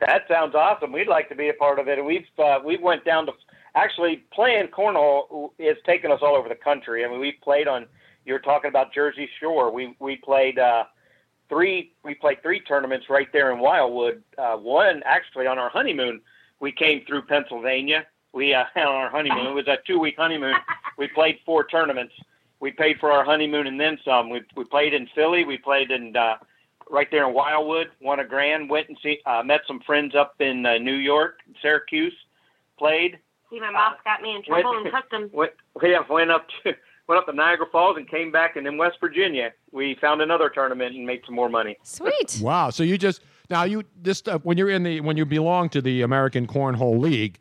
Speaker 24: That sounds awesome. We'd like to be a part of it. And We've uh, we went down to actually playing cornhole has taken us all over the country. I mean, we played on. You were talking about Jersey Shore. We we played uh, three we played three tournaments right there in Wildwood. Uh, one actually on our honeymoon, we came through Pennsylvania. We uh, on our honeymoon it was a two week honeymoon. We played four tournaments. We paid for our honeymoon and then some. We we played in Philly. We played in uh, right there in Wildwood, won a grand, went and see, uh, met some friends up in uh, New York, Syracuse, played.
Speaker 2: See, my
Speaker 24: Uh,
Speaker 2: mouth got me in trouble in customs.
Speaker 24: Went, yeah, went up to went up to Niagara Falls and came back, and in West Virginia, we found another tournament and made some more money.
Speaker 14: Sweet.
Speaker 11: Wow. So you just now you this stuff when you're in the when you belong to the American Cornhole League,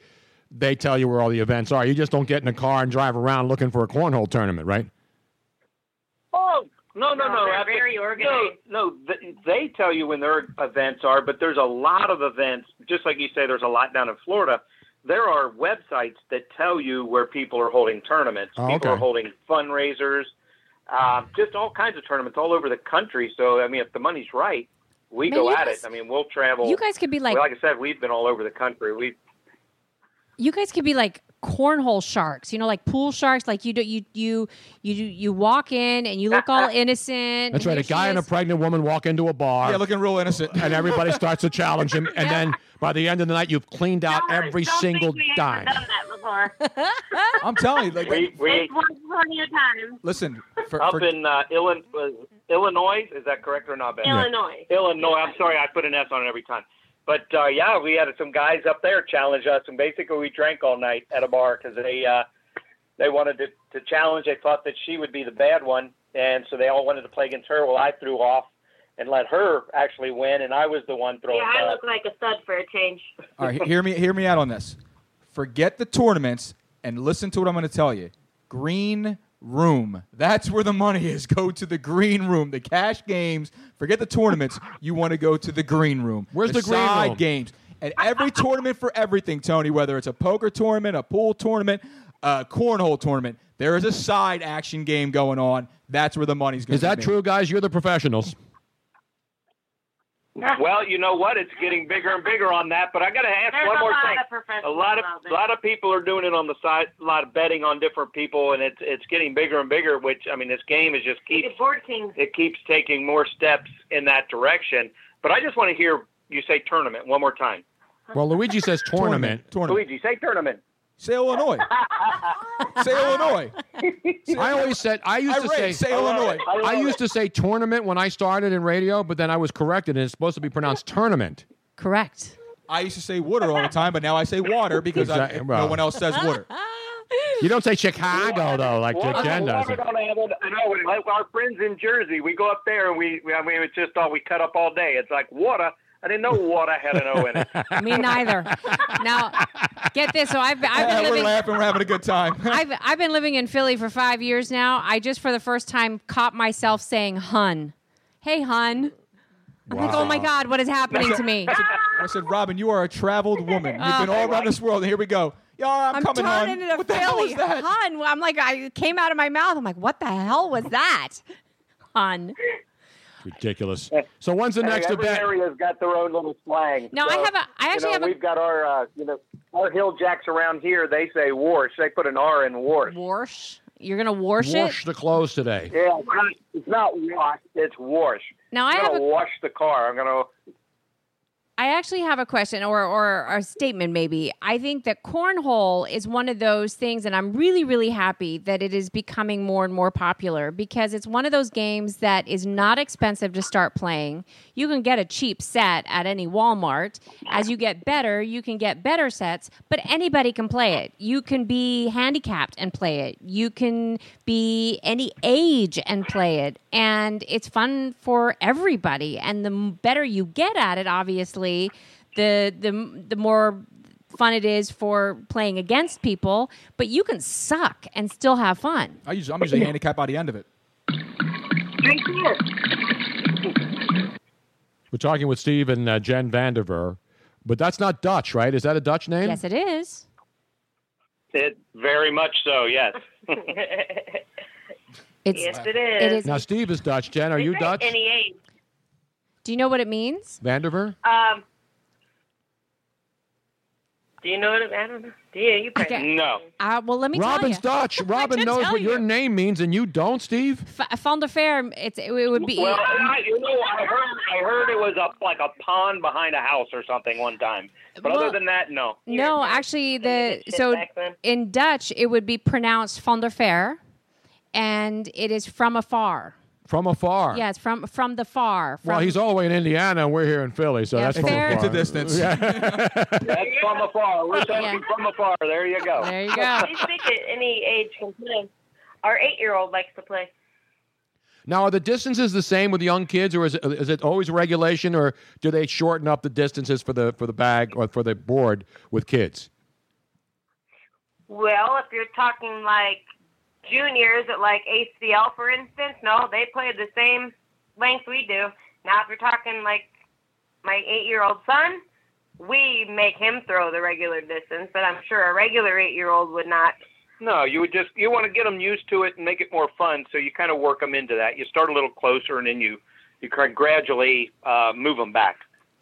Speaker 11: they tell you where all the events are. You just don't get in a car and drive around looking for a cornhole tournament, right?
Speaker 24: Oh no, no,
Speaker 2: No,
Speaker 24: no!
Speaker 2: they're
Speaker 24: after-
Speaker 2: very organized.
Speaker 24: No, no th- they tell you when their events are, but there's a lot of events. Just like you say, there's a lot down in Florida. There are websites that tell you where people are holding tournaments.
Speaker 5: Oh, okay.
Speaker 24: people are holding fundraisers, uh, just all kinds of tournaments all over the country. So I mean, if the money's right, we
Speaker 14: Man,
Speaker 24: go
Speaker 14: you
Speaker 24: at
Speaker 14: guys-
Speaker 24: it. I mean, we'll travel.
Speaker 14: you guys could be like-
Speaker 24: Well, like I said, we've been all over the country. We
Speaker 14: You guys could be like cornhole sharks, you know, like pool sharks. Like you do, you you you you walk in and you look all innocent.
Speaker 11: That's right. A
Speaker 14: Here she
Speaker 11: guy and a
Speaker 14: is.
Speaker 11: pregnant woman walk into a bar.
Speaker 15: Yeah, looking real innocent.
Speaker 11: And everybody starts to challenge him, and then by the end of the night, you've cleaned out every single dime.
Speaker 2: Before.
Speaker 15: I'm telling you, like,
Speaker 24: we we
Speaker 2: It's one plenty of time.
Speaker 15: listen. For,
Speaker 24: up
Speaker 15: for-
Speaker 24: in uh, Illinois, Illinois. Is that correct or not? Ben?
Speaker 2: Yeah. Illinois.
Speaker 24: Illinois. I'm sorry, I put an S on it every time. But uh, yeah, we had some guys up there challenge us, and basically we drank all night at a bar because they uh, they wanted to, to challenge. They thought that she would be the bad one, and so they all wanted to play against her. Well, I threw off and let her actually win, and I was the one throwing.
Speaker 2: Yeah, I
Speaker 24: up.
Speaker 2: look like a stud for a change.
Speaker 15: all right, hear me, hear me out on this. Forget the tournaments and listen to what I'm going to tell you. Green room. That's where the money is. Go to the green room. The cash games. Forget the tournaments. You want to go to the green room.
Speaker 11: Where's the green
Speaker 15: side
Speaker 11: room?
Speaker 15: games? At every tournament for everything, Tony. Whether it's a poker tournament, a pool tournament, a cornhole tournament, there is a side action game going on. That's where the money's going.
Speaker 11: Is that true, guys? You're the professionals.
Speaker 24: Well, you know what? It's getting bigger and bigger on that. But I got to ask
Speaker 2: There's
Speaker 24: one
Speaker 2: a
Speaker 24: more
Speaker 2: lot
Speaker 24: thing.
Speaker 2: of professionals
Speaker 24: a lot of
Speaker 2: out there.
Speaker 24: a lot of people are doing it on the side. A lot of betting on different people, and it's it's getting bigger and bigger. Which I mean, this game is just keeps
Speaker 2: The board kings.
Speaker 24: it keeps taking more steps in that direction. But I just want to hear you say tournament one more time.
Speaker 11: Well, Luigi says tournament.
Speaker 24: Luigi, say tournament.
Speaker 15: Say Illinois. say Illinois.
Speaker 11: I always said I used
Speaker 15: I
Speaker 11: to
Speaker 15: rate
Speaker 11: say,
Speaker 15: say Illinois.
Speaker 11: I, used to say tournament when I started in radio, but then I was corrected, and it's supposed to be pronounced tournament.
Speaker 14: Correct.
Speaker 15: I used to say water all the time, but now I say water because I-
Speaker 11: Exactly, well.
Speaker 15: no one else says water.
Speaker 11: You don't say Chicago though, like Dick Jen does.
Speaker 24: Like our friends in Jersey, we go up there and we, I mean, it's just all we cut up all day. It's like water. I didn't know water had an O in it.
Speaker 14: Me neither. now, get this. So I've, I've
Speaker 15: Yeah,
Speaker 14: been
Speaker 15: we're
Speaker 14: living.
Speaker 15: laughing. We're having a good time.
Speaker 14: I've, I've been living in Philly for five years now. I just for the first time caught myself saying "hun." Hey, hun. I'm like, oh my god, what is happening to me?
Speaker 15: I said, Robin, you are a traveled woman. You've been
Speaker 14: Uh,
Speaker 15: all around this world, and here we go. Yeah, I'm,
Speaker 14: I'm
Speaker 15: coming
Speaker 14: turning
Speaker 15: on.
Speaker 14: into
Speaker 15: what the hell
Speaker 14: Philly
Speaker 15: was that?
Speaker 14: hun. I'm like, I it came out of my mouth. I'm like, what the hell was that, hun?
Speaker 11: Ridiculous. So when's the
Speaker 24: Hey,
Speaker 11: next
Speaker 24: every
Speaker 11: event?
Speaker 24: area's got their own little slang.
Speaker 14: No, I have a- I
Speaker 24: you
Speaker 14: actually
Speaker 24: know,
Speaker 14: have a-
Speaker 24: We've got our, uh, you know, our hill jacks around here. They say wash. They put an R in wash.
Speaker 14: Warsh. You're gonna warsh
Speaker 11: Wash
Speaker 14: it.
Speaker 11: the clothes today.
Speaker 24: Yeah, it's not- it's not wash. It's wash.
Speaker 14: Now I
Speaker 24: I'm
Speaker 14: have
Speaker 24: gonna
Speaker 14: a
Speaker 24: wash the car. I'm gonna.
Speaker 14: I actually have a question or, or a statement, maybe. I think that cornhole is one of those things, and I'm really, really happy that it is becoming more and more popular because it's one of those games that is not expensive to start playing. You can get a cheap set at any Walmart. As you get better, you can get better sets, but anybody can play it. You can be handicapped and play it, you can be any age and play it. And it's fun for everybody. And the m- better you get at it, obviously, the the the more fun it is for playing against people. But you can suck and still have fun.
Speaker 15: I usually, I'm usually handicapped by the end of it.
Speaker 2: Drink beer.
Speaker 11: We're talking with Steve and uh, Jen Vandiver, but that's not Dutch, right? Is that a Dutch name?
Speaker 14: Yes, it is.
Speaker 24: It very much so. Yes.
Speaker 14: It's,
Speaker 2: yes, it is.
Speaker 11: Now, Steve is Dutch. Jen, are you
Speaker 2: They say
Speaker 11: Dutch?
Speaker 2: Any age.
Speaker 14: Do you know what it means?
Speaker 11: Vandiver?
Speaker 2: Um, do you know what? I don't know. Yeah, you probably
Speaker 24: No.
Speaker 14: Uh, well, let me tell you.
Speaker 11: Robin's Dutch. Robin knows what your name means, and you don't, Steve?
Speaker 14: F- Fonda Fair, it's, it would be.
Speaker 24: Well, I, you know, I heard, I heard it was a, like a pond behind a house or something one time. But
Speaker 14: Well-
Speaker 24: other than that, no.
Speaker 14: no, actually, the
Speaker 24: shit
Speaker 14: so
Speaker 24: back then.
Speaker 14: in Dutch it would be pronounced Fonda Fair, and it is from afar.
Speaker 11: From afar.
Speaker 14: Yeah, it's from from the far. From,
Speaker 11: Well, he's all the way in Indiana, and we're here in Philly, so
Speaker 14: Yeah,
Speaker 11: that's from
Speaker 14: fair.
Speaker 11: afar.
Speaker 14: It's a
Speaker 15: distance.
Speaker 24: That's from afar. We're talking from afar. There you go.
Speaker 14: There
Speaker 2: You speak at any age can play. Our eight-year-old likes to play.
Speaker 11: Now, are the distances the same with young kids, or is it, is it always regulation, or do they shorten up the distances for the for the bag or for the board with kids?
Speaker 2: Well, if you're talking like juniors at like ACL, for instance, no, they play the same length we do. Now, if you're talking like my eight-year-old son, we make him throw the regular distance, but I'm sure a regular eight-year-old would not.
Speaker 24: No, you would just you want to get them used to it and make it more fun. So you kind of work them into that. You start a little closer, and then you you kind of gradually uh, move them back.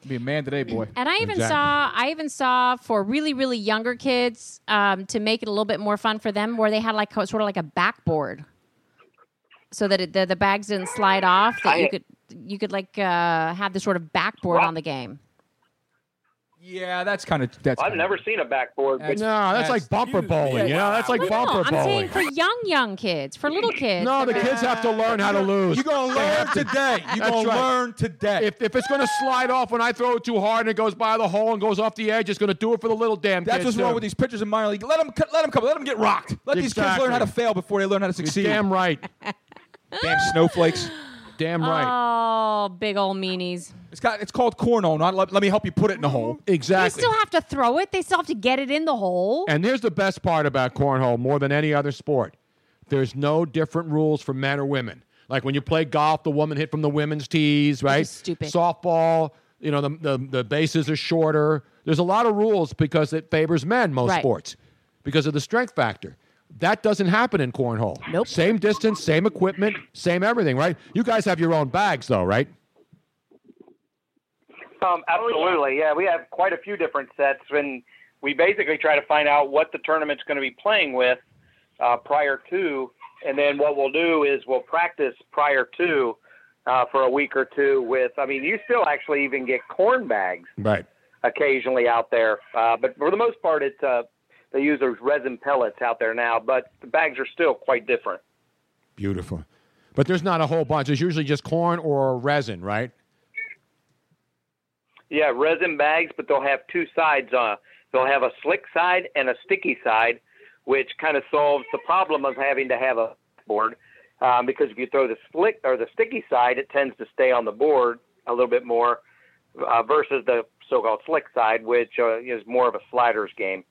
Speaker 15: Be a man today, boy.
Speaker 14: And I even saw, I even saw for really, really younger kids um, to make it a little bit more fun for them, where they had like sort of like a backboard, so that it, the the bags didn't slide off. That you
Speaker 15: I-
Speaker 14: could you could like uh, have the sort of backboard on the game.
Speaker 15: Yeah, that's kind of that's.
Speaker 24: I've never seen a backboard.
Speaker 11: No, that's like bumper bowling. You know, that's like
Speaker 14: No,
Speaker 11: bumper
Speaker 14: I'm saying
Speaker 11: bowling.
Speaker 14: for young, young kids, for little kids.
Speaker 11: No,
Speaker 14: for
Speaker 11: the kids have to learn how to lose.
Speaker 15: You're gonna
Speaker 11: They
Speaker 15: learn
Speaker 11: have to-
Speaker 15: today. You're
Speaker 11: That's
Speaker 15: gonna
Speaker 11: right.
Speaker 15: learn today.
Speaker 11: If, if it's gonna slide off when I throw it too hard and it goes by the hole and goes off the edge, it's gonna do it for the little damn
Speaker 15: That's
Speaker 11: kids.
Speaker 15: what's wrong with these pitchers in minor league. Let them, let them come. Let them get rocked. Let these kids learn how to
Speaker 11: Exactly.
Speaker 15: fail before they learn how to succeed.
Speaker 11: damn right.
Speaker 15: damn snowflakes.
Speaker 11: Damn
Speaker 14: Oh, big old meanies.
Speaker 15: It's got. It's called cornhole. Not let, let me help you put it in the hole.
Speaker 14: They
Speaker 11: Exactly.
Speaker 14: still have to throw it. They still have to get it in the hole.
Speaker 11: And here's the best part about cornhole more than any other sport there's no different rules for men or women. Like when you play golf, the woman hit from the women's tees, right? Stupid. Softball, you know, the, the, the bases are shorter. There's a lot of rules because it favors men, most
Speaker 14: Right.
Speaker 11: sports, because of the strength factor. That doesn't happen in cornhole. Nope. Same distance, same equipment, same everything, right? You guys have your own bags, though, right?
Speaker 24: Um, absolutely, yeah. We have quite a few different sets, and we basically try to find out what the tournament's going to be playing with uh, prior to, and then what we'll do is we'll practice prior to uh, for a week or two. With, I mean, you still actually even get corn bags
Speaker 11: Right.
Speaker 24: occasionally out there, uh, but for the most part, it's uh, they use those resin pellets out there now, but the bags are still quite different.
Speaker 11: Beautiful. But there's not a whole bunch. There's usually just corn or resin, right?
Speaker 24: Yeah, resin bags, but they'll have two sides. Uh, they'll have a slick side and a sticky side, which kind of solves the problem of having to have a board. Um, because if you throw the slick or the sticky side, it tends to stay on the board a little bit more uh, versus the so-called slick side, which uh, is more of a sliders game.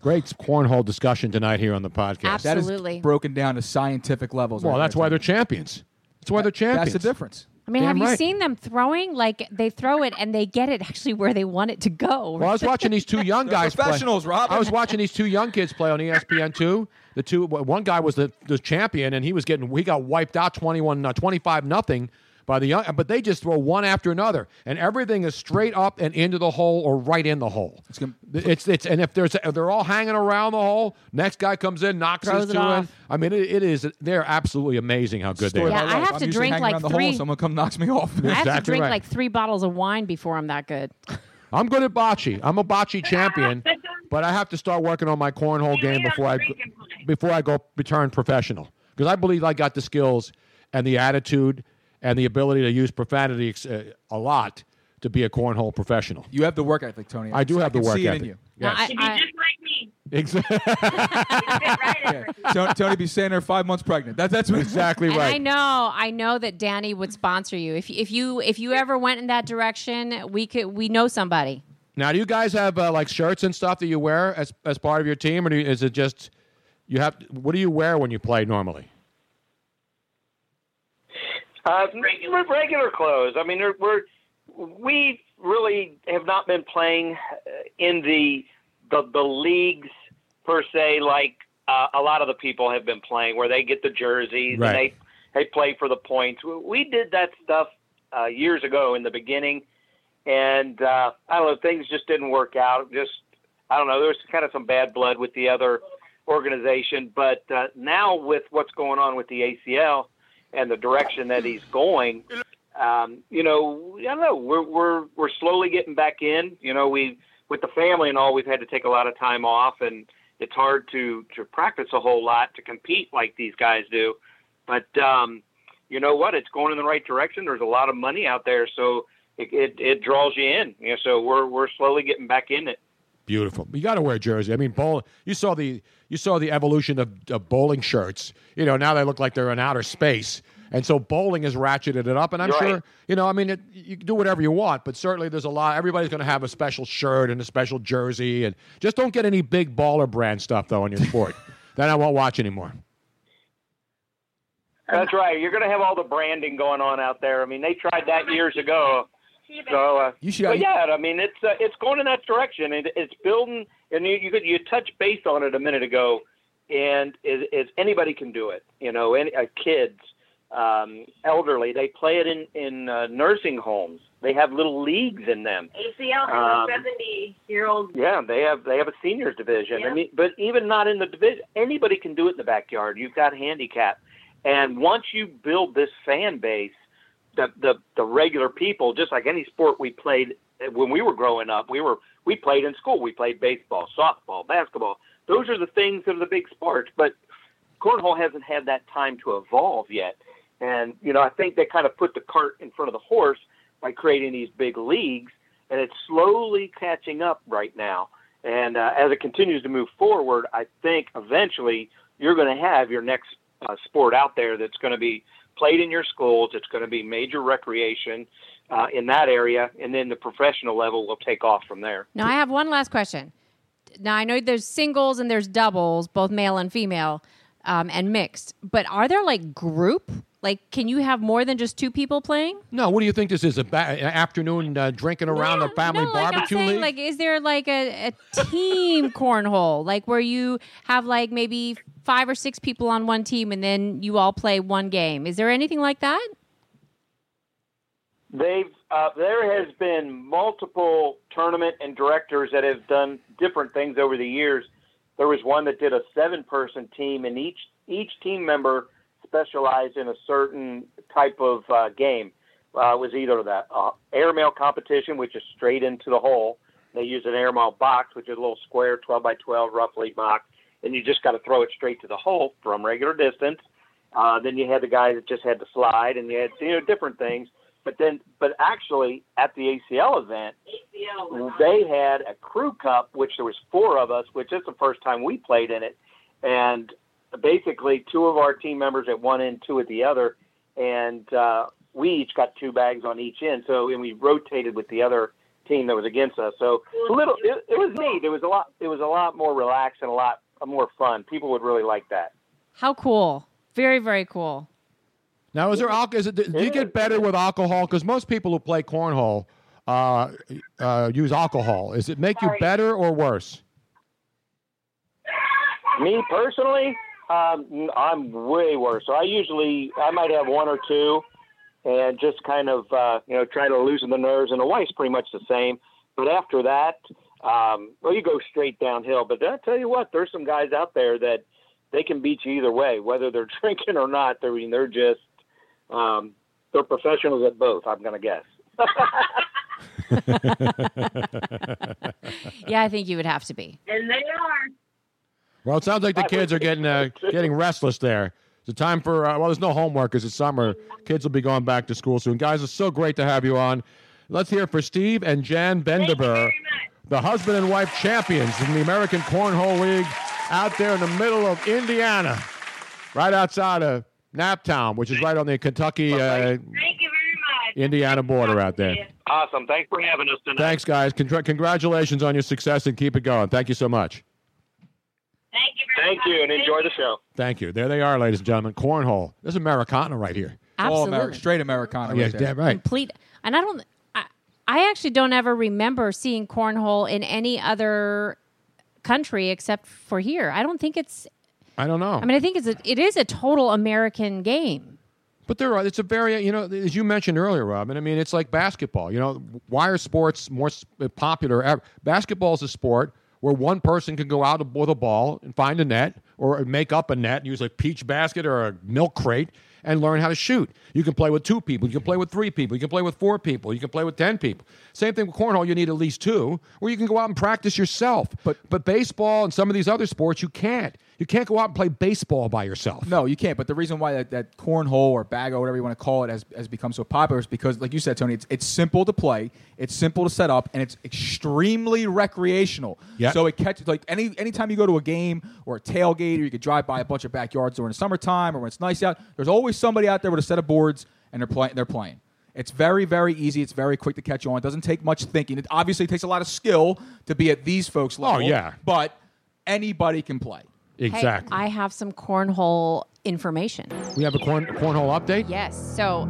Speaker 11: Great cornhole discussion tonight here on the podcast.
Speaker 15: That is broken down to scientific levels.
Speaker 11: Well,
Speaker 15: right
Speaker 11: that's
Speaker 15: there,
Speaker 11: why they're champions. That's why they're champions.
Speaker 15: That's the difference.
Speaker 14: I mean,
Speaker 11: Damn
Speaker 14: have you
Speaker 11: right.
Speaker 14: seen them throwing? Like they throw it and they get it actually where they want it to go.
Speaker 11: Well, I was watching these two young guys. play.
Speaker 15: professionals, Robin.
Speaker 11: I was watching these two young kids play on E ESPN two. The two one guy was the, the champion, and he was getting he got wiped out 21, uh, 25 nothing by the young. But they just throw one after another, and everything is straight up and into the hole or right in the hole. It's it's, it's and if there's if they're all hanging around the hole. Next guy comes in, knocks
Speaker 14: Throws
Speaker 11: his
Speaker 14: it
Speaker 11: two in.
Speaker 14: off.
Speaker 11: I mean, it, it is they're absolutely amazing how good they are.
Speaker 14: Yeah, I have to
Speaker 15: usually
Speaker 14: drink
Speaker 15: hanging
Speaker 14: like
Speaker 15: around the
Speaker 14: three.
Speaker 15: Hole, someone come knocks me off.
Speaker 14: I have to
Speaker 11: Exactly
Speaker 14: drink
Speaker 11: right.
Speaker 14: like three bottles of wine before I'm that good.
Speaker 11: I'm good at bocce. I'm a bocce champion, but I have to start working on my cornhole game before I before I go return professional because I believe I got the skills and the attitude and the ability to use profanity ex- uh, a lot to be a cornhole professional.
Speaker 15: You have the work ethic, Tony.
Speaker 11: I do have the
Speaker 15: can
Speaker 11: work
Speaker 15: see it in
Speaker 11: ethic.
Speaker 15: you.
Speaker 11: Yes.
Speaker 14: I-
Speaker 2: Should be just like me.
Speaker 11: Exactly.
Speaker 15: Tony, Tony be saying her five months pregnant. That, that's
Speaker 11: exactly
Speaker 14: And I know, I know that Danny would sponsor you if if you if you ever went in that direction. We could, we know somebody.
Speaker 11: Now, do you guys have uh, like shirts and stuff that you wear as as part of your team, or do you, is it just you have? What do you wear when you play normally?
Speaker 24: Uh, regular, regular clothes. I mean, they're- we're we really have not been playing uh, in the the, the leagues per se like uh, a lot of the people have been playing, where they get the jerseys and
Speaker 12: Right.
Speaker 24: they they play for the points. We- We did that stuff uh, years ago in the beginning, and uh, I don't know, things just didn't work out. Just I don't know, there was kind of some bad blood with the other organization, but uh, now with what's going on with the ACL and the direction that he's going, um, you know, I don't know. We're we're we're slowly getting back in. You know, we with the family and all, we've had to take a lot of time off, and it's hard to to practice a whole lot to compete like these guys do. But um, you know what? It's going in the right direction. There's a lot of money out there, so it it, it draws you in. You know, so we're we're slowly getting back in it.
Speaker 11: Beautiful. You got to wear a jersey. I mean, bowl. You saw the you saw the evolution of, of bowling shirts. You know, now they look like they're in outer space, and so bowling has ratcheted it up. And I'm
Speaker 12: You're
Speaker 11: sure
Speaker 12: right.
Speaker 11: you know. I mean, it, you can do whatever you want, but certainly there's a lot. Everybody's going to have a special shirt and a special jersey, and just don't get any big baller brand stuff though in your sport. then I won't watch anymore.
Speaker 24: That's right. You're going to have all the branding going on out there. I mean, they tried that years ago. So, uh,
Speaker 15: You should-
Speaker 24: but yeah, I mean, it's uh, it's going in that direction, and it's building. And you you, could, you touched base on it a minute ago, and is, is anybody can do it. You know, any, uh, kids, um, elderly, they play it in in uh, nursing homes. They have little leagues in them.
Speaker 2: ACL
Speaker 24: Um,
Speaker 2: has a 70 year old.
Speaker 24: Yeah, they have they have a seniors division.
Speaker 2: Yeah.
Speaker 24: I mean, but even not in the division, anybody can do it in the backyard. You've got handicap, and once you build this fan base, the the the regular people, just like any sport we played when we were growing up, we were we played in school. We played baseball, softball, basketball. Those are the things that are the big sports. But cornhole hasn't had that time to evolve yet. And you know, I think they kind of put the cart in front of the horse by creating these big leagues, and it's slowly catching up right now. And uh, as it continues to move forward, I think eventually you're going to have your next uh, sport out there that's going to be played in your schools. It's going to be major recreation uh, in that area, and then the professional level will take off from there.
Speaker 14: Now I have one last question. Now I know there's singles and there's doubles, both male and female, um, and mixed. But are there like group? Like, can you have more than just two people playing?
Speaker 11: No, what do you think this is? A ba- an afternoon uh, drinking around the family
Speaker 14: Like I'm
Speaker 11: barbecue
Speaker 14: saying,
Speaker 11: league?
Speaker 14: like, is there like a, a team cornhole, like where you have like maybe five or six people on one team and then you all play one game? Is there anything like that?
Speaker 24: They've uh, there has been multiple tournament and directors that have done different things over the years. There was one that did a seven-person team, and each each team member specialized in a certain type of uh, game. Uh, it was either that uh, airmail competition, which is straight into the hole. They use an airmail box, which is a little square, 12 by 12, roughly box, and you just got to throw it straight to the hole from regular distance. Uh, then you had the guy that just had to slide, and you had you know different things. But then, but actually, at the ACL event, they had a crew cup, which there was four of us, which is the first time we played in it, and basically two of our team members at one end, two at the other, and uh, we each got two bags on each end. So and we rotated with the other team that was against us. So a little, it, it was neat. It was a lot. It was a lot more relaxed and a lot more fun. People would really like that.
Speaker 14: How cool! Very very cool.
Speaker 11: Now, is there alcohol? Is it, do you get better with alcohol? Because most people who play cornhole uh, uh, use alcohol. Is it make you better or worse?
Speaker 24: Me personally, um, I'm way worse. So I usually I might have one or two, and just kind of uh, you know try to loosen the nerves. And the wife's pretty much the same. But after that, um, well, you go straight downhill. But I tell you what, there's some guys out there that they can beat you either way, whether they're drinking or not. I mean, they're just um, they're professionals at both. I'm gonna guess.
Speaker 14: Yeah, I think you would have to be.
Speaker 2: And they are.
Speaker 11: Well, it sounds like the kids are getting uh, getting restless there. It's a time for uh, well, there's no homework because it's summer. Kids will be going back to school soon. Guys, it's so great to have you on. Let's hear for Steve and Jan Benderber, the husband and wife champions in the American Cornhole League out there in the middle of Indiana, right outside of Naptown, which is right on the Kentucky uh,
Speaker 2: Thank you very much.
Speaker 11: Indiana border out there.
Speaker 24: Awesome. Thanks for having us tonight.
Speaker 11: Thanks, guys. Congra- congratulations on your success and keep it going. Thank you so much.
Speaker 24: Thank you, and enjoy the show.
Speaker 11: Thank you. There they are, ladies and gentlemen. Cornhole. This is Americana right here.
Speaker 15: All Ameri-
Speaker 14: Absolutely.
Speaker 15: straight Americana.
Speaker 11: Yeah,
Speaker 15: right there.
Speaker 11: yeah, right.
Speaker 14: complete. And I don't. I, I actually don't ever remember seeing cornhole in any other country except for here. I don't think it's.
Speaker 11: I don't know.
Speaker 14: I mean, I think it's a, it is a total American game.
Speaker 11: But there are. It's a very you know as you mentioned earlier, Robin. I mean, it's like basketball. You know, why are sports more s- uh, popular? ever? Basketball is a sport where one person can go out with a ball and find a net or make up a net, use a peach basket or a milk crate, and learn how to shoot. You can play with two people. You can play with three people. You can play with four people. You can play with ten people. Same thing with cornhole. You need at least two, or you can go out and practice yourself. But but baseball and some of these other sports, you can't. You can't go out and play baseball by yourself.
Speaker 15: No, you can't. But the reason why that, that cornhole or bag or whatever you want to call it has, has become so popular is because, like you said, Tony, it's, it's simple to play, it's simple to set up, and it's extremely recreational.
Speaker 11: Yeah.
Speaker 15: So it catches like any anytime you go to a game or a tailgate or you could drive by a bunch of backyards during the summertime or when it's nice out, there's always somebody out there with a set of boards and they're playing. They're playing. It's very, very easy. It's very quick to catch on. It doesn't take much thinking. It obviously takes a lot of skill to be at these folks' level.
Speaker 11: Oh, yeah.
Speaker 15: But anybody can play.
Speaker 14: Hey, I have some cornhole information.
Speaker 11: We have a corn, cornhole update.
Speaker 14: Yes. So,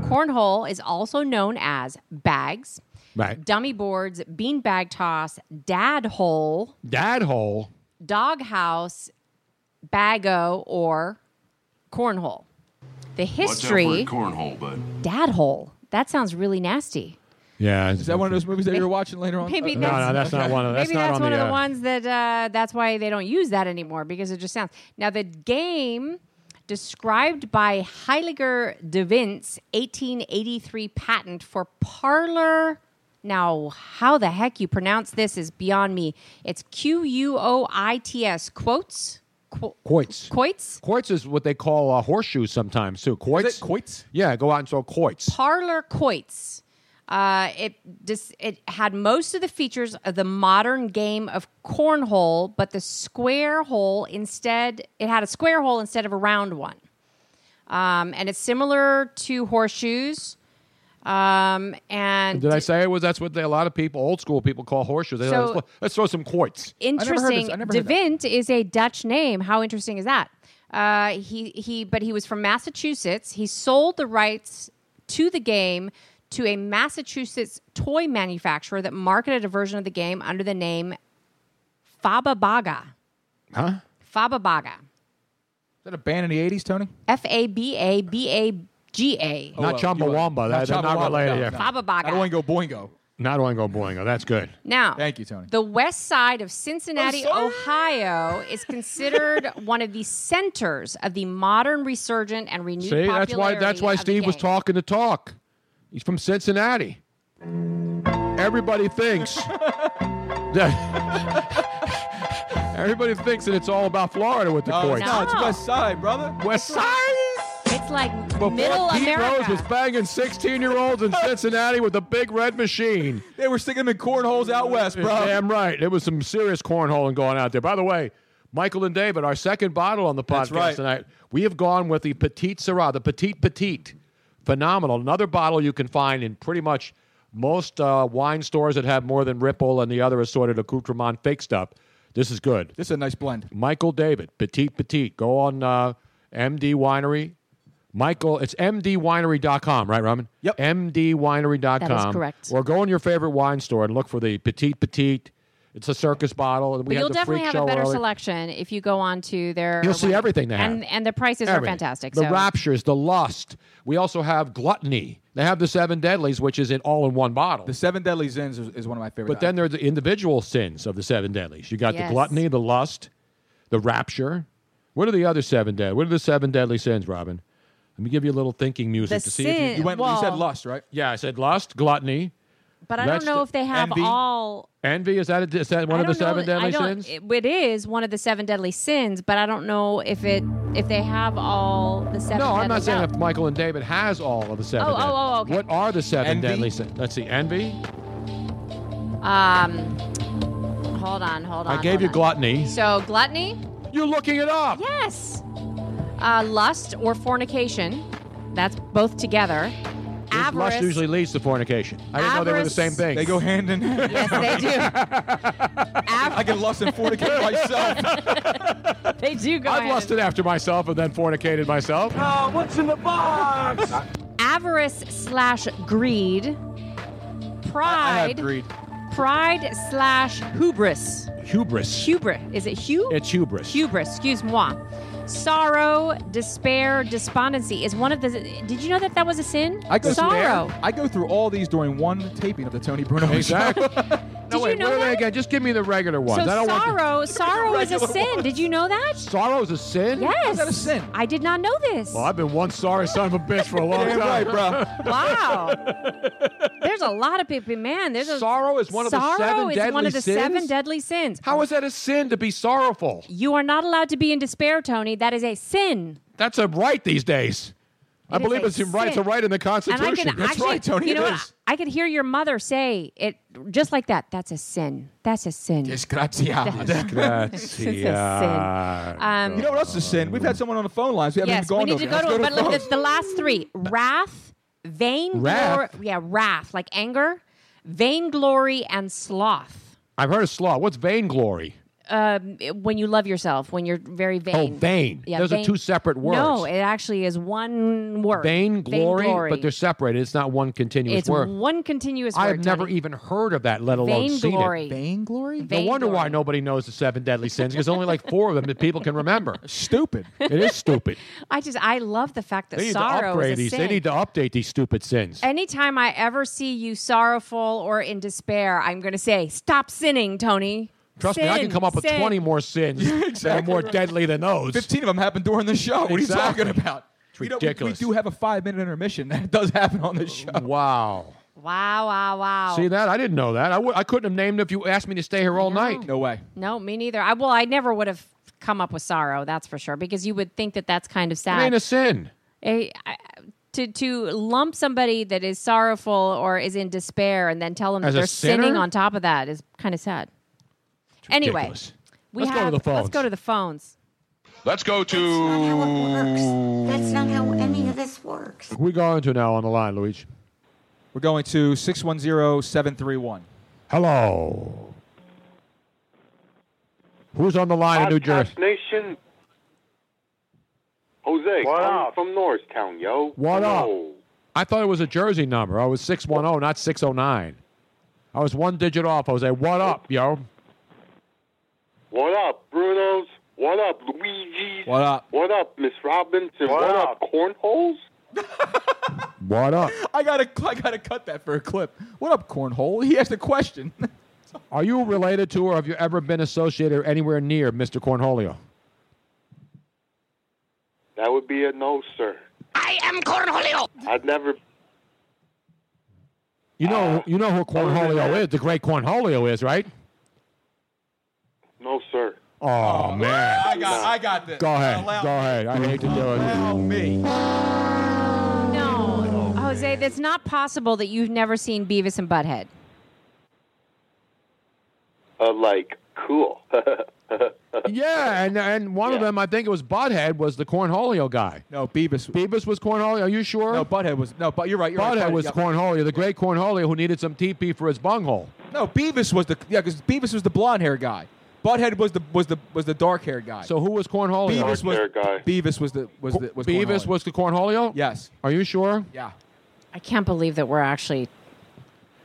Speaker 14: cornhole is also known as bags,
Speaker 11: Right.
Speaker 14: dummy boards, beanbag toss, dad hole,
Speaker 11: Dad hole.
Speaker 14: doghouse, bago, or cornhole. The history,
Speaker 19: cornhole, bud.
Speaker 14: dad hole. That sounds really nasty.
Speaker 11: Yeah.
Speaker 15: Is that one of those movies that you were watching later on?
Speaker 14: Maybe
Speaker 15: Uh,
Speaker 14: that's, maybe that's one of
Speaker 15: uh,
Speaker 14: the ones that uh, that's why they don't use that anymore because it just sounds. Now the game described by Heiliger de Vince 1883 patent for parlor. Now how the heck you pronounce this is beyond me. It's Q U O I T S quotes. Qu-
Speaker 11: Quoits.
Speaker 14: Quoits?
Speaker 11: Quoits is what they call uh, horseshoes sometimes too. Quoits.
Speaker 15: quoits?
Speaker 11: Yeah, go out and sell quoits.
Speaker 14: Parlor Quoits. Uh, it dis- it had most of the features of the modern game of cornhole, but the square hole instead it had a square hole instead of a round one, um, and it's similar to horseshoes. Um, and
Speaker 11: Did I say it was? That's what they, a lot of people, old school people, call horseshoes. They
Speaker 14: So-
Speaker 11: let's, throw- let's throw some quoits.
Speaker 14: interesting. De Vint is a Dutch name. How interesting is that? Uh, he he, but he was from Massachusetts. He sold the rights to the game to a Massachusetts toy manufacturer that marketed a version of the game under the name Faba Baga.
Speaker 11: Huh? Is
Speaker 14: Faba Baga.
Speaker 15: that a band in the 80s, Tony?
Speaker 14: F A B A B A G A.
Speaker 11: Not Chumbawamba. That, they're not related. yeah.
Speaker 14: Faba Baga.
Speaker 15: I don't want to go boingo.
Speaker 11: Not Oingo Boingo. That's good.
Speaker 14: Now,
Speaker 15: Thank you, Tony.
Speaker 14: The west side of Cincinnati,
Speaker 11: Oh,
Speaker 14: Ohio is considered one of the centers of the modern resurgent and renewed
Speaker 11: See, that's why
Speaker 14: popularity.
Speaker 11: that's why
Speaker 14: of the
Speaker 11: Steve was
Speaker 14: game.
Speaker 11: talking the talk. He's from Cincinnati. Everybody thinks that everybody thinks that it's all about Florida with the
Speaker 15: No,
Speaker 11: quoits.
Speaker 15: it's, no, it's West Side, brother.
Speaker 11: West Side.
Speaker 14: It's like
Speaker 11: Before
Speaker 14: middle
Speaker 11: Pete Rose
Speaker 14: America.
Speaker 11: was banging 16 year olds in Cincinnati with the big red machine.
Speaker 15: They were sticking them in cornholes out west,
Speaker 11: You're
Speaker 15: bro.
Speaker 11: Damn right. There was some serious cornholing going out there. By the way, Michael and David, our second bottle on the podcast
Speaker 15: That's right.
Speaker 11: tonight, we have gone with the Petite Syrah, the Petite Petite. Phenomenal. Another bottle you can find in pretty much most uh, wine stores that have more than Ripple and the other assorted accoutrement fake stuff. This is good.
Speaker 15: This is a nice blend.
Speaker 11: Michael David, Petite Petite. Go on uh, MD Winery. Michael, it's mdwinery.com, right, Ramen? Yep. mdwinery.com.
Speaker 14: That is correct.
Speaker 11: Or go in your favorite wine store and look for the Petite Petite. It's a circus bottle. and
Speaker 14: But
Speaker 11: We
Speaker 14: you'll
Speaker 11: had the
Speaker 14: definitely
Speaker 11: freak
Speaker 14: have
Speaker 11: show
Speaker 14: a better
Speaker 11: earlier.
Speaker 14: selection if you go on to their.
Speaker 11: You'll see everything they have.
Speaker 14: And, and the prices are
Speaker 11: Everything.
Speaker 14: fantastic.
Speaker 11: The
Speaker 14: so.
Speaker 11: raptures, the lust. We also have gluttony. They have the seven deadlies, which is in all in one bottle.
Speaker 15: The Seven Deadly Sins is, is one of my favorite.
Speaker 11: But then there are the individual sins of the seven deadlies. You got
Speaker 14: Yes.
Speaker 11: the gluttony, the lust, the rapture. What are the other seven dead? What are the seven deadly sins, Robin? Let me give you a little thinking music
Speaker 14: The
Speaker 11: to see if you,
Speaker 14: sin- You went- you said well-
Speaker 15: lust, right?
Speaker 11: Yeah, I said lust, gluttony,
Speaker 14: but I don't
Speaker 11: That's
Speaker 14: know
Speaker 11: the-
Speaker 14: if they have
Speaker 11: envy.
Speaker 14: all.
Speaker 11: envy. Is that, a, is that one
Speaker 14: I
Speaker 11: of the
Speaker 14: don't know
Speaker 11: seven
Speaker 14: that-
Speaker 11: deadly
Speaker 14: I don't-
Speaker 11: sins?
Speaker 14: It is one of the seven deadly sins, but I don't know if it if they have all the seven.
Speaker 11: no, I'm not
Speaker 14: deadlies
Speaker 11: saying
Speaker 14: out.
Speaker 11: if Michael and David has all of the seven.
Speaker 14: Oh, oh,
Speaker 11: deadly-
Speaker 14: oh, okay.
Speaker 11: What are the seven deadly sins? Let's see, envy.
Speaker 14: Um, hold on, hold on.
Speaker 11: I gave you
Speaker 14: hold on.
Speaker 11: gluttony.
Speaker 14: So gluttony.
Speaker 11: You're looking it up.
Speaker 14: Yes. Uh, lust or fornication. That's both together. Avarice.
Speaker 11: Lust usually leads to fornication. I didn't know they were the
Speaker 14: Avarice-
Speaker 11: same thing.
Speaker 15: They go hand in hand.
Speaker 14: Yes, they do.
Speaker 15: I can lust and fornicate myself.
Speaker 14: they do go.
Speaker 11: I've
Speaker 14: hand in-
Speaker 11: lusted after myself and then fornicated myself.
Speaker 14: Oh, what's in the box? Avarice slash greed. Pride.
Speaker 11: greed.
Speaker 14: Pride slash hubris.
Speaker 11: Hubris.
Speaker 14: Hubris. Is it Hugh?
Speaker 11: It's hubris.
Speaker 14: Hubris, excuse moi. Sorrow, despair, despondency is one of the. Did you know that that was a sin?
Speaker 15: I go
Speaker 14: Sorrow.
Speaker 15: Through, I go through all these during one taping of the Tony Bruno
Speaker 11: Exactly.
Speaker 15: show.
Speaker 11: no, wait, wait, wait, again. Just give me the regular ones.
Speaker 14: So
Speaker 11: I don't want the-
Speaker 14: sorrow, sorrow is a
Speaker 11: regular
Speaker 14: sin. Did you know that?
Speaker 11: Sorrow is a sin?
Speaker 14: Yes.
Speaker 11: How's that a sin?
Speaker 14: I did not know this.
Speaker 11: Well, I've been one sorry son of a bitch for a long
Speaker 14: Damn
Speaker 11: time,
Speaker 14: right,
Speaker 11: bro.
Speaker 14: Wow. there's a lot of people. Man, there's a
Speaker 11: Sorrow is one of the
Speaker 14: sorrow
Speaker 11: seven
Speaker 14: is one
Speaker 11: deadly
Speaker 14: of the seven
Speaker 11: sins?
Speaker 14: deadly sins.
Speaker 11: How is that a sin to be sorrowful?
Speaker 14: You are not allowed to be in despair, Tony. That is a sin.
Speaker 11: That's a right these days. I
Speaker 14: It is
Speaker 11: believe
Speaker 14: a
Speaker 11: it's in right. It's a
Speaker 14: sin.
Speaker 11: right in the Constitution.
Speaker 14: And I can actually, You know what? I could hear your mother say it just like that. That's a sin. That's a sin.
Speaker 15: Disgraziato.
Speaker 14: That's a sin. Um,
Speaker 15: you know what else is sin? We've had someone on the phone lines. We haven't
Speaker 14: yes,
Speaker 15: even
Speaker 14: we
Speaker 15: gone
Speaker 14: need to
Speaker 15: to
Speaker 14: go to it. But
Speaker 15: let
Speaker 14: look, the, the last three: wrath, vainglory.
Speaker 11: Wrath?
Speaker 14: Yeah, wrath, like anger, vainglory, and sloth.
Speaker 11: I've heard of sloth. What's vainglory?
Speaker 14: Um, it- when you love yourself, when you're very vain.
Speaker 11: Oh, vain.
Speaker 14: Yeah,
Speaker 11: Those are
Speaker 14: vain-
Speaker 11: two separate words.
Speaker 14: No, it actually is one word.
Speaker 11: Vain glory,
Speaker 14: Vainglory.
Speaker 11: but they're separated. It's not one continuous
Speaker 14: it's
Speaker 11: word.
Speaker 14: one continuous word.
Speaker 11: I've never
Speaker 14: Tony.
Speaker 11: even heard of that, let alone seen
Speaker 14: Vainglory.
Speaker 11: it. No wonder why nobody knows the seven deadly sins because only like four of them that people can remember. Stupid. It is stupid.
Speaker 14: I just I love the fact that
Speaker 11: They need to
Speaker 14: sorrow
Speaker 11: upgrade
Speaker 14: is a
Speaker 11: these.
Speaker 14: sin.
Speaker 11: They need to update these stupid sins.
Speaker 14: Anytime I ever see you sorrowful or in despair, I'm going to say, "Stop sinning, Tony."
Speaker 11: Trust me, I can
Speaker 14: Sin,
Speaker 11: come up with
Speaker 14: sin.
Speaker 11: 20 more sins that are more deadly than those.
Speaker 15: 15 of them happened during the show. What are you
Speaker 11: Exactly.
Speaker 15: talking about?
Speaker 11: It's
Speaker 15: You know, we-
Speaker 11: ridiculous.
Speaker 15: we, do have a five minute intermission. That does happen on the show.
Speaker 11: Wow.
Speaker 14: Wow, wow, wow.
Speaker 11: See that? I didn't know that. I w- I couldn't have named if you asked me to stay here all night.
Speaker 15: No way.
Speaker 14: No, me neither. I well, I never would have come up with sorrow. That's for sure, because you would think that that's kind of sad.
Speaker 11: It ain't a sin.
Speaker 14: Eh, I- to to lump somebody that is sorrowful or is in despair and then tell them
Speaker 11: As
Speaker 14: that
Speaker 11: a
Speaker 14: they're sinning
Speaker 11: sinner?
Speaker 14: on top of that is kind of sad. Anyway,
Speaker 11: ridiculous.
Speaker 14: we
Speaker 11: Let's go to
Speaker 14: have
Speaker 11: the
Speaker 14: let's
Speaker 11: phones.
Speaker 14: go to the phones.
Speaker 11: Let's go to.
Speaker 13: That's not how any of this works.
Speaker 11: We're going to now on the line, Luigi.
Speaker 15: We're going to 610 731.
Speaker 11: Hello. Who's on the line in New Jersey?
Speaker 12: Nation. Jose, I'm from Norristown, yo.
Speaker 11: What up?
Speaker 12: Hello.
Speaker 11: I thought it was a Jersey number. I was 610, not 609. I was one digit off. I was like, what up, yo?
Speaker 12: What up, Bruno's? What up, Luigi's?
Speaker 11: What up?
Speaker 12: What up, Miss Robinson? What, up, Cornholes?
Speaker 11: What up?
Speaker 15: I gotta, I gotta cut that for a clip. What up, cornhole? He asked a question.
Speaker 11: Are you related to or have you ever been associated or anywhere near Mr. Cornholio?
Speaker 12: That would be a no, sir. I am Cornholio. I've never.
Speaker 11: You know, you know who Cornholio is. The great Cornholio is, right?
Speaker 12: No, sir.
Speaker 11: Oh, man.
Speaker 12: I got- I got this.
Speaker 11: Go ahead. Go ahead. I hate to do it.
Speaker 15: me.
Speaker 14: No, Jose, that's not possible that you've never seen Beavis and Butthead.
Speaker 12: Uh, like, cool.
Speaker 11: Yeah, and and one of them, I think it was Butthead, was the Cornholio guy.
Speaker 15: No, Beavis.
Speaker 11: Beavis was Cornholio. Are you sure? No,
Speaker 15: Butthead was. No, but you're right. you're right,
Speaker 11: Butthead
Speaker 15: Butthead,
Speaker 11: was
Speaker 15: yeah.
Speaker 11: Cornholio, the great Cornholio who needed some TP for his bunghole.
Speaker 15: No, Beavis was the yeah, because Beavis was the blonde hair guy. Butthead was the was the was the dark hair guy.
Speaker 11: So oh, who was Cornholio?
Speaker 15: Beavis was
Speaker 11: Dark-haired guy.
Speaker 15: Beavis was the was the was
Speaker 11: Beavis
Speaker 15: Cornholio.
Speaker 11: was the Cornholio.
Speaker 15: Yes.
Speaker 11: Are you sure?
Speaker 15: Yeah.
Speaker 14: I can't believe that we're actually.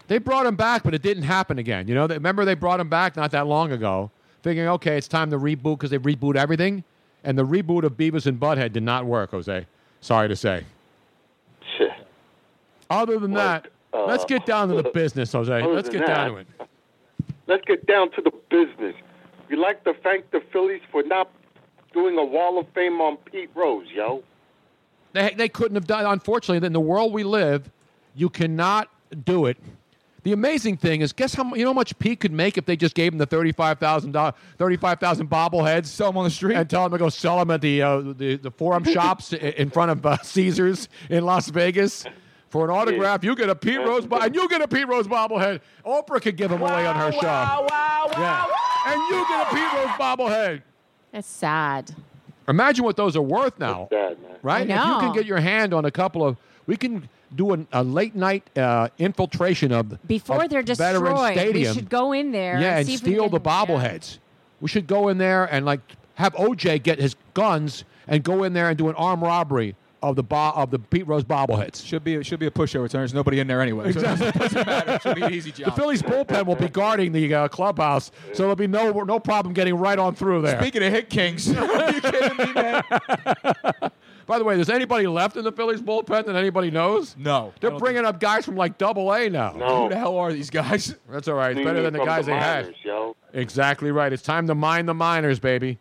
Speaker 11: They brought him back, but it didn't happen again. You know, they, remember they brought him back not that long ago, figuring okay, it's time to reboot because they reboot everything, and the reboot of Beavis and Butthead did not work. Jose, sorry to say. Other than that, let's get down to the business, Jose.
Speaker 12: uh, Other
Speaker 11: Let's
Speaker 12: than
Speaker 11: get down
Speaker 12: that,
Speaker 11: to it.
Speaker 12: Let's get down to the business. We'd like to thank the Phillies for not doing a Wall of Fame on Pete Rose, yo.
Speaker 11: They, they couldn't have done. Unfortunately, in the world we live, you cannot do it. The amazing thing is, guess how mu- you know how much Pete could make if they just gave him the thirty-five thousand dollars, thirty-five thousand bobbleheads,
Speaker 15: sell them on the street,
Speaker 11: and tell him to go sell them at the uh, the, the Forum shops i- in front of uh, Caesars in Las Vegas for an autograph. You get a Pete Rose, bo- and you get a Pete Rose bobblehead. Oprah could give him away on her show. Wow! Wow! Wow! and you get a Pete Rose bobblehead.
Speaker 14: That's sad.
Speaker 11: Imagine what those are worth now. Right?
Speaker 14: I
Speaker 11: If you
Speaker 14: know.
Speaker 11: can get your hand on a couple of, we can do an, a late night uh, infiltration of
Speaker 14: Before
Speaker 11: of
Speaker 14: they're destroyed,
Speaker 11: Veteran
Speaker 14: we
Speaker 11: Stadium.
Speaker 14: should go in there.
Speaker 11: yeah,
Speaker 14: and,
Speaker 11: and
Speaker 14: see if we
Speaker 11: steal
Speaker 14: can-
Speaker 11: the bobbleheads. We should go in there and like have OJ get his guns and go in there and do an armed robbery of the bo- of the Pete Rose bobbleheads.
Speaker 15: Should be a, should be a pushover. Turn. There's nobody in there anyway. So it doesn't matter. It should be an easy
Speaker 11: The
Speaker 15: job.
Speaker 11: Phillies bullpen will be guarding the uh, clubhouse, so there'll be no no problem getting right on through there.
Speaker 15: Speaking of hit kings, are you kidding me, man?
Speaker 11: By the way, does anybody left in the Phillies bullpen that anybody knows?
Speaker 15: No.
Speaker 11: They're bringing up guys from like Double A now.
Speaker 15: No. Who the hell are these guys?
Speaker 11: That's all right. It's better than the guys they had. Exactly right. It's time to mine the miners, baby.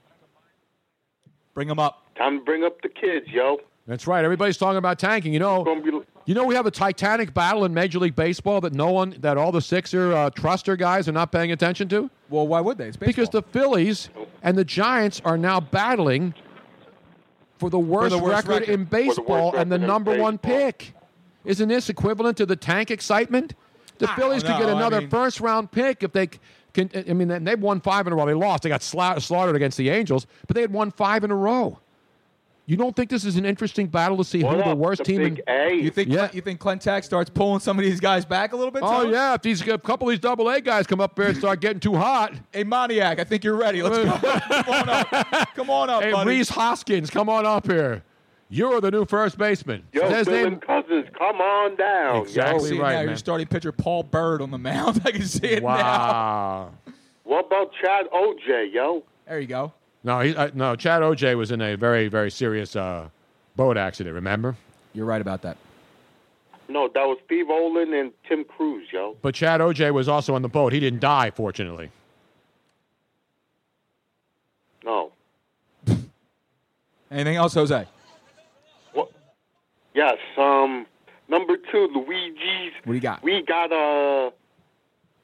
Speaker 15: Bring them up.
Speaker 12: Time to bring up the kids, yo.
Speaker 11: That's right. Everybody's talking about tanking. You know, you know, we have a titanic battle in Major League Baseball that no one, that all the Sixer uh, Truster guys are not paying attention to.
Speaker 15: Well, why would they? It's
Speaker 11: because the Phillies and the Giants are now battling for the worst,
Speaker 15: worst
Speaker 11: record,
Speaker 15: record.
Speaker 11: in
Speaker 15: For the worst
Speaker 11: baseball and the
Speaker 15: record in
Speaker 11: number one
Speaker 15: baseball.
Speaker 11: pick. Isn't this equivalent to the tank excitement? The Phillies could get
Speaker 15: know. Ah, Oh, I
Speaker 11: another
Speaker 15: mean-
Speaker 11: first round pick if they c- can. I mean, and they've won five in a row. They lost. They got sla- slaughtered against the Angels, but they had won five in a row. You don't think this is an interesting battle to see who the worst team in?
Speaker 15: You think you think Clentac starts pulling some of these guys back a little bit?
Speaker 11: Oh
Speaker 15: Tony?
Speaker 11: yeah, if these a couple of these double A guys come up here and start getting too hot.
Speaker 15: Hey Moniac, I think you're ready. Let's go. come on up. Come on up,
Speaker 11: Hey,
Speaker 15: buddy.
Speaker 11: Reese Hoskins, come on up here. You're the new first baseman.
Speaker 12: Yo,
Speaker 11: His
Speaker 12: Dylan
Speaker 11: name-
Speaker 12: Cousins, come on down.
Speaker 11: Exactly
Speaker 15: See,
Speaker 12: yo.
Speaker 15: now Your starting pitcher Paul Bird on the mound. I can see it
Speaker 11: Wow.
Speaker 12: What about Chad OJ, yo?
Speaker 15: now. There you go.
Speaker 11: No, he, uh, no. Chad OJ was in a very, very serious uh, boat accident. Remember?
Speaker 15: You're right about that.
Speaker 12: No, that was Steve Olin and Tim Cruz, yo.
Speaker 11: But Chad OJ was also on the boat. He didn't die, fortunately.
Speaker 12: No.
Speaker 15: Anything else, Jose?
Speaker 12: Yes. Um. Number two, Luigi's.
Speaker 15: What do you got?
Speaker 12: We got a.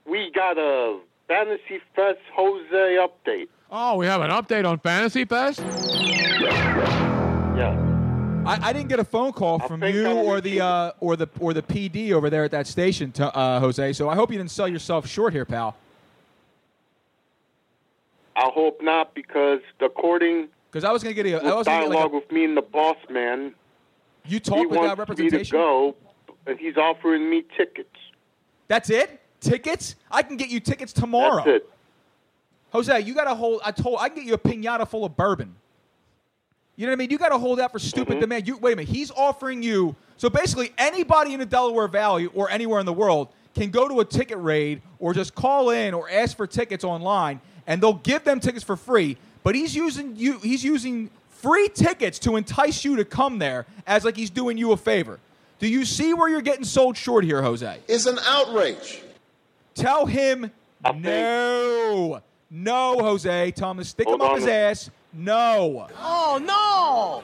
Speaker 12: We got a Fantasy Fest Jose update.
Speaker 11: Oh, we have an update on Fantasy Fest.
Speaker 12: Yeah.
Speaker 15: I, I didn't get a phone call from you or the uh, or the or the PD over there at that station, to, uh, Jose. So I hope you didn't sell yourself short here, pal.
Speaker 12: I hope not because according
Speaker 15: Because I was gonna get a,
Speaker 12: with
Speaker 15: I was gonna get like
Speaker 12: dialogue
Speaker 15: a,
Speaker 12: with me and the boss man,
Speaker 15: you
Speaker 12: he
Speaker 15: talk without
Speaker 12: wants me to
Speaker 15: representation.
Speaker 12: go, and he's offering me tickets.
Speaker 15: That's it. Tickets? I can get you tickets tomorrow.
Speaker 12: That's it.
Speaker 15: Jose, you got to hold. I told. I can get you a pinata full of bourbon. You know what I mean? You got to hold out for
Speaker 25: Mm-hmm.
Speaker 15: stupid demand. You wait a minute. He's offering you. So basically, anybody in the Delaware Valley or anywhere in the world can go to a ticket raid or just call in or ask for tickets online, and they'll give them tickets for free. But he's using you. He's using free tickets to entice you to come there as like he's doing you a favor. Do you see where you're getting sold short here, Jose?
Speaker 25: It's an outrage.
Speaker 15: Tell him no. No, Jose. Tell him to stick
Speaker 25: Hold
Speaker 15: him up
Speaker 25: on.
Speaker 15: his ass. No.
Speaker 25: Oh,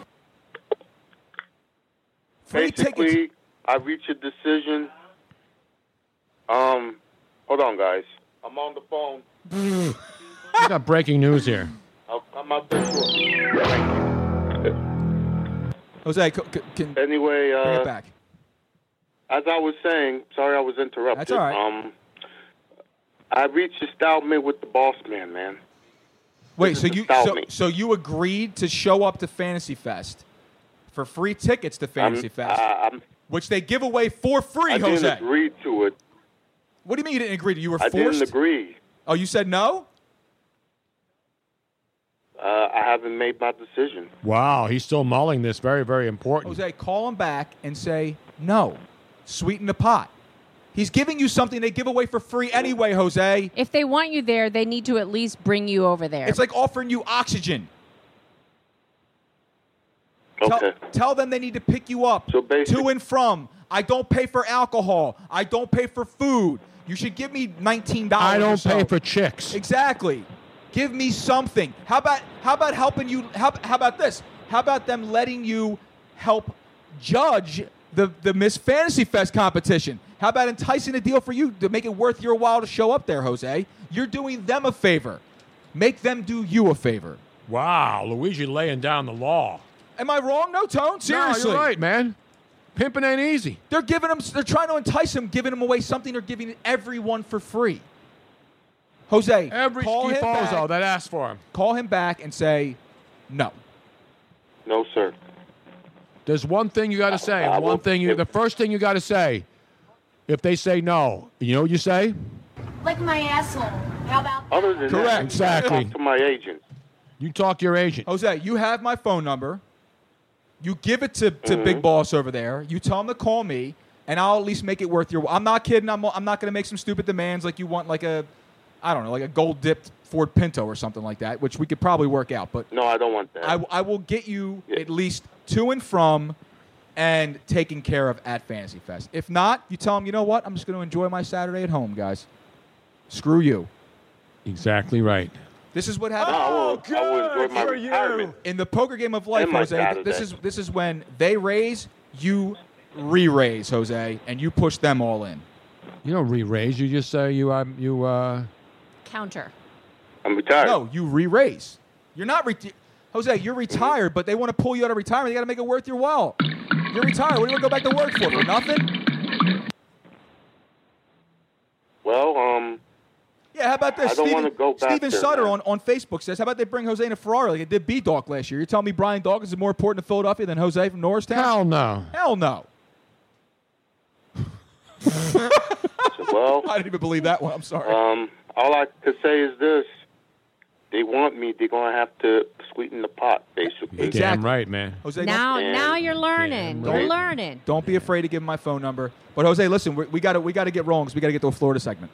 Speaker 15: Free
Speaker 12: Basically, I reached a decision. Um, hold on, guys. I'm on the phone.
Speaker 11: we got breaking news here.
Speaker 12: I'll come out there shortly. Thank
Speaker 15: you. Jose, c- c- can
Speaker 12: anyway, uh,
Speaker 15: bring it back.
Speaker 12: as I was saying, sorry I was interrupted.
Speaker 15: That's all right.
Speaker 12: Um, I reached a stalemate with the boss man, man.
Speaker 15: Wait, so you
Speaker 12: Tell
Speaker 15: so,
Speaker 12: me.
Speaker 15: so you agreed to show up to Fantasy Fest for free tickets to Fantasy
Speaker 12: I'm-
Speaker 15: Fest,
Speaker 12: I- I'm-
Speaker 15: which they give away for free,
Speaker 12: I
Speaker 15: Jose.
Speaker 12: didn't agree to it.
Speaker 15: What do you mean you didn't agree to? it? You were
Speaker 12: I
Speaker 15: forced.
Speaker 12: didn't agree.
Speaker 15: Oh, you said no?
Speaker 12: Uh, I haven't made my decision.
Speaker 11: Wow, he's still mulling this. Very, very important.
Speaker 15: Jose, call him back and say no. Sweeten the pot. He's giving you something they give away for free anyway, Jose.
Speaker 14: If they want you there, they need to at least bring you over there.
Speaker 15: It's like offering you oxygen.
Speaker 12: Okay.
Speaker 15: Tell them they need to pick you up to and from. I don't pay for alcohol. I don't pay for food. You should give me nineteen dollars.
Speaker 11: I
Speaker 15: or
Speaker 11: don't
Speaker 15: so.
Speaker 11: pay for chicks.
Speaker 15: Exactly. Give me something. How about how about helping you? How, how about this? How about them letting you help judge the the Miss Fantasy Fest competition? How about enticing a deal for you to make it worth your while to show up there, Jose? You're doing them a favor. Make them do you a favor.
Speaker 11: Wow, Luigi laying down the law.
Speaker 15: Am I wrong? No, Tone. Seriously,
Speaker 11: you're right, man. Pimping ain't easy.
Speaker 15: They're giving them. They're trying to entice him, giving him away something. They're giving everyone for free. Jose,
Speaker 11: Every
Speaker 15: call him
Speaker 11: schifozo
Speaker 15: back,
Speaker 11: that asked for him.
Speaker 15: Call him back and say no.
Speaker 12: No, sir.
Speaker 11: There's one thing you got to say.
Speaker 12: I
Speaker 11: and one
Speaker 12: will-
Speaker 11: thing you. The first thing you got to say, if they say no, you know what you say?
Speaker 7: Like my asshole. How about
Speaker 12: Other than
Speaker 11: Correct.
Speaker 12: that,
Speaker 11: Exactly.
Speaker 12: talk to my agent.
Speaker 11: You talk to your agent.
Speaker 15: Jose, you have my phone number. You give it to, to
Speaker 12: Mm-hmm.
Speaker 15: Big Boss over there. You tell him to call me, and I'll at least make it worth your. I'm not kidding. I'm, I'm not going to make some stupid demands like you want, like a, I don't know, like a gold dipped Ford Pinto or something like that, which we could probably work out. But
Speaker 12: No, I don't want that.
Speaker 15: I, I will get you at least to and from and taken care of at Fantasy Fest. If not, you tell them, you know what? I'm just going to enjoy my Saturday at home, guys. Screw you.
Speaker 11: Exactly right.
Speaker 15: This is what happened. Oh, good for you. In the poker game of life,
Speaker 11: And my
Speaker 15: Jose, th- this is
Speaker 11: Saturday.
Speaker 15: this is when they raise, you re-raise, Jose, and you push them all in.
Speaker 11: You don't re-raise. You just say you um, you. Uh,
Speaker 14: Counter.
Speaker 12: I'm retired.
Speaker 15: No, you re-raise. You're not reti- Jose. You're retired, but they want to pull you out of retirement. They got to make it worth your while. You're retired. What do you want to go back to work for? For nothing?
Speaker 12: Well, um,
Speaker 15: Yeah. How about this?
Speaker 12: I don't
Speaker 15: Steven,
Speaker 12: wanna go back
Speaker 15: Steven
Speaker 12: there,
Speaker 15: Sutter
Speaker 12: man.
Speaker 15: on, on Facebook says, "How about they bring Jose in a Ferrari like they did B Dawk last year? You're telling me Brian Dawkins is more important to Philadelphia than Jose from Norristown?
Speaker 11: Hell no.
Speaker 15: Hell no.
Speaker 12: well,
Speaker 15: I didn't even believe that one. I'm sorry.
Speaker 12: Um, all I could say is this: they want me. They're gonna have to sweeten the pot, basically.
Speaker 11: Damn right, man.
Speaker 15: Jose,
Speaker 14: Now,
Speaker 12: Yeah.
Speaker 14: now you're learning.
Speaker 15: Yeah,
Speaker 14: You're
Speaker 15: right.
Speaker 14: learning.
Speaker 15: Don't be afraid to give him my phone number. But Jose, listen, we- we got to we got to get rolling because we got to get to a Florida segment.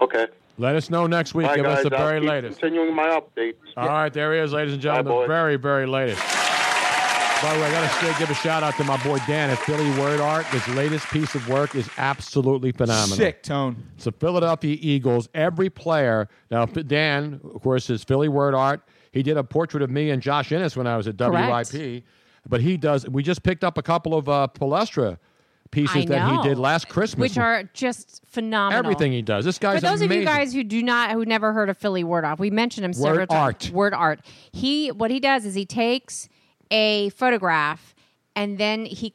Speaker 12: Okay.
Speaker 11: Let us know next week.
Speaker 12: All right,
Speaker 11: Give us
Speaker 12: guys,
Speaker 11: the
Speaker 12: I'll
Speaker 11: very
Speaker 12: keep
Speaker 11: latest.
Speaker 12: Continuing my updates.
Speaker 11: All right, there he is, ladies and gentlemen. the very, very latest. By the way, I got to still give a shout out to my boy Dan at Philly Word Art. This latest piece of work is absolutely phenomenal.
Speaker 15: Sick tone.
Speaker 11: It's the Philadelphia Eagles. Every player. Now, F- Dan, of course, is Philly Word Art. He did a portrait of me and Josh Innes when I was at
Speaker 14: Correct.
Speaker 11: WIP. But he does. We just picked up a couple of uh, Palestra
Speaker 14: I
Speaker 11: pieces that
Speaker 14: know.
Speaker 11: he did last Christmas.
Speaker 14: Which are just phenomenal.
Speaker 11: everything he does. This guy's
Speaker 14: For those
Speaker 11: amazing.
Speaker 14: of you guys who do not, who never heard of Philly Word Off, we mentioned him several
Speaker 11: Word
Speaker 14: times. Word Art. He, what he does is he takes a photograph and then he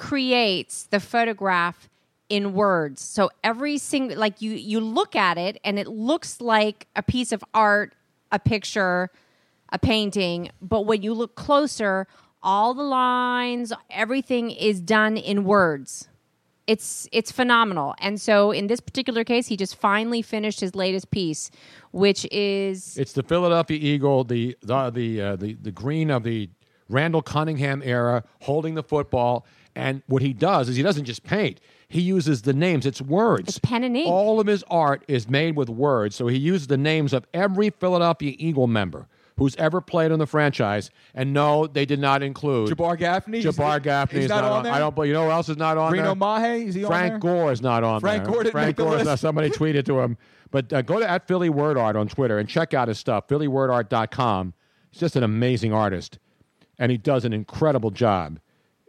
Speaker 14: recreates the photograph in words. So every single, like you, you look at it and it looks like a piece of art, a picture, a painting, but when you look closer, all the lines, everything is done in words. It's it's phenomenal. And so in this particular case, he just finally finished his latest piece, which is
Speaker 11: It's the Philadelphia Eagle, the the the uh, the, the green of the Randall Cunningham era, holding the football. And what he does is he doesn't just paint; he uses the names. It's words. It's
Speaker 14: pen and ink.
Speaker 11: All of his art is made with words. So he uses the names of every Philadelphia Eagle member who's ever played on the franchise. And no, they did not include
Speaker 15: Jabbar Gaffney.
Speaker 11: Jabbar Gaffney
Speaker 15: He's
Speaker 11: is
Speaker 15: not
Speaker 11: not
Speaker 15: on
Speaker 11: on.
Speaker 15: there?
Speaker 11: I don't. But you know who else is not on?
Speaker 15: Reno
Speaker 11: there?
Speaker 15: Mahe is he on
Speaker 11: Frank
Speaker 15: there?
Speaker 11: Gore is not on
Speaker 15: Frank
Speaker 11: there.
Speaker 15: Gore didn't
Speaker 11: Frank
Speaker 15: make the
Speaker 11: Gore is not.
Speaker 15: list.
Speaker 11: Somebody tweeted to him. But uh, go to at Philly Word Art on Twitter and check out his stuff. PhillyWordArt.com. He's just an amazing artist, and he does an incredible job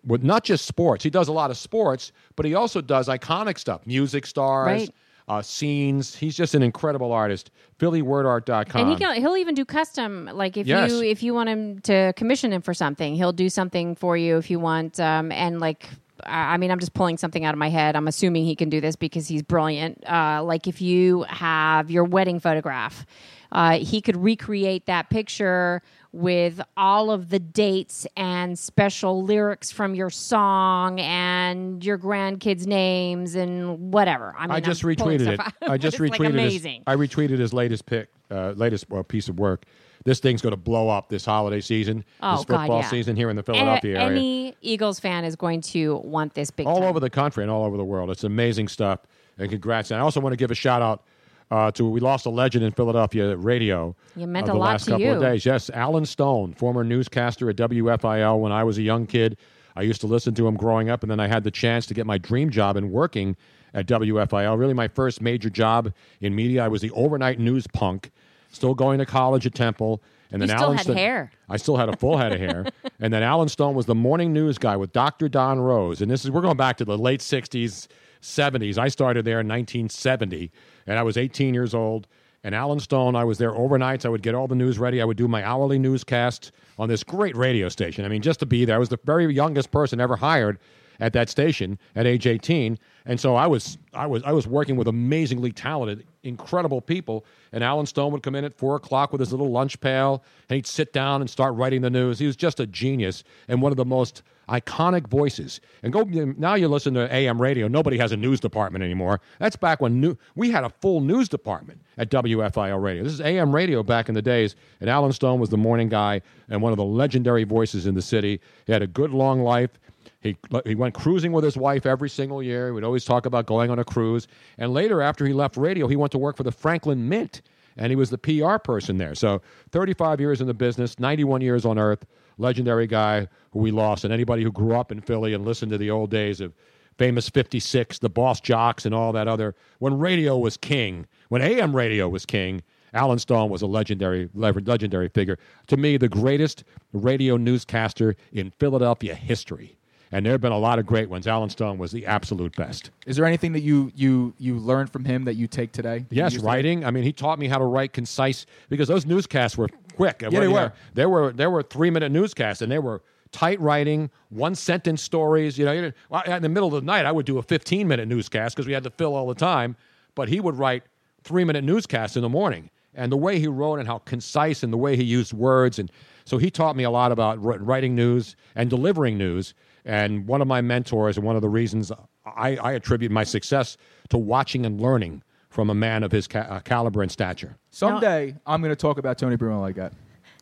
Speaker 11: with not just sports. He does a lot of sports, but he also does iconic stuff, music stars,
Speaker 14: Right.
Speaker 11: uh, scenes. He's just an incredible artist. PhillyWordArt.com.
Speaker 14: and he can, he'll even do custom like if
Speaker 11: Yes.
Speaker 14: you if you want him to commission him for something he'll do something for you if you want um, and like i I mean i'm just pulling something out of my head i'm assuming he can do this because he's brilliant uh, like if you have your wedding photograph uh, he could recreate that picture with all of the dates and special lyrics from your song and your grandkids names and whatever i mean
Speaker 11: I just
Speaker 14: I'm pulling
Speaker 11: retweeted
Speaker 14: stuff
Speaker 11: it.
Speaker 14: out,
Speaker 11: I
Speaker 14: but
Speaker 11: just
Speaker 14: it's,
Speaker 11: retweeted.
Speaker 14: like
Speaker 11: his-
Speaker 14: amazing
Speaker 11: I retweeted his latest pick, uh, latest uh, piece of work. This thing's going to blow up this holiday season,
Speaker 14: Oh,
Speaker 11: this
Speaker 14: God,
Speaker 11: football
Speaker 14: yeah.
Speaker 11: season here Oh, in the
Speaker 14: A-
Speaker 11: Philadelphia area,
Speaker 14: Any Eagles fan is going to want this big.
Speaker 11: all over the country and all over the world. It's amazing stuff. And congrats! And I also want to give a shout out uh, to we lost a legend in Philadelphia radio.
Speaker 14: You meant
Speaker 11: uh,
Speaker 14: a
Speaker 11: the
Speaker 14: lot
Speaker 11: last
Speaker 14: to
Speaker 11: couple of
Speaker 14: you.
Speaker 11: days. Yes, Alan Stone, former newscaster at WFIL when I was a young kid. I used to listen to him growing up, and then I had the chance to get my dream job in working at WFIL. Really, my first major job in media. I was the overnight news punk, still going to college at Temple. And
Speaker 14: You
Speaker 11: then
Speaker 14: still
Speaker 11: Alan
Speaker 14: had
Speaker 11: Stone-
Speaker 14: hair.
Speaker 11: I still had a full head of hair. And then Alan Stone was the morning news guy with Dr. Don Rose. And this is, we're going back to the late 60s, 70s. I started there in 1970, and I was 18 years old. And Alan Stone, I was there overnights. I would get all the news ready. I would do my hourly newscast on this great radio station. I mean, just to be there, I was the very youngest person ever hired at that station at age 18. And so I was, I was, I was working with amazingly talented, incredible people. And Alan Stone would come in at four o'clock with his little lunch pail, and he'd sit down and start writing the news. He was just a genius and one of the most iconic voices. And go now, you listen to AM radio. Nobody has a news department anymore. That's back when new, we had a full news department at WFIL radio. This is AM radio back in the days, and Alan Stone was the morning guy and one of the legendary voices in the city. He had a good long life. He, he went cruising with his wife every single year. He would always talk about going on a cruise. And later, after he left radio, he went to work for the Franklin Mint, and he was the PR person there. So 35 years in the business, 91 years on earth, legendary guy who we lost. And anybody who grew up in Philly and listened to the old days of famous 56, the Boss Jocks, and all that other, when radio was king, when AM radio was king, Alan Stone was a legendary, legendary figure. To me, the greatest radio newscaster in Philadelphia history and there have been a lot of great ones. Alan Stone was the absolute best.
Speaker 15: Is there anything that you you you learned from him that you take today? that you
Speaker 11: Yes,
Speaker 15: use
Speaker 11: writing. I mean, he taught me how to write concise because those newscasts were quick.
Speaker 15: they
Speaker 11: you know,
Speaker 15: were.
Speaker 11: There were there were three minute newscasts, and they were tight writing, one sentence stories. You know, you didn't- well, in the middle of the night, I would do a fifteen minute newscast because we had to fill all the time. But he would write three minute newscasts in the morning, and the way he wrote and how concise and the way he used words, and so he taught me a lot about wr- writing news and delivering news. And one of my mentors, and one of the reasons I, I attribute my success to watching and learning from a man of his ca- uh, caliber and stature.
Speaker 15: Someday I'm going to talk about Tony Bruno like that.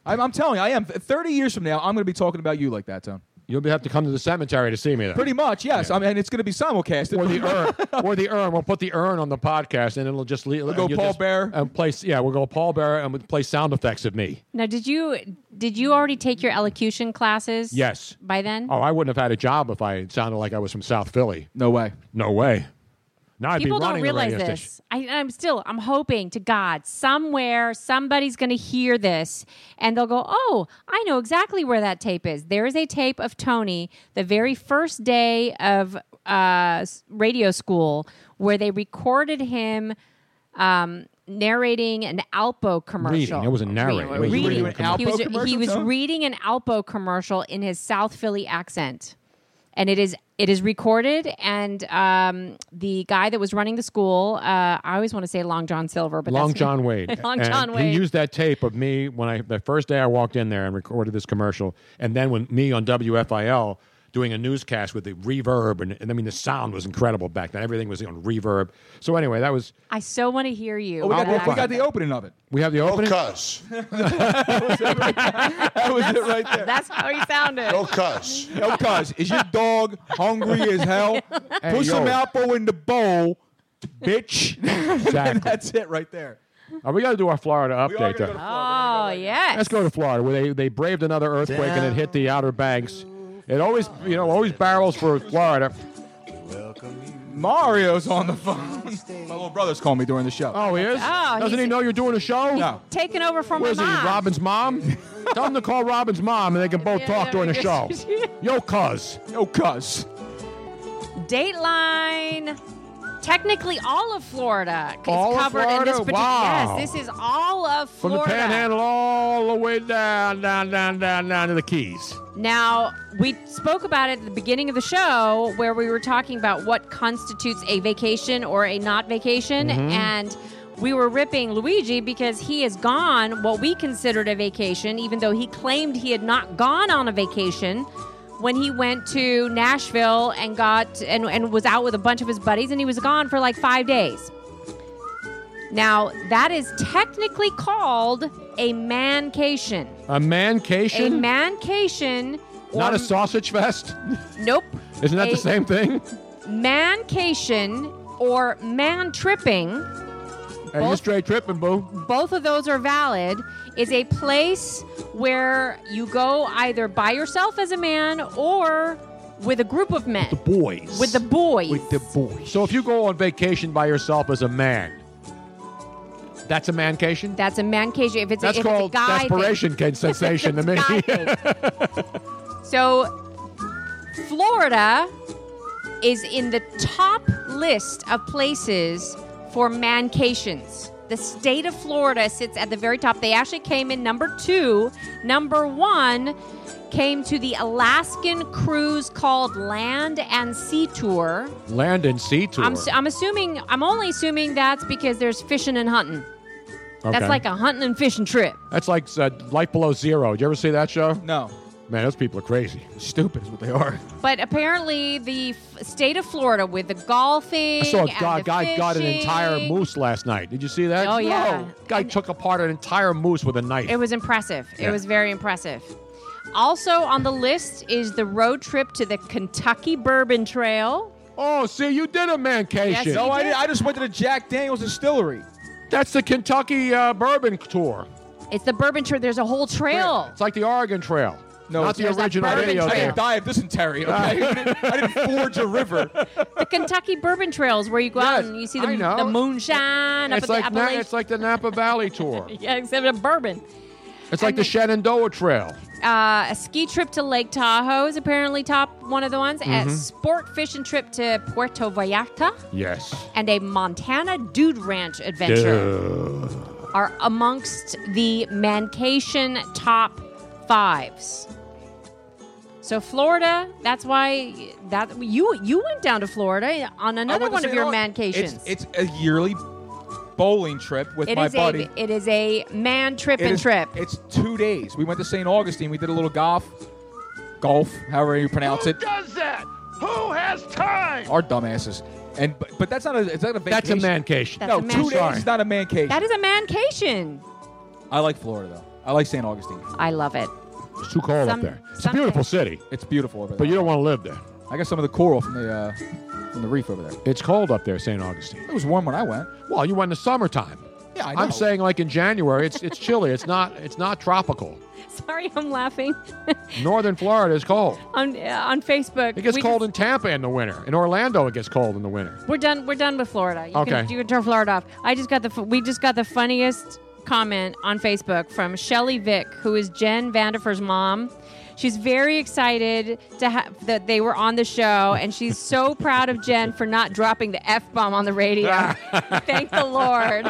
Speaker 15: I'm, I'm telling you, I am. 30 years from now, I'm going to be talking about you like that, Tone.
Speaker 11: You'll have to come to the cemetery to see me, though.
Speaker 15: Pretty much, yes. I mean, it's going to be simulcast.
Speaker 11: Or the urn, or the urn. We'll put the urn on the podcast, and it'll just leave. We'll
Speaker 15: go Paul
Speaker 11: Bear and place. Yeah, we'll go Paul Bear and we'll play sound effects of me.
Speaker 14: Now, did you did you already take your elocution classes?
Speaker 11: Yes.
Speaker 14: By then,
Speaker 11: Oh, I wouldn't have had a job if I sounded like I was from South Philly.
Speaker 15: No way.
Speaker 11: No way. Now I'd
Speaker 14: people
Speaker 11: be
Speaker 14: don't
Speaker 11: running
Speaker 14: realize
Speaker 11: a radio station.
Speaker 14: this. I, I'm still I'm hoping to God somewhere somebody's going to hear this and they'll go, "Oh, I know exactly where that tape is. There is a tape of Tony the very first day of uh, s- radio school where they recorded him." Um, Narrating an Alpo commercial.
Speaker 11: Reading. It wasn't narrating. It was reading an Alpo
Speaker 14: He was, he
Speaker 11: commercial,
Speaker 14: was
Speaker 11: Tony?
Speaker 14: reading an Alpo commercial in his South Philly accent and it is it is recorded and um, the guy that was running the school uh, i always want to say long john silver but
Speaker 11: Long
Speaker 14: that's-
Speaker 11: John Wade.
Speaker 14: long
Speaker 11: And
Speaker 14: john
Speaker 11: He
Speaker 14: wade
Speaker 11: used that tape of me when I the first day I walked in there and recorded this commercial, and then when me on WFIL doing a newscast with the reverb, and, and I mean the sound was incredible back then. Everything was on reverb. So anyway, that was
Speaker 14: i so want to hear you
Speaker 11: Oh, we got
Speaker 14: I'll
Speaker 11: the- we
Speaker 14: act.
Speaker 11: got
Speaker 15: the opening of it.
Speaker 11: we have the opening.
Speaker 15: that was it right there.
Speaker 14: That's how he sounded.
Speaker 15: No cuss. No cuss. Is your dog hungry as hell?
Speaker 11: Hey,
Speaker 15: Put some
Speaker 11: yo.
Speaker 15: Alpo in the bowl, bitch.
Speaker 11: Exactly.
Speaker 15: and that's it right there.
Speaker 11: Oh, we got to do our Florida update. though.
Speaker 14: oh yes
Speaker 11: Let's go to Florida, where they, they braved another earthquake and it hit the Outer Banks. It always, you know, always barrels for Florida.
Speaker 15: Mario's on the phone. My little brother's calling me during the show.
Speaker 11: Oh, he is?
Speaker 14: Oh,
Speaker 11: Doesn't
Speaker 14: he's-
Speaker 11: he know you're doing a show?
Speaker 15: No.
Speaker 14: taken over from
Speaker 11: Where's
Speaker 14: my
Speaker 11: he?
Speaker 14: mom
Speaker 11: Robin's mom? Tell him to call Robin's mom and they can both
Speaker 14: Yeah,
Speaker 11: talk during the show.
Speaker 14: yeah,
Speaker 11: Yo, cuz.
Speaker 15: Yo, cuz.
Speaker 14: dateline technically all of florida is
Speaker 11: All of
Speaker 14: covered in
Speaker 11: Florida?
Speaker 14: this particular
Speaker 11: Wow.
Speaker 14: yes this is all of
Speaker 11: From
Speaker 14: florida
Speaker 11: the panhandle all the way down, down, down, down, down to the Keys.
Speaker 14: Now, we spoke about it at the beginning of the show where we were talking about what constitutes a vacation or a not vacation.
Speaker 26: Mhm.
Speaker 14: And we were ripping Luigi because he has gone what we considered a vacation, even though he claimed he had not gone on a vacation when he went to Nashville and got and, and was out with a bunch of his buddies and he was gone for like five days. Now, that is technically called a mancation.
Speaker 11: A mancation?
Speaker 14: A mancation. or-
Speaker 11: Not a sausage fest?
Speaker 14: Nope.
Speaker 11: Isn't that
Speaker 14: A
Speaker 11: the same thing?
Speaker 14: Mancation or man tripping,
Speaker 11: And you straight tripping, boo.
Speaker 14: both of those are valid, is a place where you go either by yourself as a man or with a group of men.
Speaker 11: Boys.
Speaker 14: With the boys.
Speaker 11: With the boys. So if you go on vacation by yourself as a man, that's a mancation?
Speaker 14: That's a mancation. If it's,
Speaker 11: That's
Speaker 14: a, if
Speaker 11: called
Speaker 14: it's a guy thing.
Speaker 11: desperation can sensation to me.
Speaker 14: So, Florida is in the top list of places for mancations. The state of Florida sits at the very top. They actually came in number two. Number one came to the Alaskan cruise called Land and Sea Tour.
Speaker 11: Land and sea tour.
Speaker 14: I'm, su- I'm assuming, I'm only assuming that's because there's fishing and hunting.
Speaker 11: Okay.
Speaker 14: That's like a hunting and fishing trip.
Speaker 11: That's like uh, Life Below Zero. You ever see that show?
Speaker 15: No.
Speaker 11: Man, those people are crazy.
Speaker 15: Stupid is what they are.
Speaker 14: But apparently, the f- state of Florida with the golfing.
Speaker 11: I saw a
Speaker 14: and
Speaker 11: guy,
Speaker 14: the
Speaker 11: guy got an entire
Speaker 14: fishing,
Speaker 11: moose last night. Did you see that?
Speaker 14: Oh, yeah.
Speaker 11: No. Guy took apart an entire moose with a knife.
Speaker 14: It was impressive.
Speaker 11: Yeah.
Speaker 14: It was very impressive. Also on the list is the road trip to the Kentucky Bourbon Trail.
Speaker 11: Oh, see, you did a mancation.
Speaker 14: Yes, you
Speaker 15: no, I,
Speaker 14: did.
Speaker 15: did. I just went to the Jack Daniels distillery.
Speaker 11: That's the Kentucky uh, Bourbon Tour.
Speaker 14: It's the Bourbon Trail. There's a whole trail.
Speaker 11: It's like the Oregon Trail.
Speaker 15: No,
Speaker 11: not the
Speaker 14: there's a
Speaker 11: original
Speaker 14: Bourbon
Speaker 11: video. Ah.
Speaker 15: I
Speaker 11: game.
Speaker 15: didn't die of dysentery. Okay, I didn't- I didn't forge a river.
Speaker 14: The Kentucky Bourbon Trail is where you go out and you see the,
Speaker 11: I know.
Speaker 14: the moonshine up
Speaker 11: It's
Speaker 14: at
Speaker 11: like,
Speaker 14: the
Speaker 11: na-
Speaker 14: Appalachian.
Speaker 11: it's like the Napa Valley Tour.
Speaker 14: yeah, except a bourbon.
Speaker 11: It's like the Shenandoah Trail.
Speaker 14: Uh, a ski trip to Lake Tahoe is apparently top one of the ones.
Speaker 11: Mhm.
Speaker 14: A sport fishing trip to Puerto Vallarta
Speaker 11: Yes.
Speaker 14: and a Montana Dude Ranch adventure are amongst the Mancation top fives. So Florida, that's why that you you went down to Florida on
Speaker 15: I
Speaker 14: another
Speaker 15: went to
Speaker 14: one of
Speaker 15: St.
Speaker 14: your
Speaker 15: Lawrence.
Speaker 14: mancations.
Speaker 15: It's, it's a yearly bowling trip with
Speaker 14: It
Speaker 15: my
Speaker 14: is
Speaker 15: buddy.
Speaker 14: a it is a man trip and
Speaker 15: is-
Speaker 14: trip.
Speaker 15: It's two days. We went to St. Augustine. We did a little golf, golf, however you pronounce it.
Speaker 20: does that? Who has time?
Speaker 15: Our dumbasses. And but, but that's not a it's not a
Speaker 11: That's a
Speaker 15: vacation.
Speaker 11: mancation.
Speaker 14: That's
Speaker 15: no,
Speaker 14: a
Speaker 15: two
Speaker 14: mancation.
Speaker 15: days is not a mancation.
Speaker 14: That is a mancation.
Speaker 15: I like Florida though. I like St. Augustine.
Speaker 14: I love it.
Speaker 11: It's too cold
Speaker 14: Some-
Speaker 11: up there. It's a
Speaker 14: some-
Speaker 11: beautiful city,
Speaker 15: It's beautiful over there.
Speaker 11: but you don't want to live there.
Speaker 15: I got some of the coral from the uh, from the reef over there.
Speaker 11: It's cold up there, St. Augustine.
Speaker 15: It was warm when I went.
Speaker 11: Well, you went in the summertime.
Speaker 15: Yeah, I know.
Speaker 11: I'm saying like in January, it's it's chilly. It's not it's not tropical.
Speaker 14: Sorry, I'm laughing.
Speaker 11: Northern Florida is cold.
Speaker 14: on uh, on Facebook,
Speaker 11: It gets
Speaker 14: we
Speaker 11: cold
Speaker 14: just-
Speaker 11: in Tampa in the winter. In Orlando, it gets cold in the winter.
Speaker 14: We're done. We're done with Florida. You
Speaker 11: Okay.
Speaker 14: Can, you can turn Florida off. I just got the. fu- We just got the funniest comment on Facebook from Shelly Vick, who is Jen Vandifer's mom. She's very excited to ha- that they were on the show, and she's so proud of Jen for not dropping the f bomb on the radio. Thank the Lord.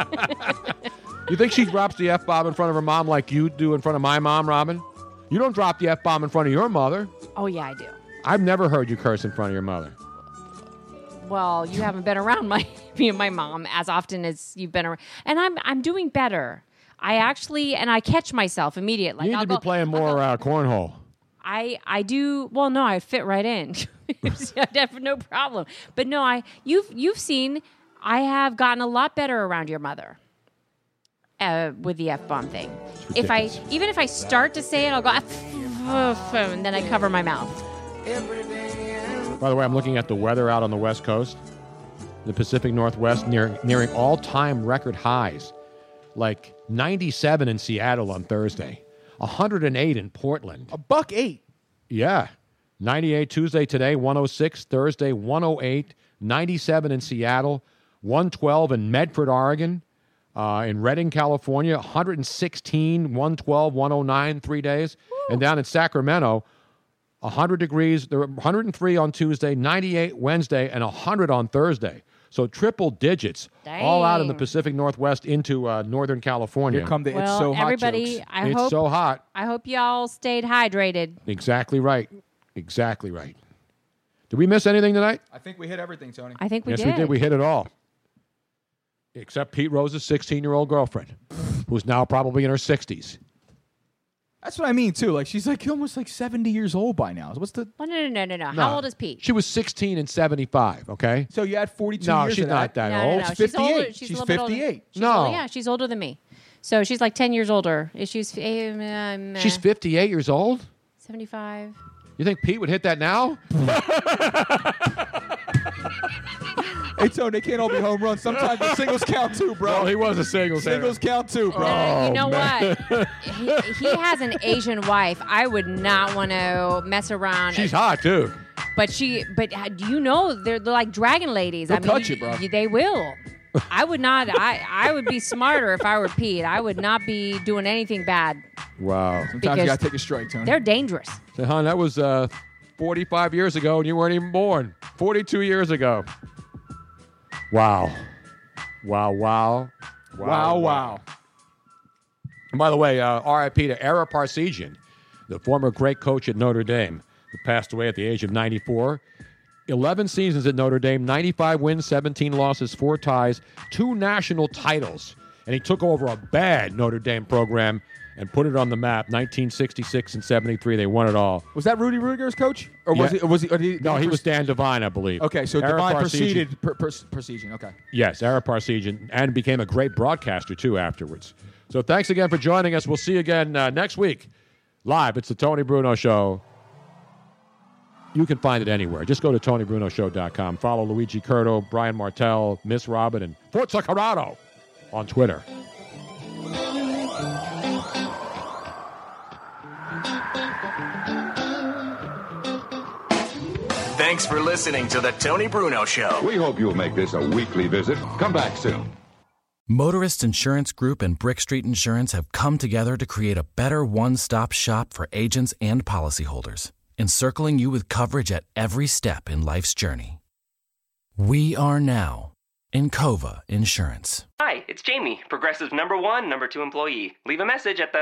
Speaker 11: You think she drops the f bomb in front of her mom like you do in front of my mom, Robin? You don't drop the f bomb in front of your mother.
Speaker 14: oh yeah, I do.
Speaker 11: I've never heard you curse in front of your mother.
Speaker 14: Well, you haven't been around my me and my mom as often as you've been around, and I'm I'm doing better. I actually and I catch myself immediately.
Speaker 11: you need
Speaker 14: I'll
Speaker 11: to be
Speaker 14: go,
Speaker 11: playing more uh, cornhole.
Speaker 14: I I do well. No, I fit right in. I'd have no problem. But no, I you've you've seen. I have gotten a lot better around your mother uh, with the f bomb thing. If I even if I start to say it, I'll go "F- and then I cover my mouth.
Speaker 11: By the way, I'm looking at the weather out on the West Coast, the Pacific Northwest, near, nearing all time record highs, like 97 in Seattle on Thursday, 108 in Portland. A
Speaker 15: buck eight.
Speaker 11: Yeah. 98 Tuesday today, 106 Thursday, 108, 97 in Seattle, 112 in Medford, Oregon, uh, in Redding, California, 116, 112, 109, three days. And down in Sacramento, 100 degrees, there were 103 on Tuesday, 98 Wednesday, and 100 on Thursday. So triple digits all out in the
Speaker 14: Dang.
Speaker 11: Pacific Northwest into uh, Northern California.
Speaker 15: Here come the
Speaker 14: well,
Speaker 15: it's so hot
Speaker 14: everybody,
Speaker 15: jokes.
Speaker 14: I
Speaker 11: It's
Speaker 14: hope
Speaker 11: so hot.
Speaker 14: I hope y'all stayed hydrated.
Speaker 11: Exactly right. Exactly right. Did we miss anything tonight?
Speaker 15: I think we hit everything, Tony.
Speaker 14: I think we
Speaker 11: yes,
Speaker 14: did.
Speaker 11: we did. We hit it all. Except Pete Rose's 16 year old girlfriend, who's now probably in her 60s.
Speaker 15: That's what I mean too. Like she's like almost like seventy years old by now. What's the
Speaker 14: Well, no, no, no, no, no.
Speaker 11: No.
Speaker 14: How old is Pete?
Speaker 11: She was 16 and 75, okay?
Speaker 15: so you had forty two
Speaker 11: No,
Speaker 15: years.
Speaker 11: she's
Speaker 15: of
Speaker 11: not that
Speaker 14: no,
Speaker 11: old.
Speaker 14: No, no.
Speaker 15: She's
Speaker 14: She's older.
Speaker 15: 58.
Speaker 14: She's,
Speaker 15: She's
Speaker 14: a little bit older.
Speaker 15: 58.
Speaker 14: She's
Speaker 11: No.
Speaker 14: older- yeah, she's older than me. So she's like 10 years older. Is She's um, um,
Speaker 11: She's 58 years old?
Speaker 14: 75.
Speaker 11: You think Pete would hit that now?
Speaker 15: Hey, Tony, they can't all be home runs. Sometimes the singles count too, bro.
Speaker 11: Oh, he was a Oh, single
Speaker 15: Singles count too, bro.
Speaker 14: you know what? he, he has an Asian wife. I would not want to mess around.
Speaker 11: She's hot, too.
Speaker 14: But she, but uh, do you know they're, they're like dragon ladies? I
Speaker 15: They'll
Speaker 14: mean,
Speaker 15: touch you, bro.
Speaker 14: They will. I would not. I I would be smarter if I were Pete. I would not be doing anything bad.
Speaker 11: Wow.
Speaker 15: Sometimes you
Speaker 14: Because
Speaker 15: gotta take a strike, Tony.
Speaker 14: They're dangerous.
Speaker 11: Say, hon, that was uh, 45 years ago and you weren't even born. 42 years ago. Wow. Wow, wow. Wow, wow. And by the way, uh, RIP to Era Parsegian, the former great coach at Notre Dame, who passed away at the age of 94. 11 seasons at Notre Dame, 95 wins, 17 losses, four ties, two national titles. And he took over a bad Notre Dame program and put it on the map. 1966 and 73, they won it all.
Speaker 15: Was that Rudy Rudiger's coach, or was
Speaker 11: Yeah.
Speaker 15: he? Was he? Or did
Speaker 11: No,
Speaker 15: did
Speaker 11: he was Dan Devine, I believe.
Speaker 15: Okay, so
Speaker 11: Eric
Speaker 15: Divine
Speaker 11: Parsegian-
Speaker 15: proceeded per, per, proceeding. Okay.
Speaker 11: Yes, Ara Parsegian, and became a great broadcaster too afterwards. So thanks again for joining us. We'll see you again uh, next week live. It's the Tony Bruno Show. You can find it anywhere. Just go to TonyBrunoShow.com. Follow Luigi Curto, Brian Martel, Miss Robin, and Forza Corrado on Twitter.
Speaker 26: Thanks for listening to The Tony Bruno Show.
Speaker 9: We hope you'll make this a weekly visit. Come back soon.
Speaker 10: Motorist Insurance Group and Brick Street Insurance have come together to create a better one stop shop for agents and policyholders, encircling you with coverage at every step in life's journey. We are now Encova Insurance.
Speaker 6: Hi, it's Jamie, Progressive number one, number two employee. Leave a message at the.